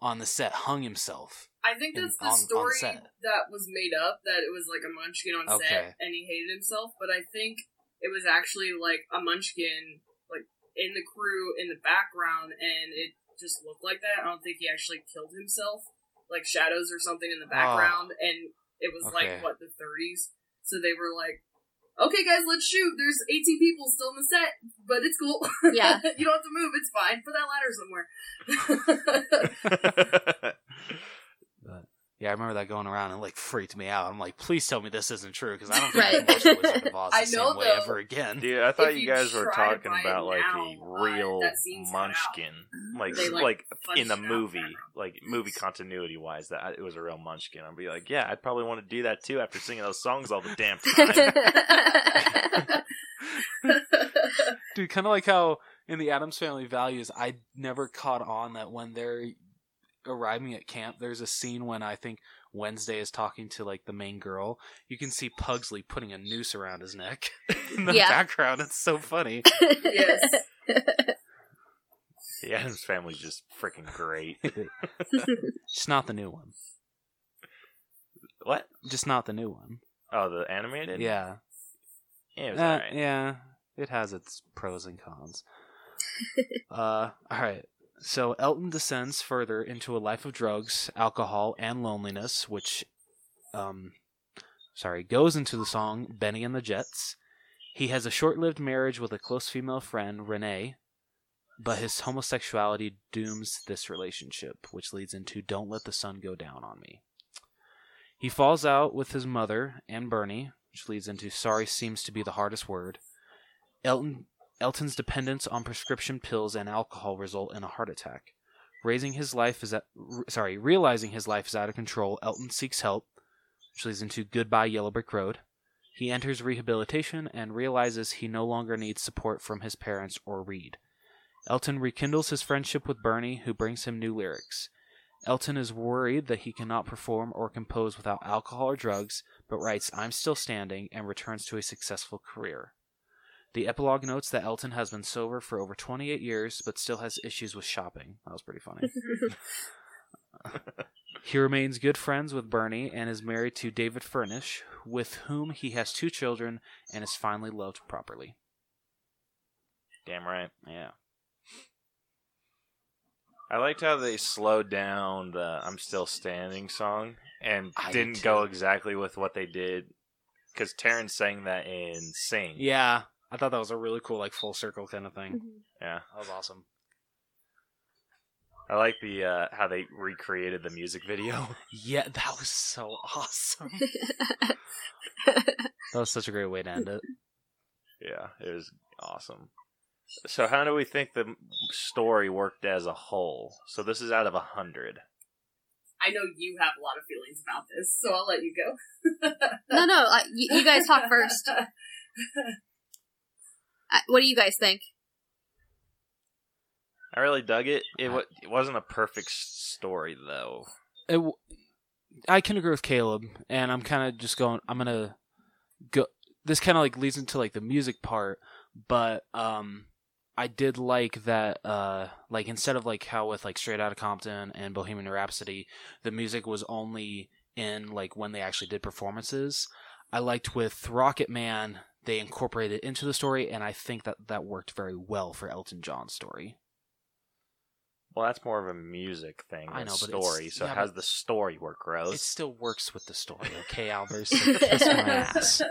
[SPEAKER 1] on the set hung himself.
[SPEAKER 3] I think
[SPEAKER 1] in-
[SPEAKER 3] that's the
[SPEAKER 1] on- on
[SPEAKER 3] story
[SPEAKER 1] set.
[SPEAKER 3] that was made up that it was like a munchkin on
[SPEAKER 1] Okay.
[SPEAKER 3] set and he hated himself, but I think it was actually like a munchkin like in the crew in the background and it just looked like that. I don't think he actually killed himself. Like shadows or something in the background and it was
[SPEAKER 1] Oh. Okay.
[SPEAKER 3] like what the 30s. So they were like Okay, guys, let's shoot. There's 18 people still in the set, but it's cool.
[SPEAKER 4] Yeah.
[SPEAKER 3] you don't have to move. It's fine. Put that ladder somewhere.
[SPEAKER 1] But yeah, I remember that going around and like freaked me out. I'm like, please tell me this isn't true because I don't think I
[SPEAKER 4] Right.
[SPEAKER 1] can watch The Wizard of Oz the
[SPEAKER 3] I know,
[SPEAKER 1] same way
[SPEAKER 3] though.
[SPEAKER 1] ever again.
[SPEAKER 2] Dude, I thought
[SPEAKER 3] If
[SPEAKER 2] you
[SPEAKER 3] you
[SPEAKER 2] guys were
[SPEAKER 3] try to
[SPEAKER 2] talking
[SPEAKER 3] buy it
[SPEAKER 2] about like a
[SPEAKER 3] now, uh,
[SPEAKER 2] real
[SPEAKER 3] that scene's not out.
[SPEAKER 2] munchkin, like
[SPEAKER 3] They,
[SPEAKER 2] like,
[SPEAKER 3] like,
[SPEAKER 2] in the
[SPEAKER 3] fudged it out
[SPEAKER 2] movie,
[SPEAKER 3] background.
[SPEAKER 2] like movie continuity wise, that it was a real munchkin. I'd be like, yeah, I'd probably want to do that too after singing those songs all the damn time.
[SPEAKER 1] Dude, kind of like how in the Adams Family Values, I never caught on that when they're arriving at camp, there's a scene when I think Wednesday is talking to like the main girl. You can see Pugsley putting a noose around his neck in the
[SPEAKER 4] Yeah.
[SPEAKER 1] background. It's so funny.
[SPEAKER 3] yes.
[SPEAKER 2] the Adams family's just freaking great.
[SPEAKER 1] Just not the new one.
[SPEAKER 2] What?
[SPEAKER 1] Just not the new one.
[SPEAKER 2] Oh, the animated?
[SPEAKER 1] Yeah.
[SPEAKER 2] yeah it was
[SPEAKER 1] Uh,
[SPEAKER 2] alright.
[SPEAKER 1] Yeah. It has its pros and cons. uh, all right. So Elton descends further into a life of drugs, alcohol, and loneliness, which, um, sorry, goes into the song Benny and the Jets. He has a short lived marriage with a close female friend, Renee, but his homosexuality dooms this relationship, which leads into Don't Let the Sun Go Down on Me. He falls out with his mother and Bernie, which leads into sorry seems to be the hardest word. Elton Elton's dependence on prescription pills and alcohol result in a heart attack. Raising his life is at, r- sorry, realizing his life is out of control, Elton seeks help, which leads into Goodbye Yellow Brick Road. He enters rehabilitation and realizes he no longer needs support from his parents or Reed. Elton rekindles his friendship with Bernie, who brings him new lyrics. Elton is worried that he cannot perform or compose without alcohol or drugs, but writes I'm Still Standing and returns to a successful career. The epilogue notes that Elton has been sober for over 28 years, but still has issues with shopping. That was pretty funny. He remains good friends with Bernie and is married to David Furnish, with whom he has two children and is finally loved properly.
[SPEAKER 2] Damn right. Yeah. I liked how they slowed down the "I'm Still Standing" song and
[SPEAKER 1] I did
[SPEAKER 2] didn't go exactly with what they did because Terrence sang that in "Sing."
[SPEAKER 1] Yeah, I thought that was a really cool, like full circle kind of thing.
[SPEAKER 4] Mhm.
[SPEAKER 2] yeah.
[SPEAKER 1] That was awesome.
[SPEAKER 2] I like the uh, how they recreated the music video.
[SPEAKER 1] Yeah, that was so awesome. That was such a great way to end it.
[SPEAKER 2] yeah, it was awesome. So, how do we think the story worked as a whole? So, this is out of a hundred.
[SPEAKER 3] I know you have a lot of feelings about this, so I'll let you go.
[SPEAKER 4] no, no, uh, you, you guys talk first. Uh, what do you guys think?
[SPEAKER 2] I really dug it. It, wa it wasn't a perfect s- story though.
[SPEAKER 1] it w- I can agree with Caleb, and I'm kind of just going. I'm gonna go. This kind of like leads into like the music part, but um, I did like that. Uh, like instead of like how with like Straight Outta Compton and Bohemian Rhapsody, the music was only in like when they actually did performances. I liked with Rocket Man, they incorporated it into the story, and I think that that worked very well for Elton John's story.
[SPEAKER 2] Well, that's more of a music thing than
[SPEAKER 1] I know, but it's-
[SPEAKER 2] story. So,
[SPEAKER 1] yeah,
[SPEAKER 2] how's
[SPEAKER 1] but-
[SPEAKER 2] the story work, Rose?
[SPEAKER 1] It still works with the story, okay, Albers? So kiss my ass.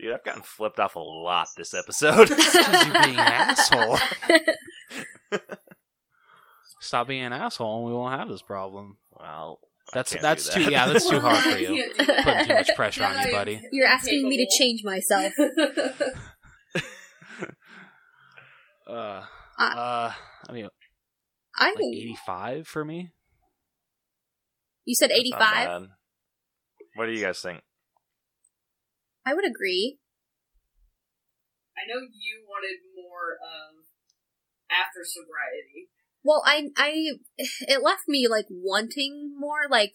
[SPEAKER 2] Dude, I've gotten flipped off a lot this episode.
[SPEAKER 1] because you being an asshole. Stop being an asshole, and we won't have this problem.
[SPEAKER 2] well, I
[SPEAKER 1] That's
[SPEAKER 2] can't do
[SPEAKER 1] that's
[SPEAKER 2] that.
[SPEAKER 1] too yeah, that's too hard for
[SPEAKER 3] I
[SPEAKER 1] you.
[SPEAKER 3] can't do that.
[SPEAKER 1] Putting too much pressure on you, buddy.
[SPEAKER 4] You're asking me to change myself.
[SPEAKER 1] Uh, uh, I mean,
[SPEAKER 4] I
[SPEAKER 1] like
[SPEAKER 4] think
[SPEAKER 1] eighty five for me.
[SPEAKER 4] you said
[SPEAKER 2] That's not
[SPEAKER 4] 85.
[SPEAKER 2] bad. What do you guys think?
[SPEAKER 4] I would agree.
[SPEAKER 3] I know you wanted more of after sobriety.
[SPEAKER 4] Well, I, I, it left me like wanting more. Like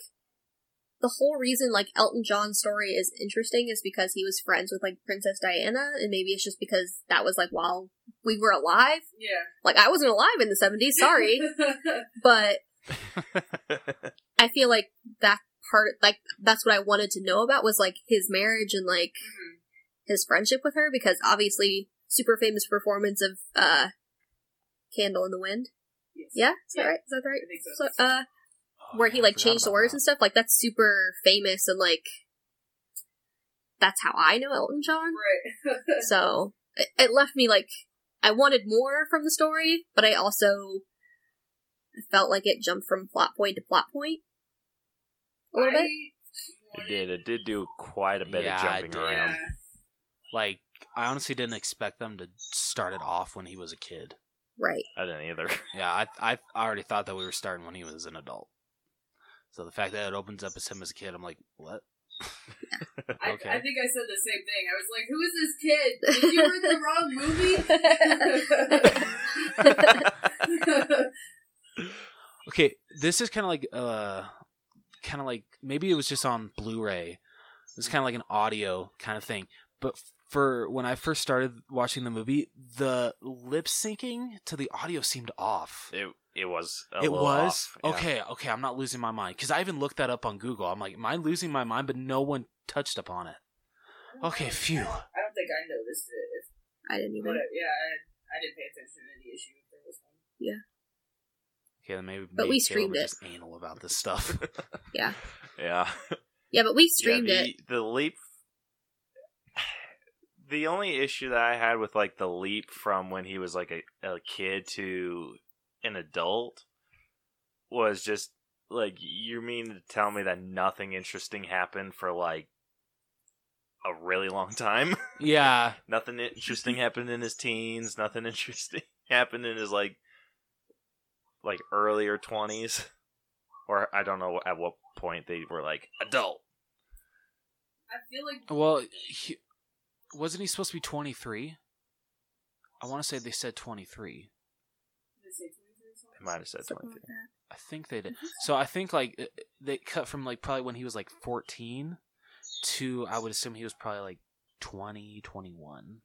[SPEAKER 4] the whole reason like Elton John's story is interesting is because he was friends with like Princess Diana, and maybe it's just because that was like while we were alive.
[SPEAKER 3] Yeah. Mm-hmm.
[SPEAKER 4] Like I wasn't alive in the seventies, sorry, but I feel like that part, like that's what I wanted to know about was like his marriage and like
[SPEAKER 3] Mhm.
[SPEAKER 4] his friendship with her because obviously super famous performance of uh Candle in the Wind.
[SPEAKER 3] Yes.
[SPEAKER 4] Yeah, is that
[SPEAKER 3] Yeah.
[SPEAKER 4] right? Is that right?
[SPEAKER 3] I think so.
[SPEAKER 4] So, uh,
[SPEAKER 1] Oh,
[SPEAKER 4] where he like changed the words and stuff. Like that's super famous and like that's how I know Elton John.
[SPEAKER 3] Right.
[SPEAKER 4] So it, it left me like I wanted more from the story, but I also felt like it jumped from plot point to plot point a little bit.
[SPEAKER 2] It did. It did do quite a bit
[SPEAKER 1] Yeah, it
[SPEAKER 2] of jumping
[SPEAKER 1] did.
[SPEAKER 2] around.
[SPEAKER 3] Yeah.
[SPEAKER 1] Like I honestly didn't expect them to start it off when he was a kid.
[SPEAKER 4] Right.
[SPEAKER 2] I didn't either.
[SPEAKER 1] Yeah, I I already thought that we were starting when he was an adult. So the fact that it opens up as him as a kid, I'm like, what?
[SPEAKER 3] I,
[SPEAKER 1] Okay.
[SPEAKER 3] I think I said the same thing. I was like, "Who is this kid? Did you read the wrong movie?"
[SPEAKER 1] Okay, this is kind of like uh, kind of like maybe it was just on Blu-ray. It's kind of like an audio kind of thing. But for when I first started watching the movie, the lip syncing to the audio seemed off.
[SPEAKER 2] It it was. A
[SPEAKER 1] it
[SPEAKER 2] little
[SPEAKER 1] was
[SPEAKER 2] off, yeah.
[SPEAKER 1] okay. Okay, I'm not losing my mind because I even looked that up on Google. I'm like, am I losing my mind? But no one touched upon it. Okay, phew.
[SPEAKER 3] I don't think I noticed it. If,
[SPEAKER 4] I didn't
[SPEAKER 3] but
[SPEAKER 4] even.
[SPEAKER 3] I- yeah, I, I didn't pay attention to any issue if there was one.
[SPEAKER 1] Okay, then maybe,
[SPEAKER 4] But
[SPEAKER 1] maybe
[SPEAKER 4] we
[SPEAKER 1] Caleb
[SPEAKER 4] streamed
[SPEAKER 1] was
[SPEAKER 4] it.
[SPEAKER 1] just anal about this stuff.
[SPEAKER 2] Yeah.
[SPEAKER 4] Yeah, but we streamed
[SPEAKER 2] yeah, the,
[SPEAKER 4] it.
[SPEAKER 2] The leap. The only issue that I had with like the leap from when he was like a, a kid to an adult was just like you mean to tell me that nothing interesting happened for like a really long time.
[SPEAKER 1] yeah,
[SPEAKER 2] nothing interesting happened in his teens. Nothing interesting happened in his like like earlier twenties, or I don't know at what point they were like adult.
[SPEAKER 3] I feel like
[SPEAKER 1] Well, he, wasn't he supposed to be 23? I want to say they said 23.
[SPEAKER 3] did it say 23 or something?
[SPEAKER 2] They might have said
[SPEAKER 4] Something
[SPEAKER 2] twenty
[SPEAKER 4] like
[SPEAKER 2] three.
[SPEAKER 4] that.
[SPEAKER 1] I think they did. So I think like uh, they cut from like probably when he was like 14 to I would assume he was probably like 20, 21.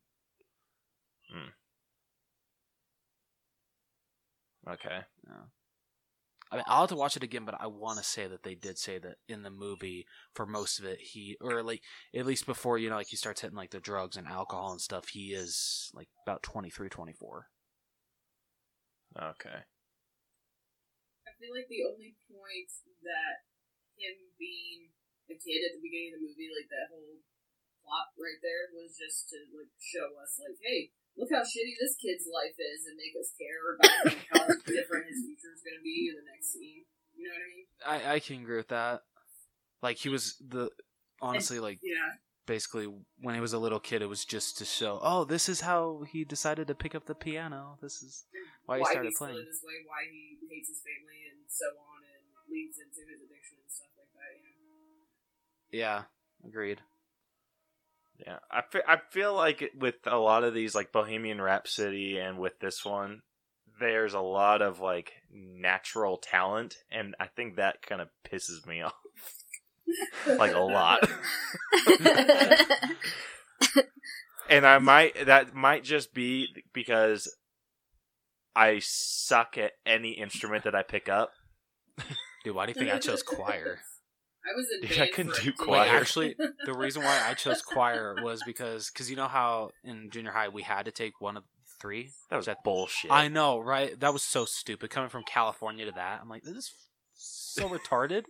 [SPEAKER 2] Okay.
[SPEAKER 1] I mean, I'll have to watch it again, but I want to say that they did say that in the movie for most of it, he or like at least before you know, like he starts hitting like the drugs and alcohol and stuff, he is like about 23, 24.
[SPEAKER 2] Okay.
[SPEAKER 3] I feel like the only point that him being a kid at the beginning of the movie, like that whole plot right there, was just to like show us, like, hey, look how shitty this kid's life is, and make us care about like, how different his future is going to be in the next scene. You know what I mean?
[SPEAKER 1] I I can agree with that. Like he was the honestly like
[SPEAKER 3] Yeah.
[SPEAKER 1] basically when he was a little kid, it was just to show, oh, this is how he decided to pick up the piano. This is why he started
[SPEAKER 3] he's
[SPEAKER 1] playing.
[SPEAKER 3] feeling this way, why he hates his family, and so on, and leads into his addiction and stuff like that. You know?
[SPEAKER 1] Yeah, agreed.
[SPEAKER 2] Yeah, I fe- I feel like with a lot of these, like Bohemian Rhapsody, and with this one, there's a lot of like natural talent, and I think that kind of pisses me off, like a lot. and I might that might just be because I suck at any instrument that I pick up.
[SPEAKER 1] Dude, why do you think I chose choir?
[SPEAKER 3] I was in
[SPEAKER 2] Dude,
[SPEAKER 3] band
[SPEAKER 2] I couldn't
[SPEAKER 3] for a
[SPEAKER 2] do
[SPEAKER 3] day.
[SPEAKER 1] Wait,
[SPEAKER 2] choir.
[SPEAKER 1] actually, the reason why I chose choir was because because you know how in junior high we had to take one of three.
[SPEAKER 2] That was
[SPEAKER 1] That-
[SPEAKER 2] bullshit.
[SPEAKER 1] I know, right? That was so stupid coming from California to that. I'm like, this is so retarded.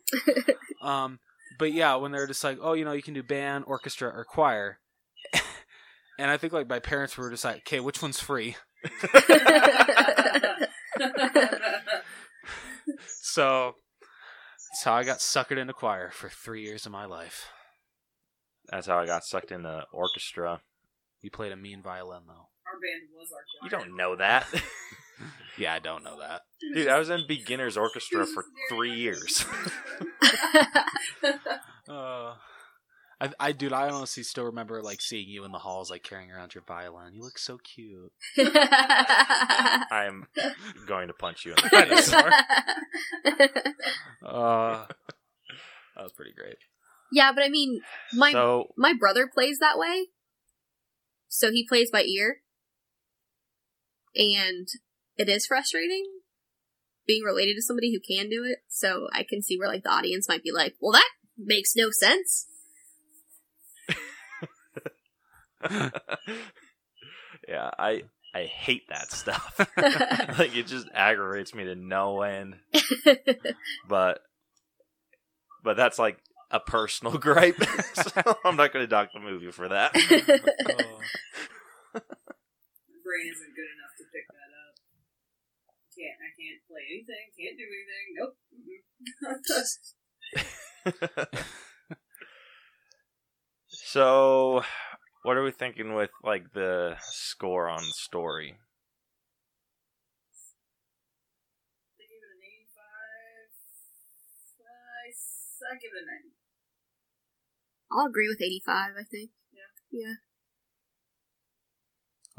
[SPEAKER 1] um, but yeah, when they're just like, oh, you know, you can do band, orchestra, or choir, and I think like my parents were just like, okay, which one's free? So that's how I got suckered into choir for three years of my life.
[SPEAKER 2] That's how I got sucked into orchestra.
[SPEAKER 1] You played a mean violin though.
[SPEAKER 3] Our band was our choir.
[SPEAKER 2] You don't know that.
[SPEAKER 1] Yeah, I don't know that.
[SPEAKER 2] Dude, I was in beginner's orchestra for three years.
[SPEAKER 1] Uh, I, I, dude, I honestly still remember like seeing you in the halls, like carrying around your violin. You look so cute.
[SPEAKER 2] I'm going to punch you in the face.
[SPEAKER 1] Uh,
[SPEAKER 2] That was pretty great.
[SPEAKER 4] yeah, but I mean, my
[SPEAKER 2] so,
[SPEAKER 4] my brother plays that way. So he plays by ear. And it is frustrating being related to somebody who can do it. So I can see where like the audience might be like, "Well, that makes no sense."
[SPEAKER 2] yeah, I I hate that stuff. like it just aggravates me to no end. But but that's like a personal gripe. so I'm not going to dock the movie for that.
[SPEAKER 1] oh.
[SPEAKER 3] My brain isn't good enough to pick that up. Can't. I can't play anything. Can't do anything. Nope. Mm-mm.
[SPEAKER 2] so, what are we thinking with like the score on story?
[SPEAKER 3] I give it an eighty-five. I, s- I give it a ninety.
[SPEAKER 4] I'll agree with 85, I think.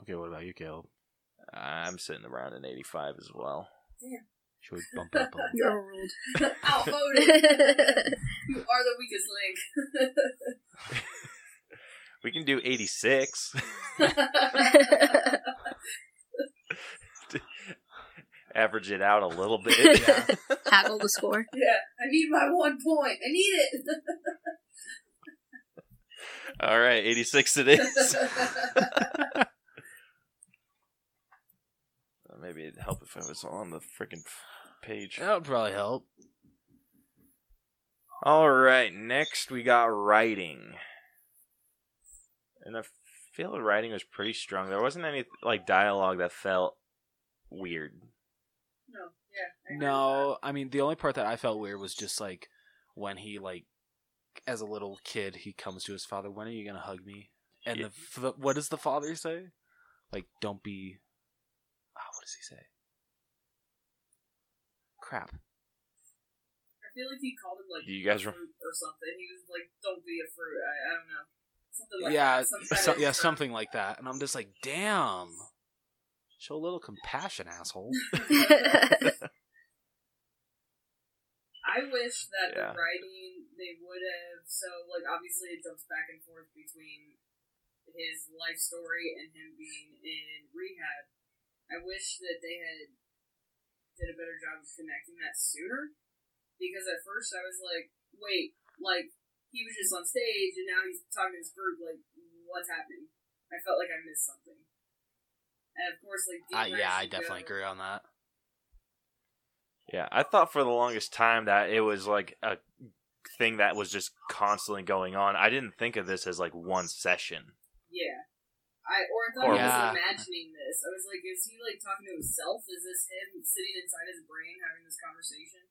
[SPEAKER 1] okay, what about you, Caleb?
[SPEAKER 2] I'm sitting around an 85 as well.
[SPEAKER 1] Should we bump it up? A
[SPEAKER 4] You're overruled.
[SPEAKER 3] Outvoted. you are the weakest link.
[SPEAKER 2] We can do 86. Average it out a little bit.
[SPEAKER 4] Haggle the score.
[SPEAKER 3] yeah. I need my one point. I need it.
[SPEAKER 2] All right, 86 it is. Uh, Maybe it'd help if I was on the freaking page.
[SPEAKER 1] that would probably help.
[SPEAKER 2] All right, next we got writing. And I feel the writing was pretty strong. There wasn't any like dialogue that felt weird.
[SPEAKER 3] no. Yeah. I agree
[SPEAKER 1] No, I mean the only part that I felt weird was just like when he like, as a little kid, he comes to his father. When are you gonna hug me? And the, the what does the father say? Like, don't be. Ah, what does he say? Crap.
[SPEAKER 3] I I feel like he called him like
[SPEAKER 2] Do you guys
[SPEAKER 3] fruit
[SPEAKER 2] re-
[SPEAKER 3] or something. He was like, "Don't be a fruit." I, I don't know. Something like
[SPEAKER 1] yeah,
[SPEAKER 3] that. Some kind
[SPEAKER 1] so,
[SPEAKER 3] of-
[SPEAKER 1] yeah, something like that. And I'm just like, damn, show a little compassion, asshole.
[SPEAKER 4] Mm-hmm.
[SPEAKER 3] I wish that
[SPEAKER 2] Yeah.
[SPEAKER 3] the writing they would have so like obviously it jumps back and forth between his life story and him being in rehab. I wish that they had did a better job of connecting that sooner. Because at first I was like, wait, like he was just on stage and now he's talking to his group, like what's happening? I felt like I missed something. And of course like
[SPEAKER 1] I,
[SPEAKER 3] Dean
[SPEAKER 1] Uh, yeah, I
[SPEAKER 3] should go-
[SPEAKER 1] definitely agree on that.
[SPEAKER 2] Yeah, I thought for the longest time that it was like a thing that was just constantly going on. I didn't think of this as like one session.
[SPEAKER 3] Yeah. I or I thought
[SPEAKER 2] Or-
[SPEAKER 3] I
[SPEAKER 1] Yeah.
[SPEAKER 3] was imagining this. I was like, is he like talking to himself? Is this him sitting inside his brain having this conversation?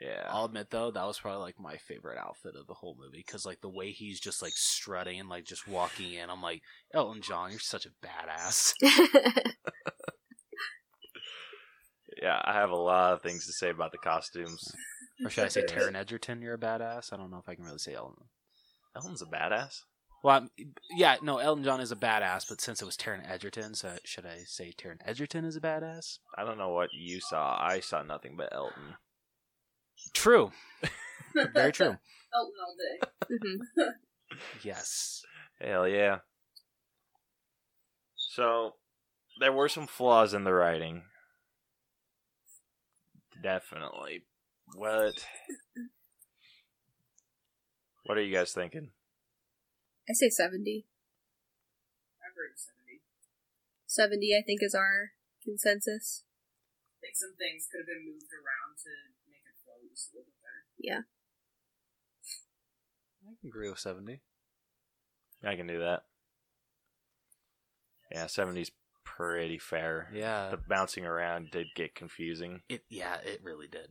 [SPEAKER 2] Yeah.
[SPEAKER 1] I'll admit though, that was probably like my favorite outfit of the whole movie because like the way he's just like strutting and like just walking in, I'm like, Elton John, you're such a badass.
[SPEAKER 2] Yeah, I have a lot of things to say about the costumes.
[SPEAKER 1] Or should I say Taron Edgerton, you're a badass? I don't know if I can really say Elton.
[SPEAKER 2] Elton's a badass.
[SPEAKER 1] Well, I'm, yeah, no, Elton John is a badass, but since it was Taron Edgerton, so should I say Taron Edgerton is a badass?
[SPEAKER 2] I don't know what you saw. I saw nothing but Elton.
[SPEAKER 1] True, very true.
[SPEAKER 3] Elton all day.
[SPEAKER 4] Mhm.
[SPEAKER 1] Yes.
[SPEAKER 2] Hell yeah. So, there were some flaws in the writing. Definitely. What? What are you guys thinking?
[SPEAKER 4] I say 70.
[SPEAKER 3] I've heard of seventy.
[SPEAKER 4] 70, I think, is our consensus.
[SPEAKER 3] I think some things could have been moved around to make it flow just a little bit better.
[SPEAKER 1] I can agree with 70.
[SPEAKER 2] I can do that. Yeah, 70's pretty fair.
[SPEAKER 1] Yeah.
[SPEAKER 2] The bouncing around did get confusing.
[SPEAKER 1] It, yeah, it really did.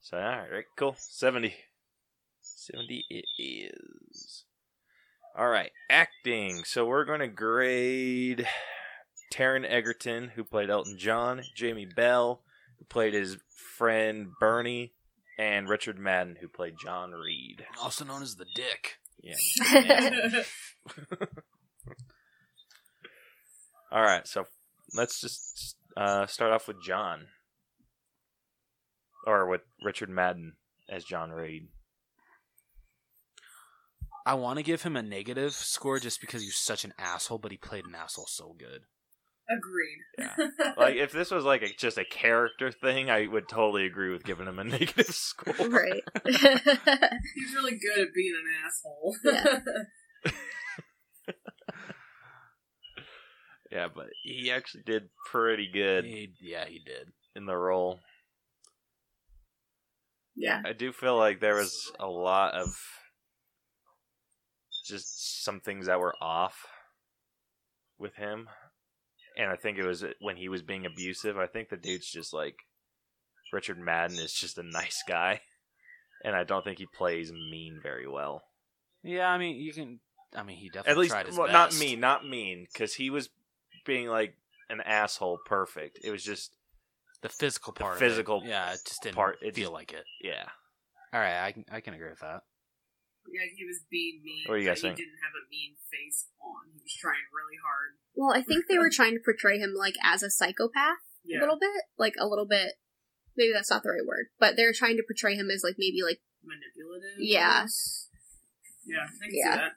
[SPEAKER 2] So, alright, cool. 70. 70 it is. Alright, acting. So, we're going to grade Taryn Egerton, who played Elton John, Jamie Bell, who played his friend Bernie, and Richard Madden, who played John Reed.
[SPEAKER 1] Also known as the dick.
[SPEAKER 2] Yeah. Yeah. All right, so let's just uh, start off with John, or with Richard Madden as John Reed.
[SPEAKER 1] I want to give him a negative score just because he's such an asshole, but he played an asshole so good.
[SPEAKER 3] Agreed.
[SPEAKER 2] Yeah. Like if this was like a, just a character thing, I would totally agree with giving him a negative score.
[SPEAKER 4] Right.
[SPEAKER 3] He's really good at being an asshole.
[SPEAKER 4] Yeah.
[SPEAKER 2] Yeah, but he actually did pretty good
[SPEAKER 1] He- yeah, he did.
[SPEAKER 2] in the role.
[SPEAKER 4] yeah.
[SPEAKER 2] I do feel like there was a lot of just some things that were off with him. And I think it was when he was being abusive. I think the dude's just like Richard Madden is just a nice guy. And I don't think he plays mean very well.
[SPEAKER 1] Yeah, I mean, you can. I mean, he definitely
[SPEAKER 2] At least,
[SPEAKER 1] tried his
[SPEAKER 2] well,
[SPEAKER 1] best.
[SPEAKER 2] not mean, not mean, because he was being like an asshole. Perfect. It was just,
[SPEAKER 1] The physical
[SPEAKER 2] The
[SPEAKER 1] part. of it.
[SPEAKER 2] physical
[SPEAKER 1] Yeah, it just didn't
[SPEAKER 2] part, it
[SPEAKER 1] feel
[SPEAKER 2] just-
[SPEAKER 1] like it.
[SPEAKER 2] yeah.
[SPEAKER 1] All right, I can I can agree with that.
[SPEAKER 3] yeah, he was being mean.
[SPEAKER 2] What are you guys
[SPEAKER 3] but
[SPEAKER 2] think?
[SPEAKER 3] He didn't have a mean face on. He was trying really hard.
[SPEAKER 4] Well, I think they were trying to portray him, like, as a psychopath a
[SPEAKER 3] Yeah.
[SPEAKER 4] little bit. Like, a little bit. Maybe that's not the right word, but they're trying to portray him as, like, maybe, like,
[SPEAKER 3] Manipulative.
[SPEAKER 4] Yeah.
[SPEAKER 3] Yeah, I can
[SPEAKER 4] Yeah.
[SPEAKER 3] see that.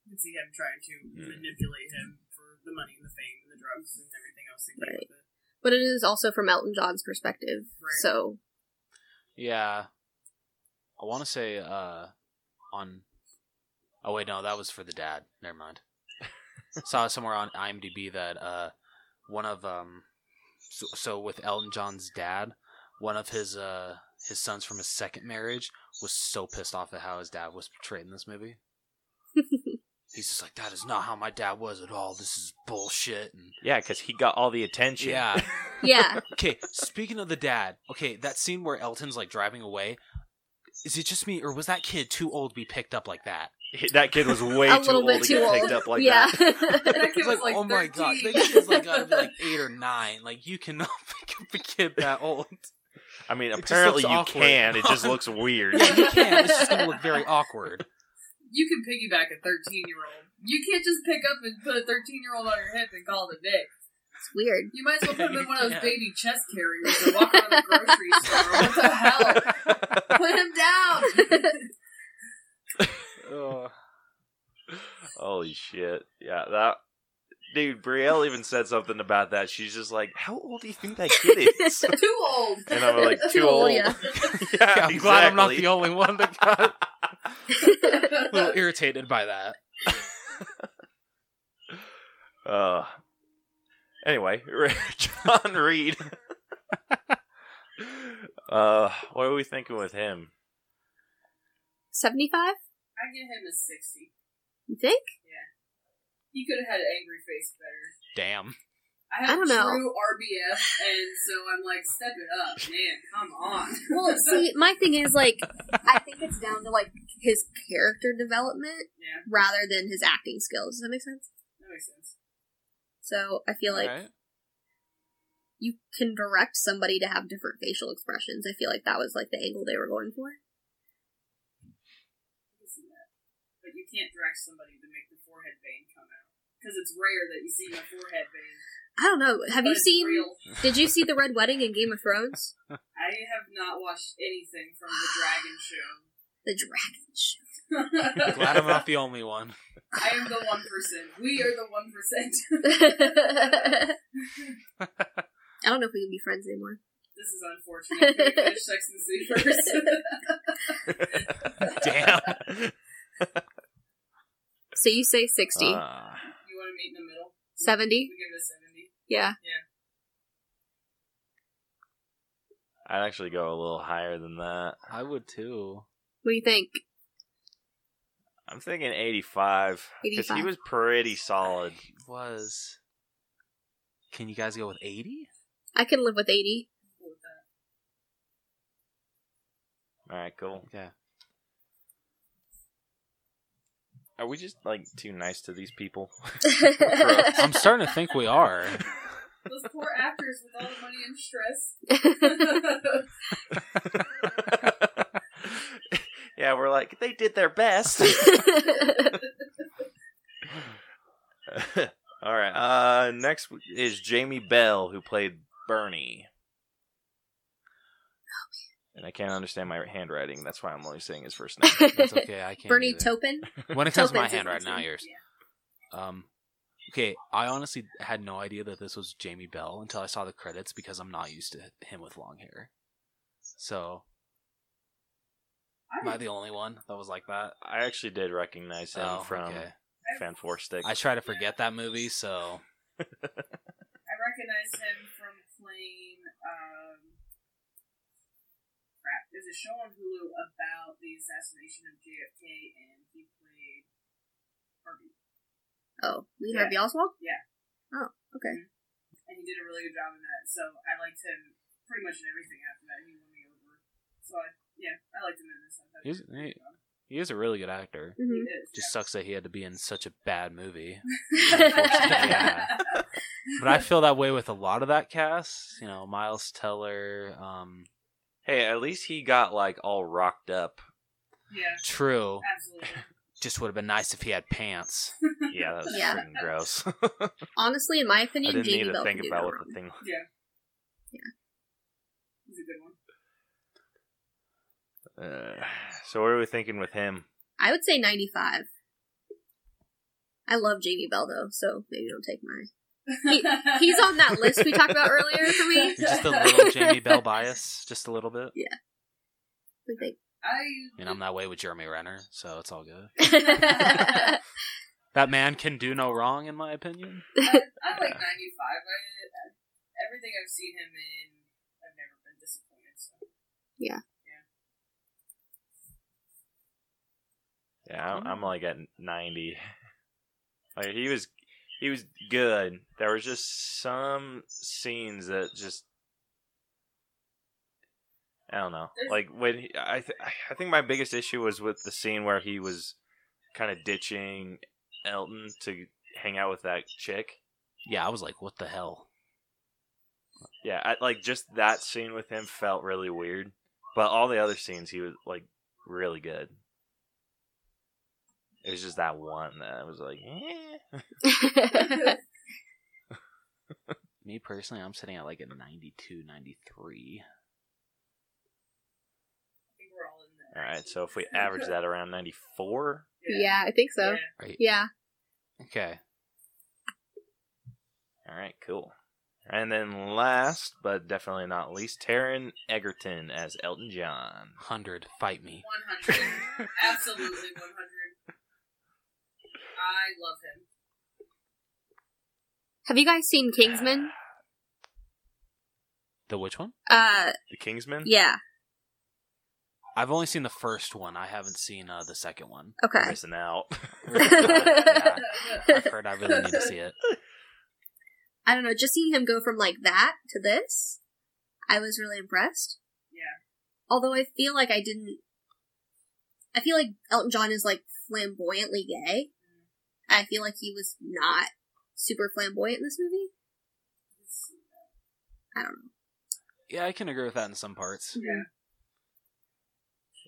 [SPEAKER 3] I can see him trying to
[SPEAKER 2] Hmm.
[SPEAKER 3] manipulate him for the money and the fame and the drugs and everything else that came
[SPEAKER 4] Right.
[SPEAKER 3] with it.
[SPEAKER 4] but it is also from Elton John's perspective.
[SPEAKER 3] Right.
[SPEAKER 4] So,
[SPEAKER 1] Yeah, I want to say uh on. Oh wait, no, that was for the dad. Never mind. Saw somewhere on IMDb that uh one of um so, so with Elton John's dad, one of his uh his sons from his second marriage was so pissed off at how his dad was portrayed in this movie. He's just like, that is not how my dad was at all. This is bullshit. And
[SPEAKER 2] Yeah, because he got all the attention.
[SPEAKER 1] yeah,
[SPEAKER 4] yeah.
[SPEAKER 1] Okay, speaking of the dad, okay, that scene where Elton's like driving away, Is it just me, or was that kid too old to be picked up like that?
[SPEAKER 2] That kid was way
[SPEAKER 4] a
[SPEAKER 2] too
[SPEAKER 4] little
[SPEAKER 2] old
[SPEAKER 4] bit
[SPEAKER 2] to
[SPEAKER 4] too
[SPEAKER 2] get
[SPEAKER 4] old.
[SPEAKER 2] picked up like
[SPEAKER 4] yeah.
[SPEAKER 2] that.
[SPEAKER 3] That kid
[SPEAKER 1] It's
[SPEAKER 3] was
[SPEAKER 1] like,
[SPEAKER 3] like,
[SPEAKER 1] oh my god,
[SPEAKER 3] 13.
[SPEAKER 1] that kid's like gotta be like eight or nine. Like you cannot pick up a kid that old.
[SPEAKER 2] I mean,
[SPEAKER 1] just
[SPEAKER 2] apparently
[SPEAKER 1] looks
[SPEAKER 2] you
[SPEAKER 1] awkward.
[SPEAKER 2] can. It just looks weird.
[SPEAKER 1] Yeah, you can. It's just gonna look very awkward.
[SPEAKER 3] You can piggyback a 13 year old. You can't just pick up and put a 13 year old on your hip and call it a day.
[SPEAKER 4] It's weird.
[SPEAKER 3] You might as well put him in one of
[SPEAKER 1] Yeah.
[SPEAKER 3] those baby chest carriers and walk around the grocery store. What the hell? Put him down!
[SPEAKER 1] Ugh.
[SPEAKER 2] Holy shit! Yeah, that dude. Brielle even said something about that. She's just like, "How old do you think that kid is?"
[SPEAKER 3] Too old!
[SPEAKER 2] And I'm like, "Too, old."
[SPEAKER 4] yeah.
[SPEAKER 2] Yeah,
[SPEAKER 1] Yeah, I'm glad I'm not
[SPEAKER 2] exactly.
[SPEAKER 1] the only one that got a little
[SPEAKER 3] That's
[SPEAKER 1] irritated by that.
[SPEAKER 2] Uh, anyway, John Reed. uh, what are we thinking with him?
[SPEAKER 4] 75,
[SPEAKER 3] I get him a 60.
[SPEAKER 4] you think?
[SPEAKER 3] He could have had an angry face better.
[SPEAKER 1] Damn.
[SPEAKER 3] I have
[SPEAKER 4] I don't know.
[SPEAKER 3] true RBF, and so I'm like, step it up, man, come on.
[SPEAKER 4] Well, see, my thing is, like, I think it's down to, like, his character development
[SPEAKER 3] Yeah.
[SPEAKER 4] rather than his acting skills. Does that make sense?
[SPEAKER 3] That makes sense.
[SPEAKER 4] So I feel like
[SPEAKER 1] Alright.
[SPEAKER 4] you can direct somebody to have different facial expressions. I feel like that was, like, the angle they were going for.
[SPEAKER 3] I can see that. But you can't direct somebody to make the forehead vein come out. Because it's rare that you see a forehead vein.
[SPEAKER 4] I don't know. Have
[SPEAKER 3] but
[SPEAKER 4] you
[SPEAKER 3] it's
[SPEAKER 4] seen.
[SPEAKER 3] real.
[SPEAKER 4] Did you see the Red Wedding in Game of Thrones?
[SPEAKER 3] I have not watched anything from the Dragon Show.
[SPEAKER 4] The dragon show.
[SPEAKER 1] Glad I'm not the only one.
[SPEAKER 3] I am the one percent. We are the one percent.
[SPEAKER 4] I don't know if we can be friends anymore.
[SPEAKER 3] This is unfortunate. We finish Sex and the City first.
[SPEAKER 1] Damn.
[SPEAKER 4] So you say 60.
[SPEAKER 2] Uh,
[SPEAKER 3] you want to meet in the middle?
[SPEAKER 4] 70?
[SPEAKER 3] We give it a seventy.
[SPEAKER 4] Yeah.
[SPEAKER 2] I'd actually go a little higher than that.
[SPEAKER 1] I would too.
[SPEAKER 4] What do you think?
[SPEAKER 2] I'm thinking 85 because he
[SPEAKER 4] 85.
[SPEAKER 2] was pretty solid.
[SPEAKER 1] Was. Can you guys go with 80?
[SPEAKER 4] I can live with 80.
[SPEAKER 3] Cool with that.
[SPEAKER 2] All right, cool.
[SPEAKER 1] Okay.
[SPEAKER 2] Are we just like too nice to these people?
[SPEAKER 1] I'm starting to think we are.
[SPEAKER 3] Those poor actors with all the money and stress.
[SPEAKER 2] yeah, we're like they did their best. All right. Uh, next w- is Jamie Bell, who played Bernie. And I can't understand my handwriting. That's why I'm only saying his first name.
[SPEAKER 1] That's okay. I can't.
[SPEAKER 4] Bernie
[SPEAKER 1] either.
[SPEAKER 4] Topin?
[SPEAKER 1] When it comes to my
[SPEAKER 4] Topin's his
[SPEAKER 1] handwriting,
[SPEAKER 4] last
[SPEAKER 1] not
[SPEAKER 4] name.
[SPEAKER 1] yours.
[SPEAKER 3] Yeah.
[SPEAKER 1] Um, okay, I honestly had no idea that this was Jamie Bell until I saw the credits because I'm not used to him with long hair. So, am I
[SPEAKER 3] I,
[SPEAKER 1] the only one that was like that?
[SPEAKER 2] I actually did recognize him
[SPEAKER 1] Oh,
[SPEAKER 2] from
[SPEAKER 1] okay.
[SPEAKER 2] Fan Four Stick.
[SPEAKER 1] I try to forget that movie, so
[SPEAKER 3] I recognize him from playing. Um, crap. There's a show on Hulu about the assassination of JFK, and he played Harvey.
[SPEAKER 4] Oh, Lee Harvey Oswald?
[SPEAKER 3] Yeah.
[SPEAKER 4] Oh, okay.
[SPEAKER 3] and he did a really good job in that. So I liked him pretty much in everything after that. He won me over. So I, yeah, I liked him in this. I thought
[SPEAKER 1] He's-
[SPEAKER 3] did a good
[SPEAKER 1] he-
[SPEAKER 3] job.
[SPEAKER 4] Mm-hmm.
[SPEAKER 1] he is a really good actor.
[SPEAKER 3] He
[SPEAKER 4] hmm
[SPEAKER 3] is.
[SPEAKER 1] Just sucks that he had to be in such a bad movie.
[SPEAKER 3] yeah.
[SPEAKER 1] Yeah. But I feel that way with a lot of that cast. You know, Miles Teller. Um,
[SPEAKER 2] hey, at least he got like all rocked up.
[SPEAKER 3] yeah,
[SPEAKER 1] true.
[SPEAKER 3] absolutely.
[SPEAKER 1] Just would have been nice if he had pants.
[SPEAKER 2] Yeah, that was
[SPEAKER 4] Yeah.
[SPEAKER 2] freaking gross.
[SPEAKER 4] Honestly, in my
[SPEAKER 2] I
[SPEAKER 4] opinion,
[SPEAKER 2] didn't
[SPEAKER 4] Jamie
[SPEAKER 2] need to
[SPEAKER 4] Bell
[SPEAKER 2] think
[SPEAKER 4] can do
[SPEAKER 2] about
[SPEAKER 4] no
[SPEAKER 2] what
[SPEAKER 4] wrong.
[SPEAKER 2] the thing.
[SPEAKER 3] He's a good one.
[SPEAKER 2] Uh, so what are we thinking with him?
[SPEAKER 4] I would say 95. I love Jamie Bell, though, so maybe don't take mine. He- he's on that list we talked about earlier for me.
[SPEAKER 1] Just a little Jamie Bell bias, just a little bit.
[SPEAKER 4] We think.
[SPEAKER 3] I
[SPEAKER 1] I mean, I'm that way with Jeremy Renner, so it's all good.
[SPEAKER 4] I
[SPEAKER 1] That man can do no wrong, in my opinion.
[SPEAKER 3] I like 95. I, everything I've seen him in, I've never been disappointed. So.
[SPEAKER 2] Yeah, I'm,
[SPEAKER 4] Mm-hmm.
[SPEAKER 2] I'm like at 90. Like he was, he was good. There was just some scenes that just I don't know. Like when he, I, th- I think my biggest issue was with the scene where he was kind of ditching Elton to hang out with that chick.
[SPEAKER 1] Yeah, I was like, what the hell?
[SPEAKER 2] Yeah, I, like just that scene with him felt really weird. But all the other scenes, he was like really good. It was just that one that I was like, eh.
[SPEAKER 1] Me personally, I'm sitting at like a 92, 93.
[SPEAKER 3] I think we're all in there.
[SPEAKER 2] all right. So if we average that around ninety four,
[SPEAKER 4] yeah, I think so.
[SPEAKER 3] Yeah.
[SPEAKER 1] Right.
[SPEAKER 4] Yeah.
[SPEAKER 1] Okay.
[SPEAKER 2] all right, cool. And then last, but definitely not least, Taryn Egerton as Elton John.
[SPEAKER 1] 100. Fight me.
[SPEAKER 3] 100. Absolutely 100. I love him.
[SPEAKER 4] Have you guys seen Kingsman?
[SPEAKER 1] The which one?
[SPEAKER 4] Uh,
[SPEAKER 2] The Kingsman.
[SPEAKER 4] yeah.
[SPEAKER 1] I've only seen the first one. I haven't seen uh, the second one.
[SPEAKER 4] Okay.
[SPEAKER 2] Missing out.
[SPEAKER 1] Yeah, I've heard I really need to see it.
[SPEAKER 4] I don't know. Just seeing him go from like that to this, I was really impressed.
[SPEAKER 3] Yeah.
[SPEAKER 4] Although I feel like I didn't. I feel like Elton John is like flamboyantly gay.
[SPEAKER 3] Mm.
[SPEAKER 4] I feel like he was not super flamboyant in this movie. I don't know.
[SPEAKER 1] Yeah, I can agree with that in some parts.
[SPEAKER 3] Yeah.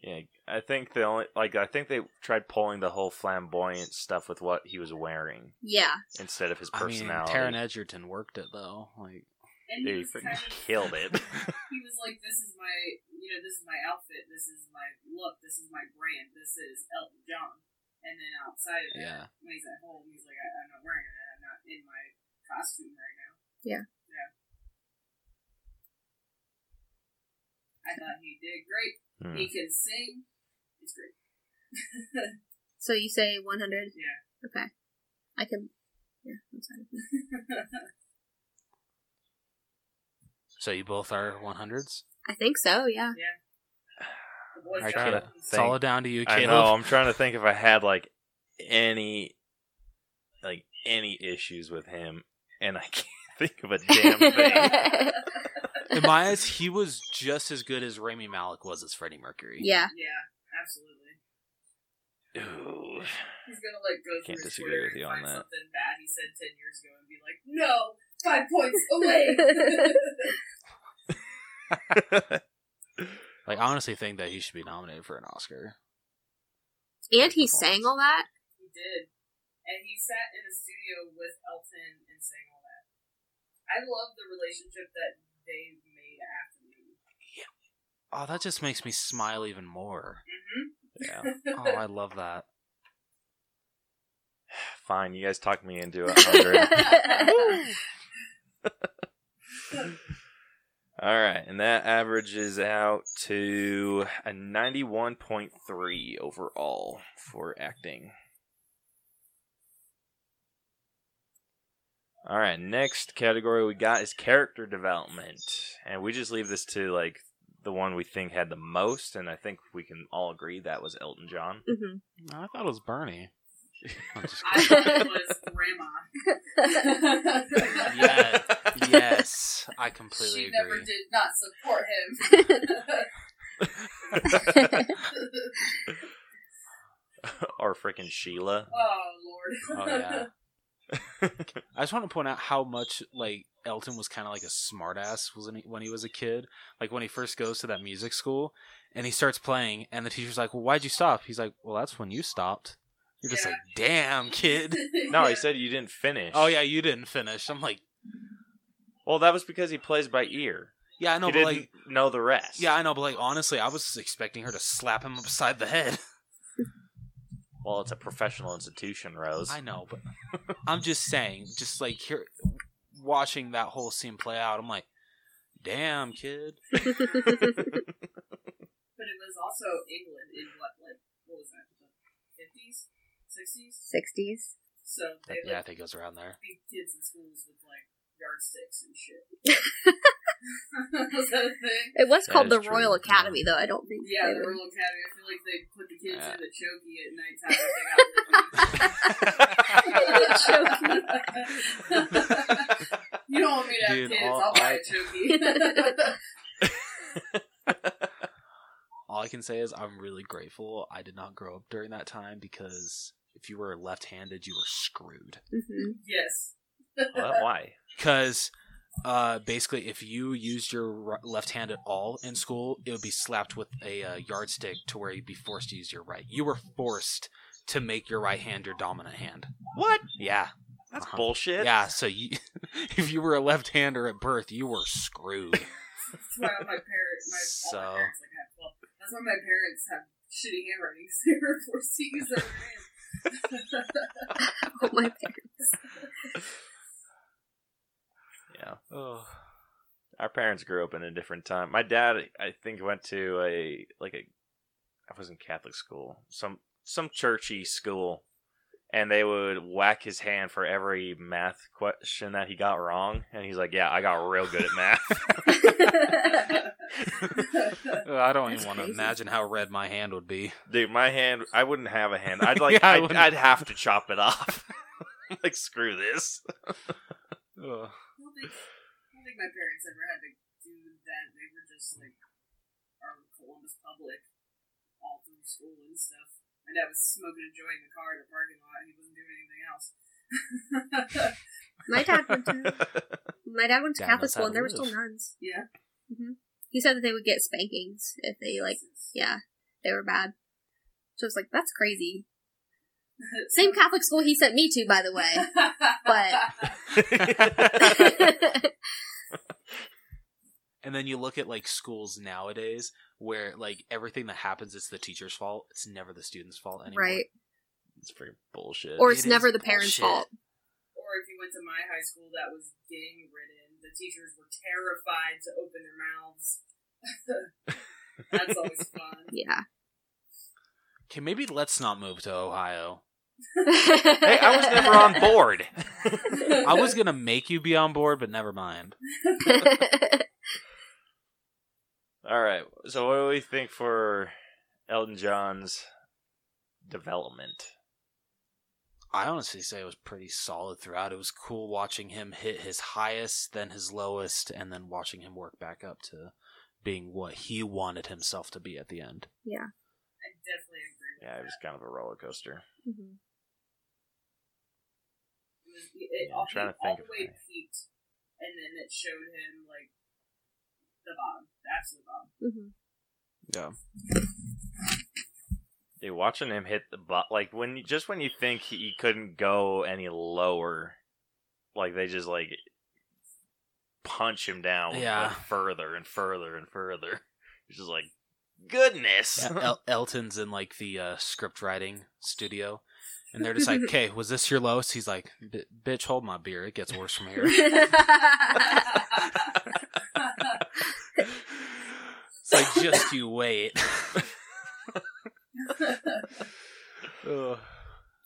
[SPEAKER 2] Yeah, I think the only like I think they tried pulling the whole flamboyant stuff with what he was wearing
[SPEAKER 4] Yeah.
[SPEAKER 2] instead of
[SPEAKER 1] I
[SPEAKER 2] his
[SPEAKER 1] mean,
[SPEAKER 2] personality.
[SPEAKER 1] Taron Edgerton worked it though. Like,
[SPEAKER 3] And
[SPEAKER 2] Dude, he
[SPEAKER 3] he was
[SPEAKER 2] freaking
[SPEAKER 3] kind of-
[SPEAKER 2] killed it.
[SPEAKER 3] He was like, "This is my, you know, this is my outfit. This is my look. This is my brand. This is Elton John." And then outside of that,
[SPEAKER 1] yeah,
[SPEAKER 3] when he's at home, he's like, I, "I'm not wearing it. I'm not in my costume right now."
[SPEAKER 4] Yeah.
[SPEAKER 3] Yeah. I thought he did great.
[SPEAKER 2] Hmm.
[SPEAKER 3] He can sing. It's great.
[SPEAKER 4] So you say 100?
[SPEAKER 3] Yeah.
[SPEAKER 4] Okay. I can. Yeah. I'm sorry.
[SPEAKER 1] so you both are 100s.
[SPEAKER 4] I think so. Yeah.
[SPEAKER 3] The boys
[SPEAKER 1] I
[SPEAKER 2] I'm
[SPEAKER 3] got
[SPEAKER 2] trying
[SPEAKER 1] Caleb.
[SPEAKER 2] to
[SPEAKER 3] it.
[SPEAKER 1] It's all
[SPEAKER 2] think.
[SPEAKER 1] down to you,
[SPEAKER 2] I
[SPEAKER 1] Caleb.
[SPEAKER 2] know. I'm trying to think if I had like any like any issues with him, and I can't think of a damn thing.
[SPEAKER 1] In my eyes, he was just as good as Rami Malik was as Freddie Mercury.
[SPEAKER 4] yeah.
[SPEAKER 3] Yeah, absolutely.
[SPEAKER 2] Ooh.
[SPEAKER 3] He's gonna like go
[SPEAKER 2] Can't
[SPEAKER 3] through his
[SPEAKER 2] disagree
[SPEAKER 3] Twitter
[SPEAKER 2] with
[SPEAKER 3] and
[SPEAKER 2] you on
[SPEAKER 3] find
[SPEAKER 2] that.
[SPEAKER 3] something bad he said ten years ago and be like, "No, five points away."
[SPEAKER 1] Like, I honestly think that he should be nominated for an Oscar.
[SPEAKER 4] And he sang all that.
[SPEAKER 3] he did, and he sat in the studio with Elton and sang all that. I love the relationship that they made after the movie.
[SPEAKER 1] Oh, that just makes me smile even more.
[SPEAKER 3] Mm-hmm.
[SPEAKER 2] Yeah.
[SPEAKER 1] Oh, I love that.
[SPEAKER 2] Fine, you guys talked me into a hundred. All right, and that averages out to a 91.3 overall for acting. All right, next category we got is character development. And we just leave this to like the one we think had the most and I think we can all agree that was Elton John.
[SPEAKER 4] hmm
[SPEAKER 1] I thought it was Bernie. I'm just
[SPEAKER 3] I thought it was Grandma.
[SPEAKER 1] Yeah. kidding. yes, I completely
[SPEAKER 3] she never
[SPEAKER 1] agree.
[SPEAKER 3] did not support him.
[SPEAKER 2] or freaking Sheila.
[SPEAKER 3] oh
[SPEAKER 1] Oh
[SPEAKER 3] Lord.
[SPEAKER 1] yeah. I just want to point out how much like Elton was kind of like a smartass wasn't he, when he was a kid. Like when he first goes to that music school and he starts playing, and the teacher's like, "Well, why'd you stop?" He's like, "Well, that's when you stopped." You're just
[SPEAKER 3] Yeah.
[SPEAKER 1] like, "Damn, kid."
[SPEAKER 2] No, he said you didn't finish.
[SPEAKER 1] oh yeah, you didn't finish. I'm like,
[SPEAKER 2] Well, that was because he plays by ear.
[SPEAKER 1] yeah, I know,
[SPEAKER 2] he
[SPEAKER 1] but
[SPEAKER 2] didn't
[SPEAKER 1] like,
[SPEAKER 2] know the rest.
[SPEAKER 1] yeah, I know, but like, honestly, I was expecting her to slap him upside the head.
[SPEAKER 2] Well, it's a professional institution, Rose.
[SPEAKER 1] I know, but I'm just saying, just like here, watching that whole scene play out, I'm like, damn, kid.
[SPEAKER 3] But it was also England in what like what was that? The fifties? Sixties?
[SPEAKER 4] 60s.
[SPEAKER 3] So they
[SPEAKER 1] Yeah, I
[SPEAKER 3] like
[SPEAKER 1] think it was around there.
[SPEAKER 3] beat kids in schools with like yardsticks and shit. was that a thing?
[SPEAKER 4] It was
[SPEAKER 2] That
[SPEAKER 4] called
[SPEAKER 2] is
[SPEAKER 4] the
[SPEAKER 2] true,
[SPEAKER 4] Royal
[SPEAKER 2] yeah.
[SPEAKER 4] Academy, though. I don't think.
[SPEAKER 3] Yeah,
[SPEAKER 4] they
[SPEAKER 3] the
[SPEAKER 4] would-
[SPEAKER 3] Royal Academy. I feel like they put the kids
[SPEAKER 1] Yeah.
[SPEAKER 3] in the chokey at nighttime when they got Chokey. You don't want me to have
[SPEAKER 1] Dude,
[SPEAKER 3] kids,
[SPEAKER 1] all
[SPEAKER 3] I'll buy
[SPEAKER 1] I-
[SPEAKER 3] a chokey.
[SPEAKER 1] can say is I'm really grateful I did not grow up during that time because if you were left-handed, you were screwed.
[SPEAKER 4] hmm
[SPEAKER 3] Yes.
[SPEAKER 2] Well, why?
[SPEAKER 1] because uh, basically if you used your ri left hand at all in school it would be slapped with a uh, yardstick to where you'd be forced to use your right you were forced to make your right hand your dominant hand
[SPEAKER 2] What?
[SPEAKER 1] yeah
[SPEAKER 2] That's
[SPEAKER 1] Uh-huh.
[SPEAKER 2] bullshit.
[SPEAKER 1] yeah so you, if you were a left-hander at birth you were screwed
[SPEAKER 3] That's why all my parents, my,
[SPEAKER 1] So-
[SPEAKER 3] all my parents like have, well, that's why my parents have shitty handwriting.
[SPEAKER 4] Oh,
[SPEAKER 3] 'cause They were forced to use their hands.
[SPEAKER 4] my parents.
[SPEAKER 2] Yeah. Our parents grew up in a different time. My dad, I think, went to a like a, I was in Catholic school, some some churchy school, and they would whack his hand for every math question that he got wrong. And he's like, "Yeah, I got real good at math."
[SPEAKER 1] Uh, i don't even
[SPEAKER 4] That's
[SPEAKER 1] want to
[SPEAKER 4] crazy.
[SPEAKER 1] imagine how red my hand would be
[SPEAKER 2] Dude, my hand, I wouldn't have a hand. I'd like,
[SPEAKER 1] Yeah, I
[SPEAKER 2] I'd,
[SPEAKER 1] wouldn't.
[SPEAKER 2] I'd have to chop it off. like, screw this.
[SPEAKER 1] Ugh.
[SPEAKER 3] I don't think, I don't think my parents ever had to do that. They were just like our Columbus public all through school and stuff. My dad was smoking a joint in the car in the parking lot. He wasn't doing anything else.
[SPEAKER 4] My dad went to my dad went to
[SPEAKER 1] Dad
[SPEAKER 4] Catholic
[SPEAKER 1] knows how
[SPEAKER 4] school
[SPEAKER 1] to
[SPEAKER 4] and there were
[SPEAKER 1] live.
[SPEAKER 4] still nuns.
[SPEAKER 3] Yeah.
[SPEAKER 4] hmm He said that they would get spankings if they like. Yeah, they were bad. So I was like, that's crazy. Same Catholic school he sent me to, by the way. but-
[SPEAKER 1] and then you look at like schools nowadays where like everything that happens it's the teacher's fault it's never the student's fault anymore
[SPEAKER 4] right,
[SPEAKER 2] It's freaking bullshit.
[SPEAKER 4] or
[SPEAKER 1] It
[SPEAKER 4] it's never
[SPEAKER 1] is
[SPEAKER 4] the parents'
[SPEAKER 1] bullshit.
[SPEAKER 4] fault.
[SPEAKER 3] or if you went to my high school that was gang ridden, the teachers were terrified to open their mouths. That's always fun.
[SPEAKER 4] Yeah.
[SPEAKER 1] Okay, maybe let's not move to Ohio.
[SPEAKER 2] hey, I was never on board.
[SPEAKER 1] I was gonna make you be on board, but never mind.
[SPEAKER 4] Mm-hmm.
[SPEAKER 2] All right. So, what do we think for Elton John's development?
[SPEAKER 1] I honestly say it was pretty solid throughout. It was cool watching him hit his highest, then his lowest, and then watching him work back up to being what he wanted himself to be at the end.
[SPEAKER 3] I definitely agree with
[SPEAKER 2] Yeah, it was kind of a roller coaster.
[SPEAKER 4] Mhm.
[SPEAKER 3] It was it
[SPEAKER 2] Yeah, I'm
[SPEAKER 3] all,
[SPEAKER 2] trying
[SPEAKER 3] he
[SPEAKER 2] to think
[SPEAKER 3] all
[SPEAKER 2] of
[SPEAKER 3] the way
[SPEAKER 2] my-
[SPEAKER 3] peaked, and then it showed him like the bottom, the absolute bottom.
[SPEAKER 4] Mhm.
[SPEAKER 2] Dude, watching him hit the butt, like when you- just when you think he couldn't go any lower, like they just like punch him down like,
[SPEAKER 1] Yeah.
[SPEAKER 2] further and further and further. It's just like goodness.
[SPEAKER 1] Yeah, E-, El- Elton's in like the uh, script writing studio, and they're just like, "Okay, was this your lowest?" He's like, "B- "Bitch, hold my beer. It gets worse from here." It's like, just you wait. Ugh.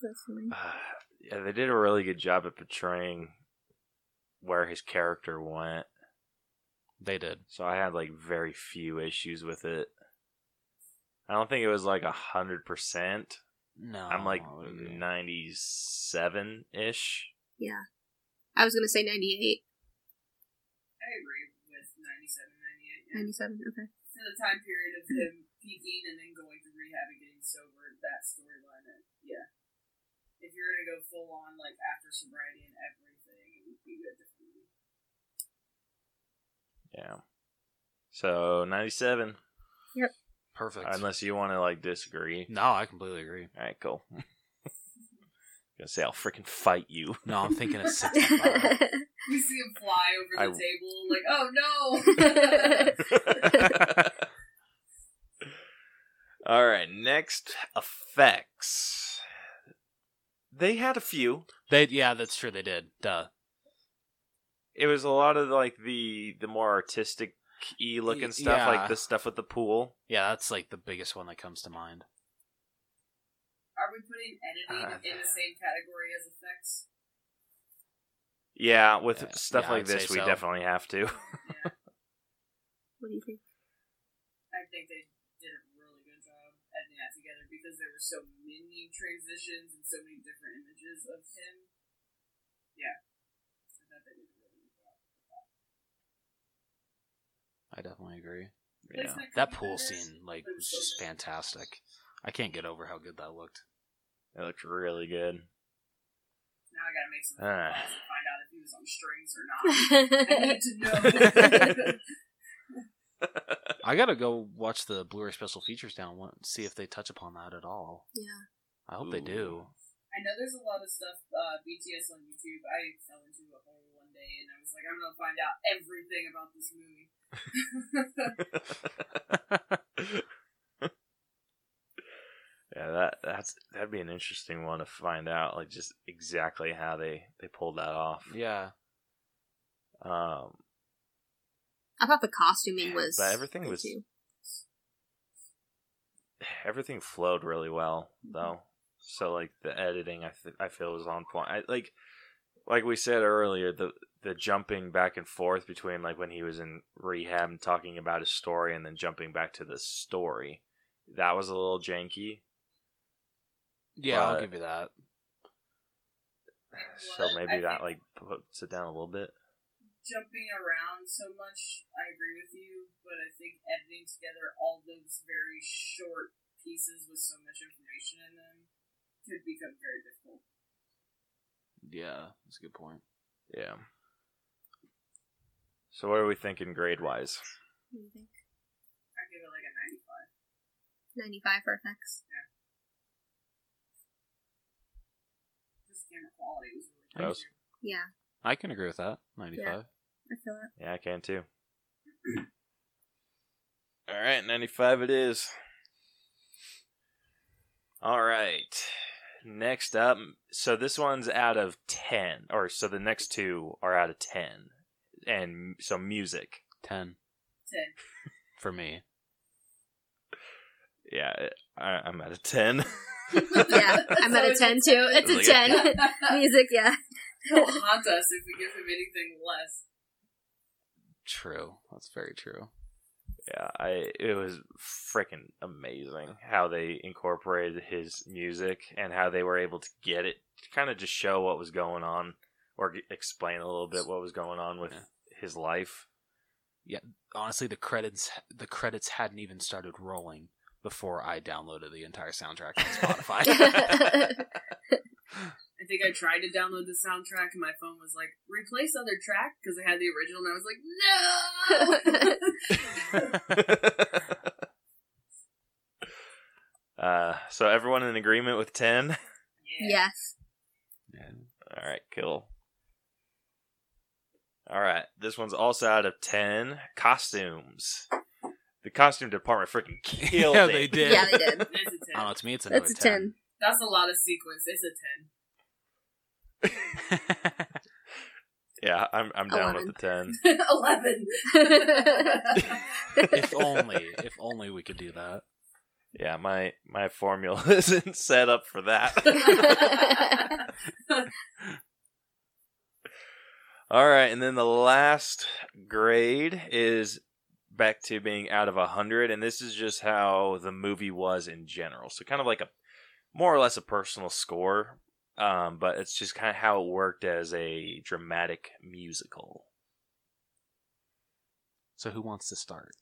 [SPEAKER 4] That's funny.
[SPEAKER 2] yeah, they did a really good job at portraying where his character went.
[SPEAKER 1] They did.
[SPEAKER 2] So I had like very few issues with it. I don't think it was like a hundred percent.
[SPEAKER 1] No,
[SPEAKER 2] I'm like
[SPEAKER 1] I wouldn't agree.
[SPEAKER 2] ninety seven ish.
[SPEAKER 4] I was gonna say 98,
[SPEAKER 3] I agree with 97, 98. yeah.
[SPEAKER 4] 97, Okay.
[SPEAKER 3] For the time period of him peaking and then going to rehab and getting sober, that storyline, uh, yeah. If you're gonna go full on like after sobriety and everything, it would be a different movie.
[SPEAKER 2] Yeah. So ninety seven.
[SPEAKER 1] perfect.
[SPEAKER 2] Unless you want to like disagree.
[SPEAKER 1] no, I completely agree.
[SPEAKER 2] All right, cool. gonna say I'll freaking fight you.
[SPEAKER 1] No, I'm thinking it's 65.
[SPEAKER 3] We see him fly over
[SPEAKER 2] I-
[SPEAKER 3] the table, like, oh no!
[SPEAKER 2] All right, next effects. They had a few.
[SPEAKER 1] they, yeah, that's true. They did. Duh.
[SPEAKER 2] It was a lot of like the the more artistic y looking
[SPEAKER 1] Y-
[SPEAKER 2] stuff,
[SPEAKER 1] yeah.
[SPEAKER 2] like the stuff with the pool.
[SPEAKER 1] Yeah, that's like the biggest one that comes to mind.
[SPEAKER 3] Are we putting editing
[SPEAKER 2] Uh,
[SPEAKER 3] in the same category as effects?
[SPEAKER 2] Yeah, with
[SPEAKER 1] Yeah,
[SPEAKER 2] stuff
[SPEAKER 1] yeah,
[SPEAKER 2] like
[SPEAKER 1] I'd say
[SPEAKER 2] this, we
[SPEAKER 1] so.
[SPEAKER 2] definitely have to.
[SPEAKER 4] what do you think?
[SPEAKER 3] I think they did a really good job editing that together because there were so many transitions and so many different images of him. Yeah. I thought they did a really good job.
[SPEAKER 1] I definitely agree. Yeah, that pool scene like was just fantastic. I can't get over how good that looked.
[SPEAKER 2] It looked really good.
[SPEAKER 3] Now I gotta make some phone
[SPEAKER 2] Ah.
[SPEAKER 3] calls and find out if he was on strings or not. I need to know.
[SPEAKER 1] I gotta go watch the Blu-ray special features down one, see if they touch upon that at all.
[SPEAKER 4] Yeah.
[SPEAKER 1] I hope they
[SPEAKER 2] Ooh.
[SPEAKER 1] do.
[SPEAKER 3] I know there's a lot of stuff uh, BTS on YouTube. I fell into a hole one day and I was like, I'm gonna find out everything about this movie.
[SPEAKER 2] yeah, that that's that'd be an interesting one to find out, like just exactly how they they pulled that off.
[SPEAKER 1] Yeah,
[SPEAKER 2] Um,
[SPEAKER 4] I thought the costuming was.
[SPEAKER 2] But everything
[SPEAKER 4] good
[SPEAKER 2] was-
[SPEAKER 4] too.
[SPEAKER 2] everything flowed really well
[SPEAKER 3] Mm-hmm.
[SPEAKER 2] though. So like the editing, I th- I feel was on point. I, like like we said earlier, the the jumping back and forth between like when he was in rehab and talking about his story, and then jumping back to the story, that was a little janky.
[SPEAKER 1] yeah, I'll
[SPEAKER 2] But-
[SPEAKER 1] give you that.
[SPEAKER 2] So
[SPEAKER 3] Well,
[SPEAKER 2] maybe
[SPEAKER 3] I
[SPEAKER 2] that like
[SPEAKER 3] think-
[SPEAKER 2] puts it down a little bit.
[SPEAKER 3] Jumping around so much, I agree with you, but I think editing together all those very short pieces with so much information in them could become very difficult.
[SPEAKER 1] Yeah, that's a good point.
[SPEAKER 2] Yeah. So what are we thinking grade wise?
[SPEAKER 4] What do you think?
[SPEAKER 3] I give it like a 95.
[SPEAKER 4] 95 for effects.
[SPEAKER 3] Just camera quality was really good.
[SPEAKER 2] Yes.
[SPEAKER 3] too.
[SPEAKER 4] Yeah,
[SPEAKER 1] I can agree with that. Ninety-five.
[SPEAKER 4] I feel it.
[SPEAKER 2] Yeah, I can too. All right, 95 it is. All right. Next up, so this one's out of 10 or so the next two are out of 10. And so music.
[SPEAKER 1] Ten
[SPEAKER 3] Ten.
[SPEAKER 1] for me.
[SPEAKER 2] Yeah, I, I'm at a 10.
[SPEAKER 4] Yeah, I'm at a
[SPEAKER 3] So
[SPEAKER 4] 10 too. It's a
[SPEAKER 2] Like a
[SPEAKER 4] 10.
[SPEAKER 3] It'll
[SPEAKER 4] Music, yeah.
[SPEAKER 3] haunt us if we give him anything less.
[SPEAKER 1] True. That's very true.
[SPEAKER 2] Yeah, I it was freaking amazing how they incorporated his music and how they were able to get it to kind of just show what was going on or g- explain a little bit what was going on with
[SPEAKER 1] Yeah.
[SPEAKER 2] his life.
[SPEAKER 1] Honestly, the credits the credits hadn't even started rolling before I downloaded the entire soundtrack on Spotify.
[SPEAKER 3] I think I tried to download the soundtrack and my phone was like, replace other track because I had the original and I was like, no!
[SPEAKER 2] uh, so everyone in agreement with 10?
[SPEAKER 4] yes.
[SPEAKER 2] All right, cool. All right, this one's also out of 10 costumes. The costume department freaking killed
[SPEAKER 1] yeah,
[SPEAKER 2] it.
[SPEAKER 1] they did.
[SPEAKER 4] Yeah, they did.
[SPEAKER 3] That's a 10.
[SPEAKER 1] I don't know. To me, it's another
[SPEAKER 4] That's a 10.
[SPEAKER 3] That's a lot of sequence. It's a 10.
[SPEAKER 2] Yeah, I'm I'm down with the ten.
[SPEAKER 3] 11.
[SPEAKER 1] if only, if only we could do that.
[SPEAKER 2] Yeah, my my formula isn't set up for that. All right, and then the last grade is back to being out of 100 and this is just how the movie was in general. So kind of like a more or less a personal score, um, but it's just kind of how it worked as a dramatic musical.
[SPEAKER 1] So who wants to start?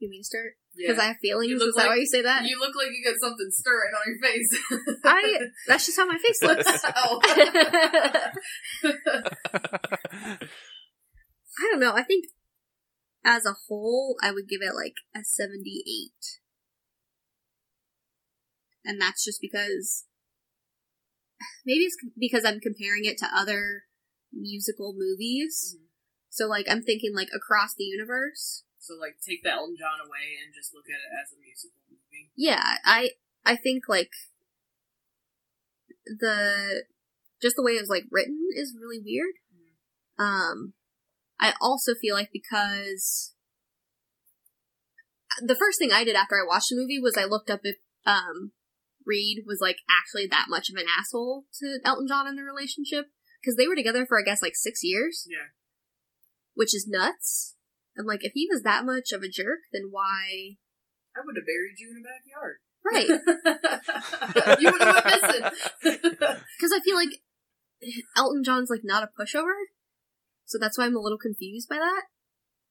[SPEAKER 4] you mean start?
[SPEAKER 3] Yeah.
[SPEAKER 4] Because I have feelings.
[SPEAKER 3] You
[SPEAKER 4] Is
[SPEAKER 3] look
[SPEAKER 4] that
[SPEAKER 3] like-
[SPEAKER 4] why you say that?
[SPEAKER 3] you look like you got something stirring on your face.
[SPEAKER 4] I. That's just how my face looks.
[SPEAKER 3] oh.
[SPEAKER 4] I don't know. I think as a whole, I would give it like a 78. And that's just because maybe it's because I'm comparing it to other musical movies.
[SPEAKER 3] Mhm.
[SPEAKER 4] So like I'm thinking like across the universe.
[SPEAKER 3] So, like, take that Elton John away and just look at it as a musical movie.
[SPEAKER 4] Yeah, I I think like the just the way it was like written is really weird. Um I also feel like because the first thing I did after I watched the movie was I looked up if um Reed was like actually that much of an asshole to Elton John in their relationship because they were together for I guess like 6 years.
[SPEAKER 3] Yeah.
[SPEAKER 4] Which is nuts. And like if he was that much of a jerk, then why
[SPEAKER 3] I would have buried you in the backyard.
[SPEAKER 4] Right.
[SPEAKER 3] you would have went missing.
[SPEAKER 4] Because I feel like Elton John's like not a pushover, so that's why I'm a little confused by that.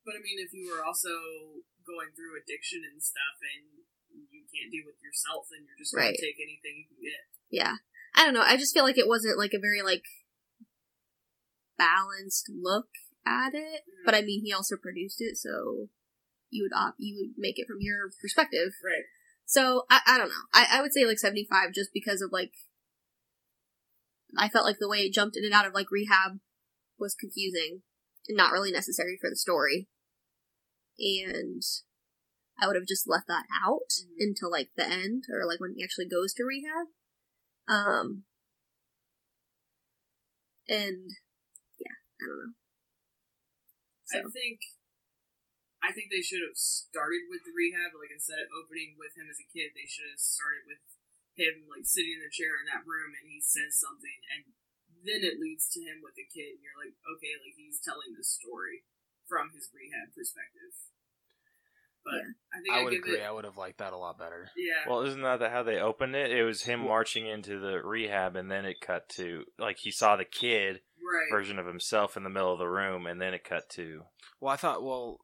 [SPEAKER 3] But I mean, if you were also going through addiction and stuff, and you can't deal with yourself, then you're just going
[SPEAKER 4] Right.
[SPEAKER 3] to take anything you can get.
[SPEAKER 4] yeah i don't know i just feel like it wasn't like a very like balanced look at it but i mean he also produced it so you would op- you would make it from your perspective
[SPEAKER 3] Right.
[SPEAKER 4] so i, I don't know I, I would say like 75 just because of like i felt like the way it jumped in and out of like rehab was confusing and not really necessary for the story and i would have just left that out
[SPEAKER 3] Mhm.
[SPEAKER 4] until like the end or like when he actually goes to rehab um and yeah i don't know
[SPEAKER 3] I think. I think they should have started with the rehab, like instead of opening with him as a kid, they should have started with him like sitting in the chair in that room, and he says something, and then it leads to him with the kid, and you're like, okay, like he's telling this story from his rehab perspective. But I think I,
[SPEAKER 1] I would
[SPEAKER 3] give
[SPEAKER 1] agree.
[SPEAKER 3] it,
[SPEAKER 1] I would have liked that a lot better.
[SPEAKER 3] yeah.
[SPEAKER 2] Well, isn't that the- how they opened it? It was him marching into the rehab, and then it cut to like he saw the kid
[SPEAKER 3] Right.
[SPEAKER 2] version of himself in the middle of the room, and then it cut to
[SPEAKER 1] Well, I thought. Well,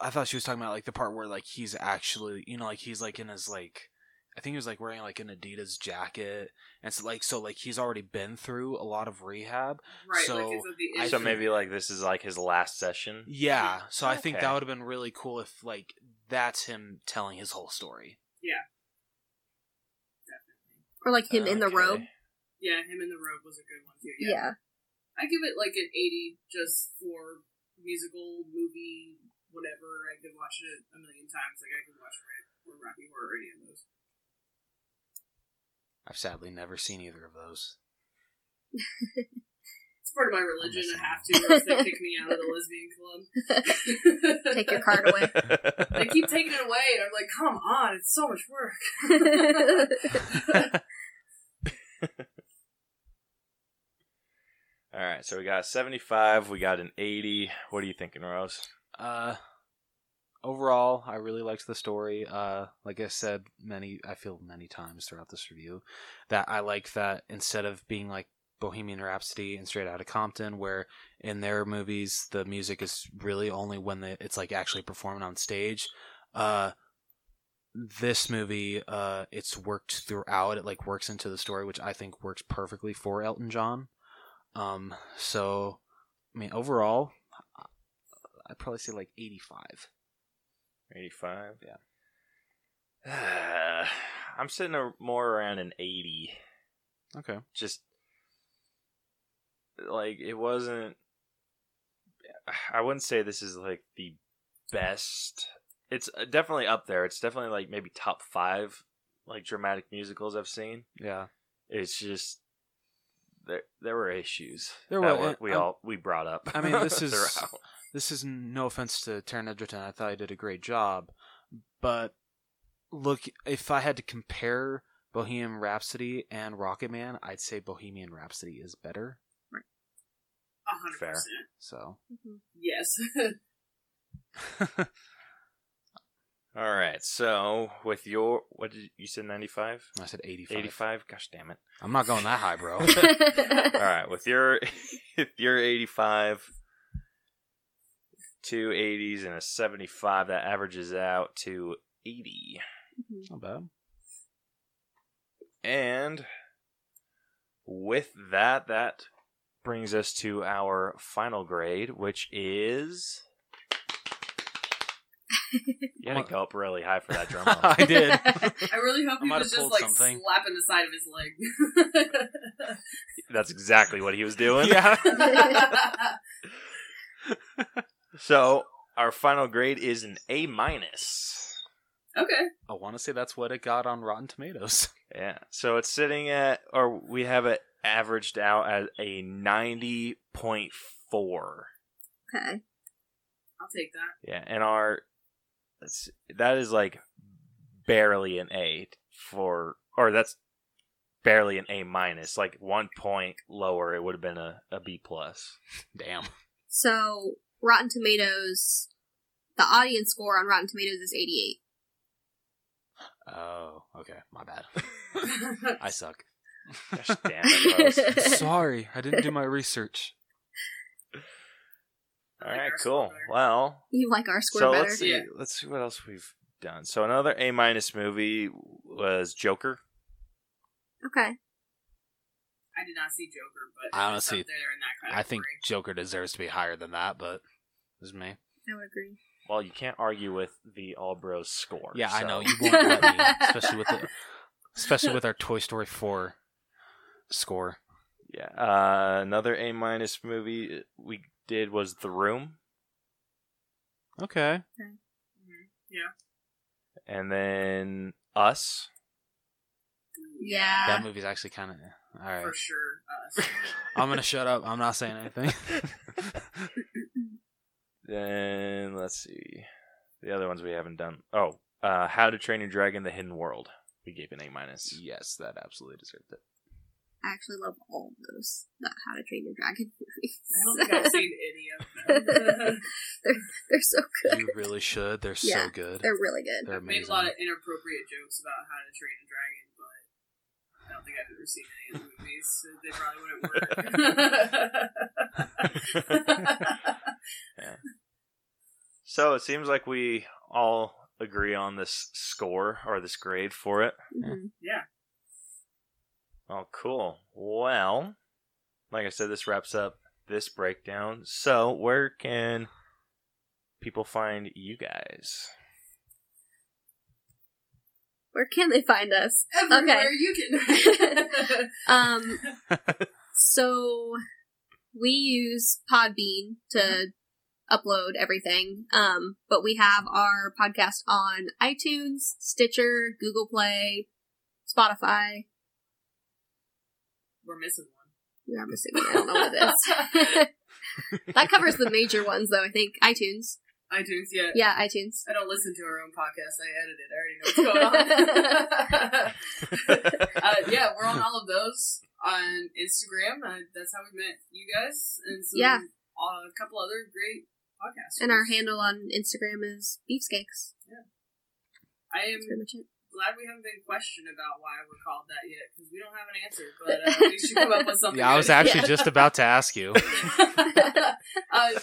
[SPEAKER 1] I thought she was talking about like the part where like he's actually, you know, like he's like in his like, I think he was like wearing like an Adidas jacket, and so like so like he's already been through a lot of rehab.
[SPEAKER 3] right.
[SPEAKER 1] so
[SPEAKER 3] like it's at the
[SPEAKER 1] I
[SPEAKER 3] end.
[SPEAKER 2] so
[SPEAKER 1] think-
[SPEAKER 2] maybe like this is like his last session.
[SPEAKER 1] Yeah, so I think that
[SPEAKER 2] Okay.
[SPEAKER 1] would have been really cool if like that's him telling his whole story.
[SPEAKER 4] or like him in the
[SPEAKER 2] Okay.
[SPEAKER 4] robe
[SPEAKER 3] yeah, him in the robe was a good one too.
[SPEAKER 4] yeah.
[SPEAKER 3] Yeah. I give it like an eighty just for musical movie whatever. I could watch it a million times. Like I could watch Red or Rocky Horror or any of those.
[SPEAKER 1] I've sadly never seen either of those.
[SPEAKER 3] It's part of my religion. I have to, or else they kick me out of the lesbian club.
[SPEAKER 4] take your card away
[SPEAKER 3] They keep taking it away, and I'm like, come on, it's so much work.
[SPEAKER 2] All right, so we got seventy-five. We got an eighty. What are you thinking, Rose?
[SPEAKER 1] Uh, overall, I really liked the story. Uh, like I said many, I feel many times throughout this review that I like that instead of being like Bohemian Rhapsody and Straight Outta Compton, where in their movies the music is really only when the, it's like actually performed on stage. Uh, this movie, uh, it's worked throughout. It like works into the story, which I think works perfectly for Elton John. Um, so I mean, overall, I'd probably say like 85.
[SPEAKER 2] Eighty-five. Yeah. I'm sitting a, more around an eighty.
[SPEAKER 1] Okay.
[SPEAKER 2] just like it wasn't i wouldn't say this is like the best it's uh, definitely up there it's definitely like maybe top five like dramatic musicals i've seen
[SPEAKER 1] Yeah.
[SPEAKER 2] it's just there, there were issues
[SPEAKER 1] There
[SPEAKER 2] that
[SPEAKER 1] were,
[SPEAKER 2] were-
[SPEAKER 1] and
[SPEAKER 2] we
[SPEAKER 1] I'm-
[SPEAKER 2] all we brought up
[SPEAKER 1] I mean, this is-
[SPEAKER 2] throughout.
[SPEAKER 1] This is no offense to Taron Edgerton. I thought he did a great job. But look, if I had to compare Bohemian Rhapsody and Rocketman, I'd say Bohemian Rhapsody is better.
[SPEAKER 3] A hundred
[SPEAKER 2] Fair.
[SPEAKER 3] percent.
[SPEAKER 1] So,
[SPEAKER 3] Yes.
[SPEAKER 1] I
[SPEAKER 2] all right so with your what did you, you said 95
[SPEAKER 1] said 85.
[SPEAKER 2] 85 gosh damn it
[SPEAKER 1] I'm not going that high, bro.
[SPEAKER 2] All right, with your if you're 85, two 80s and a 75, that averages out to 80.
[SPEAKER 1] not bad.
[SPEAKER 2] And with that, that brings us to our final grade, which is. You had to go up really high for that drum roll.
[SPEAKER 1] I did.
[SPEAKER 3] I really hope
[SPEAKER 1] I
[SPEAKER 3] he
[SPEAKER 1] might
[SPEAKER 3] was
[SPEAKER 1] have
[SPEAKER 3] just
[SPEAKER 1] pulled
[SPEAKER 3] like
[SPEAKER 1] something.
[SPEAKER 3] slapping the side of his leg.
[SPEAKER 2] That's exactly what he was doing.
[SPEAKER 1] yeah.
[SPEAKER 2] So our final grade is an A minus.
[SPEAKER 3] okay.
[SPEAKER 1] I want to say that's what it got on Rotten Tomatoes.
[SPEAKER 2] Yeah. So it's sitting at, or we have it averaged out at a 90.4.
[SPEAKER 4] okay
[SPEAKER 3] I'll take that.
[SPEAKER 2] Yeah. And our, that's, that is like barely an A for, or that's barely an A minus. Like one point lower, it would have been a, a B plus.
[SPEAKER 1] Damn.
[SPEAKER 4] so rotten tomatoes the audience score on rotten tomatoes is 88
[SPEAKER 1] Oh, okay. My bad.
[SPEAKER 3] I
[SPEAKER 1] I suck.
[SPEAKER 2] Gosh damn it, Rose.
[SPEAKER 1] Sorry, I didn't do my research.
[SPEAKER 2] All
[SPEAKER 3] like
[SPEAKER 2] right,
[SPEAKER 3] our
[SPEAKER 2] cool.
[SPEAKER 3] score.
[SPEAKER 2] Well,
[SPEAKER 4] You like our score
[SPEAKER 2] so
[SPEAKER 4] better?
[SPEAKER 2] let's see.
[SPEAKER 3] Yeah.
[SPEAKER 2] Let's see what else we've done. So another A minus movie was Joker.
[SPEAKER 4] Okay.
[SPEAKER 3] I did not see Joker, but
[SPEAKER 1] I
[SPEAKER 3] it's
[SPEAKER 1] honestly-
[SPEAKER 3] up there in that
[SPEAKER 1] I think
[SPEAKER 3] category.
[SPEAKER 1] Joker deserves to be higher than that, but this is me.
[SPEAKER 4] I would agree.
[SPEAKER 2] Well, you can't argue with the All Bros score.
[SPEAKER 1] Yeah, I
[SPEAKER 2] so-
[SPEAKER 1] know you won't let me, especially with the, especially with our Toy Story four score.
[SPEAKER 2] Yeah. Uh, another A minus movie we did was The Room,
[SPEAKER 1] Okay,
[SPEAKER 3] Mhm.
[SPEAKER 2] and then Us.
[SPEAKER 1] that
[SPEAKER 4] Yeah.
[SPEAKER 1] movie's actually kind of all right.
[SPEAKER 3] for sure. Us.
[SPEAKER 1] I'm gonna shut up. I'm not saying anything.
[SPEAKER 2] then let's see the other ones we haven't done. Oh, uh, How to Train Your Dragon: The Hidden World. We gave an A minus.
[SPEAKER 1] yes, that absolutely deserved it.
[SPEAKER 4] I actually love all of those not How to Train Your Dragon
[SPEAKER 3] I don't think I've
[SPEAKER 4] movies.
[SPEAKER 3] seen any of them.
[SPEAKER 4] They're so good.
[SPEAKER 1] You really should. They're
[SPEAKER 4] Yeah,
[SPEAKER 1] so good.
[SPEAKER 4] They're really good.
[SPEAKER 1] They're
[SPEAKER 3] I've made a
[SPEAKER 1] amazing.
[SPEAKER 3] lot of inappropriate jokes about How to Train a Dragon, but I don't think I've ever seen any of the movies. So they probably wouldn't work.
[SPEAKER 2] So it seems like we all agree on this score or this grade for it.
[SPEAKER 4] Mhm.
[SPEAKER 2] Oh, cool. Well, like I said, this wraps up this breakdown. So, where can people find you guys?
[SPEAKER 4] Where can they find us?
[SPEAKER 3] Everywhere
[SPEAKER 4] Okay.
[SPEAKER 3] you can.
[SPEAKER 4] Um, so we use Podbean to upload everything, um, but we have our podcast on iTunes, Stitcher, Google Play, Spotify.
[SPEAKER 3] We're missing one.
[SPEAKER 4] Yeah, I'm assuming I don't know what it is. that covers the major ones, though. I think iTunes.
[SPEAKER 3] iTunes, yeah.
[SPEAKER 4] Yeah, iTunes.
[SPEAKER 3] I don't listen to our own podcast. I edit it. I already know what's going on. uh, yeah, we're on all of those on Instagram. Uh, that's how we met you guys, and some,
[SPEAKER 4] Yeah.
[SPEAKER 3] uh, a couple other great podcasts.
[SPEAKER 4] And our handle on Instagram is Beefscakes.
[SPEAKER 3] I am
[SPEAKER 4] That's pretty much it.
[SPEAKER 3] glad we haven't been questioned about why we're called that yet because we don't have an answer. But uh, we should come up with something.
[SPEAKER 1] Yeah, I was
[SPEAKER 3] good.
[SPEAKER 1] actually just about to ask you.
[SPEAKER 3] uh,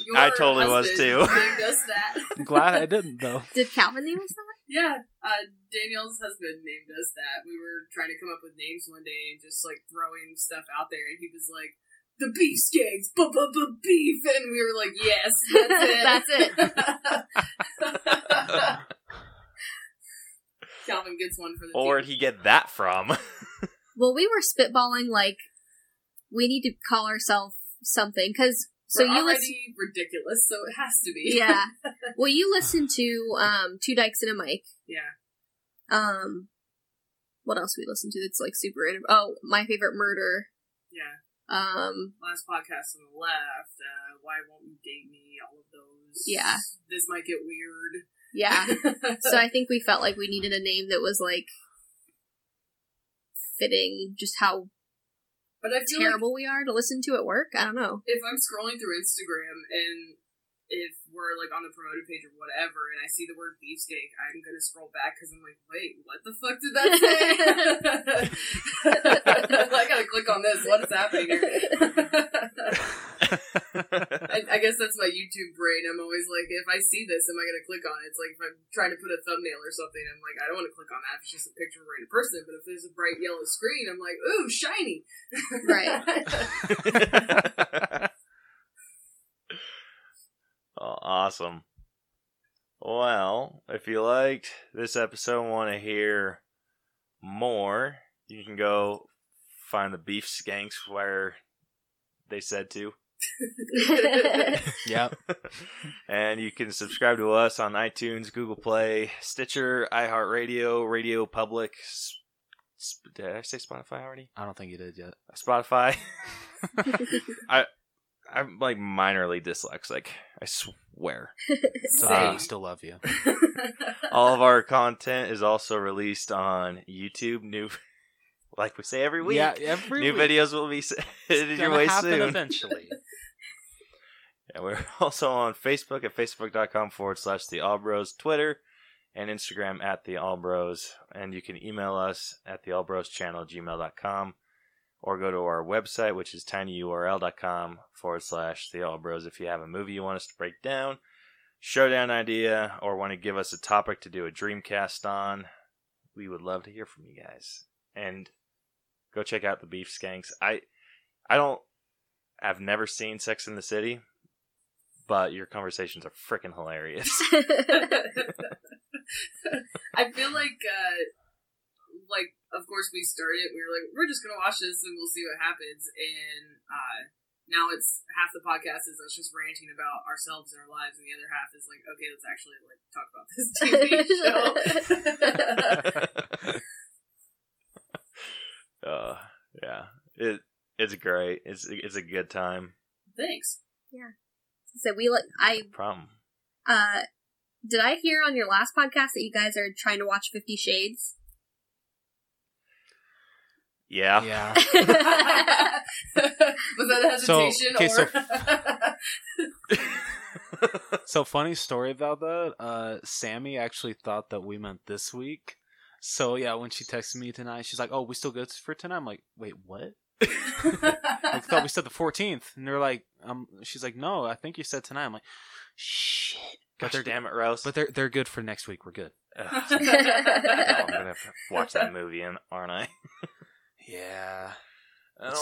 [SPEAKER 3] your
[SPEAKER 2] I totally was
[SPEAKER 3] husband
[SPEAKER 2] too.
[SPEAKER 3] named us that.
[SPEAKER 1] I'm glad I didn't though.
[SPEAKER 4] Did Calvin name us that?
[SPEAKER 3] Yeah, uh, Daniel's husband named us that. We were trying to come up with names one day and just like throwing stuff out there, and he was like, "The beefsteaks, bu bu bu beef," and we were like, "Yes, that's it." Calvin gets one for the
[SPEAKER 2] Or where'd
[SPEAKER 3] team.
[SPEAKER 2] he get that from?
[SPEAKER 4] Well, we were spitballing like we need to call ourselves something because so
[SPEAKER 3] we're
[SPEAKER 4] you
[SPEAKER 3] already
[SPEAKER 4] listen,
[SPEAKER 3] ridiculous, so it has to be.
[SPEAKER 4] yeah. Well, you listen to um Two Dykes and a Mic.
[SPEAKER 3] yeah.
[SPEAKER 4] Um, what else we listen to that's like super? inter- oh, my favorite murder.
[SPEAKER 3] Yeah.
[SPEAKER 4] Um,
[SPEAKER 3] Last podcast on the left. Uh, why won't you date me? All of those.
[SPEAKER 4] Yeah.
[SPEAKER 3] This might get weird.
[SPEAKER 4] yeah. so I think we felt like we needed a name that was like fitting just how
[SPEAKER 3] but I feel like
[SPEAKER 4] terrible we are to listen to at work. I don't know.
[SPEAKER 3] if I'm scrolling through Instagram and if we're like on the promoted page or whatever, and I see the word beefsteak, I'm gonna scroll back because I'm like, wait, what the fuck did that say? I gotta click on this. What is happening here? I, I guess that's my YouTube brain. I'm always like, if I see this, am I gonna click on it? It's like if I'm trying to put a thumbnail or something, I'm like, I don't want to click on that. If it's just a picture of a random person, but if there's a bright yellow screen, I'm like, ooh, shiny.
[SPEAKER 4] Right.
[SPEAKER 2] Oh, awesome. Well, if you liked this episode and want to hear more, you can go find the beef skanks where they said to.
[SPEAKER 1] Yep.
[SPEAKER 2] and you can subscribe to us on iTunes, Google Play, Stitcher, iHeartRadio, Radio Public. S- sp- did I say Spotify already? Uh,
[SPEAKER 1] I don't think you did yet.
[SPEAKER 2] Spotify. I I'm like minorly dyslexic. I swear.
[SPEAKER 1] It's okay.
[SPEAKER 2] Ah.
[SPEAKER 1] we still love you.
[SPEAKER 2] All of our content is also released on YouTube. New, like we say every week.
[SPEAKER 1] yeah, every
[SPEAKER 2] new
[SPEAKER 1] week.
[SPEAKER 2] videos will be sent
[SPEAKER 1] It's
[SPEAKER 2] your
[SPEAKER 1] gonna
[SPEAKER 2] way
[SPEAKER 1] happen
[SPEAKER 2] soon.
[SPEAKER 1] eventually.
[SPEAKER 2] And we're also on Facebook at facebook.com forward slash the All Bros, Twitter, and Instagram at the All Bros. And you can email us at the All Bros channel gmail.com. or go to our website, which is tinyurl.com forward slash the All Bros. If you have a movie you want us to break down, showdown idea, or want to give us a topic to do a Dreamcast on, we would love to hear from you guys. And go check out the Beef Skanks. I, I don't, I've never seen Sex in the City, but your conversations are freaking hilarious.
[SPEAKER 3] I feel like, uh, like, of course, we started. We were like, we're just gonna watch this and we'll see what happens. And uh, now it's half the podcast is us just ranting about ourselves and our lives, and the other half is like, okay, let's actually like talk about this TV show.
[SPEAKER 2] uh, yeah, it it's great. It's it's a good time.
[SPEAKER 3] Thanks.
[SPEAKER 4] so we like I
[SPEAKER 2] Problem.
[SPEAKER 4] uh did I hear on your last podcast that you guys are trying to watch Fifty Shades?
[SPEAKER 2] Yeah.
[SPEAKER 1] Yeah.
[SPEAKER 3] Was that a
[SPEAKER 1] So,
[SPEAKER 3] hesitation
[SPEAKER 1] okay, so-
[SPEAKER 3] or?
[SPEAKER 1] So funny story about that. Uh, Sammy actually thought that we meant this week. So yeah, when she texted me tonight, she's like, "Oh, we still good for tonight." I'm like, "Wait, what?" I thought we said the 14th, and they're like, "Um," she's like, "No, I think you said tonight." I'm like, "Shit."
[SPEAKER 2] Gosh
[SPEAKER 1] But they're
[SPEAKER 2] damn it, Rose.
[SPEAKER 1] but they're they're good for next week. We're good.
[SPEAKER 2] Ugh. Oh, I'm gonna have to watch that movie, and aren't I?
[SPEAKER 1] Yeah.
[SPEAKER 2] I don't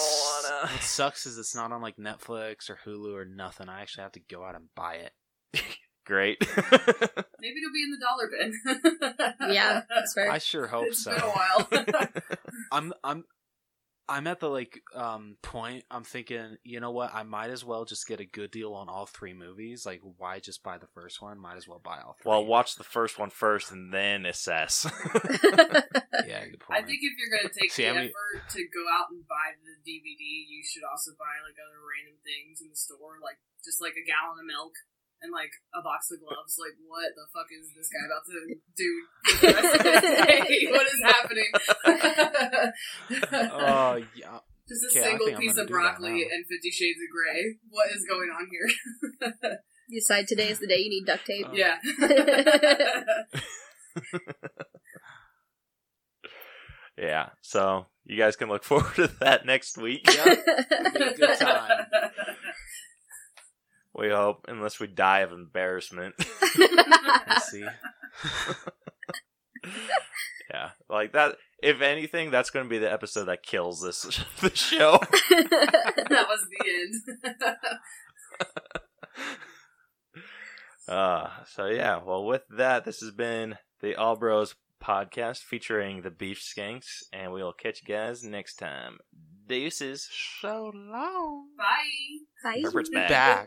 [SPEAKER 2] wanna.
[SPEAKER 1] What sucks is it's not on like Netflix or Hulu or nothing. I actually have to go out and buy it.
[SPEAKER 2] Great.
[SPEAKER 3] Maybe it'll be in the dollar bin.
[SPEAKER 4] Yeah, that's fair.
[SPEAKER 1] I sure hope
[SPEAKER 3] It's
[SPEAKER 1] so.
[SPEAKER 3] been a while.
[SPEAKER 1] I'm I'm I'm at the like um point I'm thinking, you know what, I might as well just get a good deal on all three movies. Like why just buy the first one? Might as well buy all three.
[SPEAKER 2] well, watch the first one first, and then assess.
[SPEAKER 1] yeah, good point.
[SPEAKER 3] I think if you're going to take
[SPEAKER 1] See,
[SPEAKER 3] the
[SPEAKER 1] I mean-
[SPEAKER 3] effort to go out and buy the DVD, you should also buy like other random things in the store, like just like a gallon of milk and like a box of gloves. Like, what the fuck is this guy about to do? with the rest of his day? what is happening?
[SPEAKER 1] Oh yeah.
[SPEAKER 3] just a
[SPEAKER 1] okay, I
[SPEAKER 3] single
[SPEAKER 1] think I'm
[SPEAKER 3] piece
[SPEAKER 1] gonna
[SPEAKER 3] of
[SPEAKER 1] do that
[SPEAKER 3] broccoli
[SPEAKER 1] now.
[SPEAKER 3] and Fifty Shades of Grey. What is going on here?
[SPEAKER 4] you decide today is the day you need duct tape.
[SPEAKER 1] Oh.
[SPEAKER 3] yeah.
[SPEAKER 2] yeah. So you guys can look forward to that next week.
[SPEAKER 1] Yeah. It'll be a good time.
[SPEAKER 2] We hope, unless we die of embarrassment.
[SPEAKER 3] Oh.
[SPEAKER 1] We'll see.
[SPEAKER 2] yeah, like that. If anything, that's going to be the episode that kills this the show.
[SPEAKER 3] that was the end.
[SPEAKER 2] Uh, so yeah, well, with that, this has been the All Bros podcast featuring the Beef Skanks, and we'll catch you guys next time. Deuces.
[SPEAKER 1] So long.
[SPEAKER 3] Bye.
[SPEAKER 4] Bye.
[SPEAKER 2] Herbert's
[SPEAKER 1] Back.
[SPEAKER 2] back.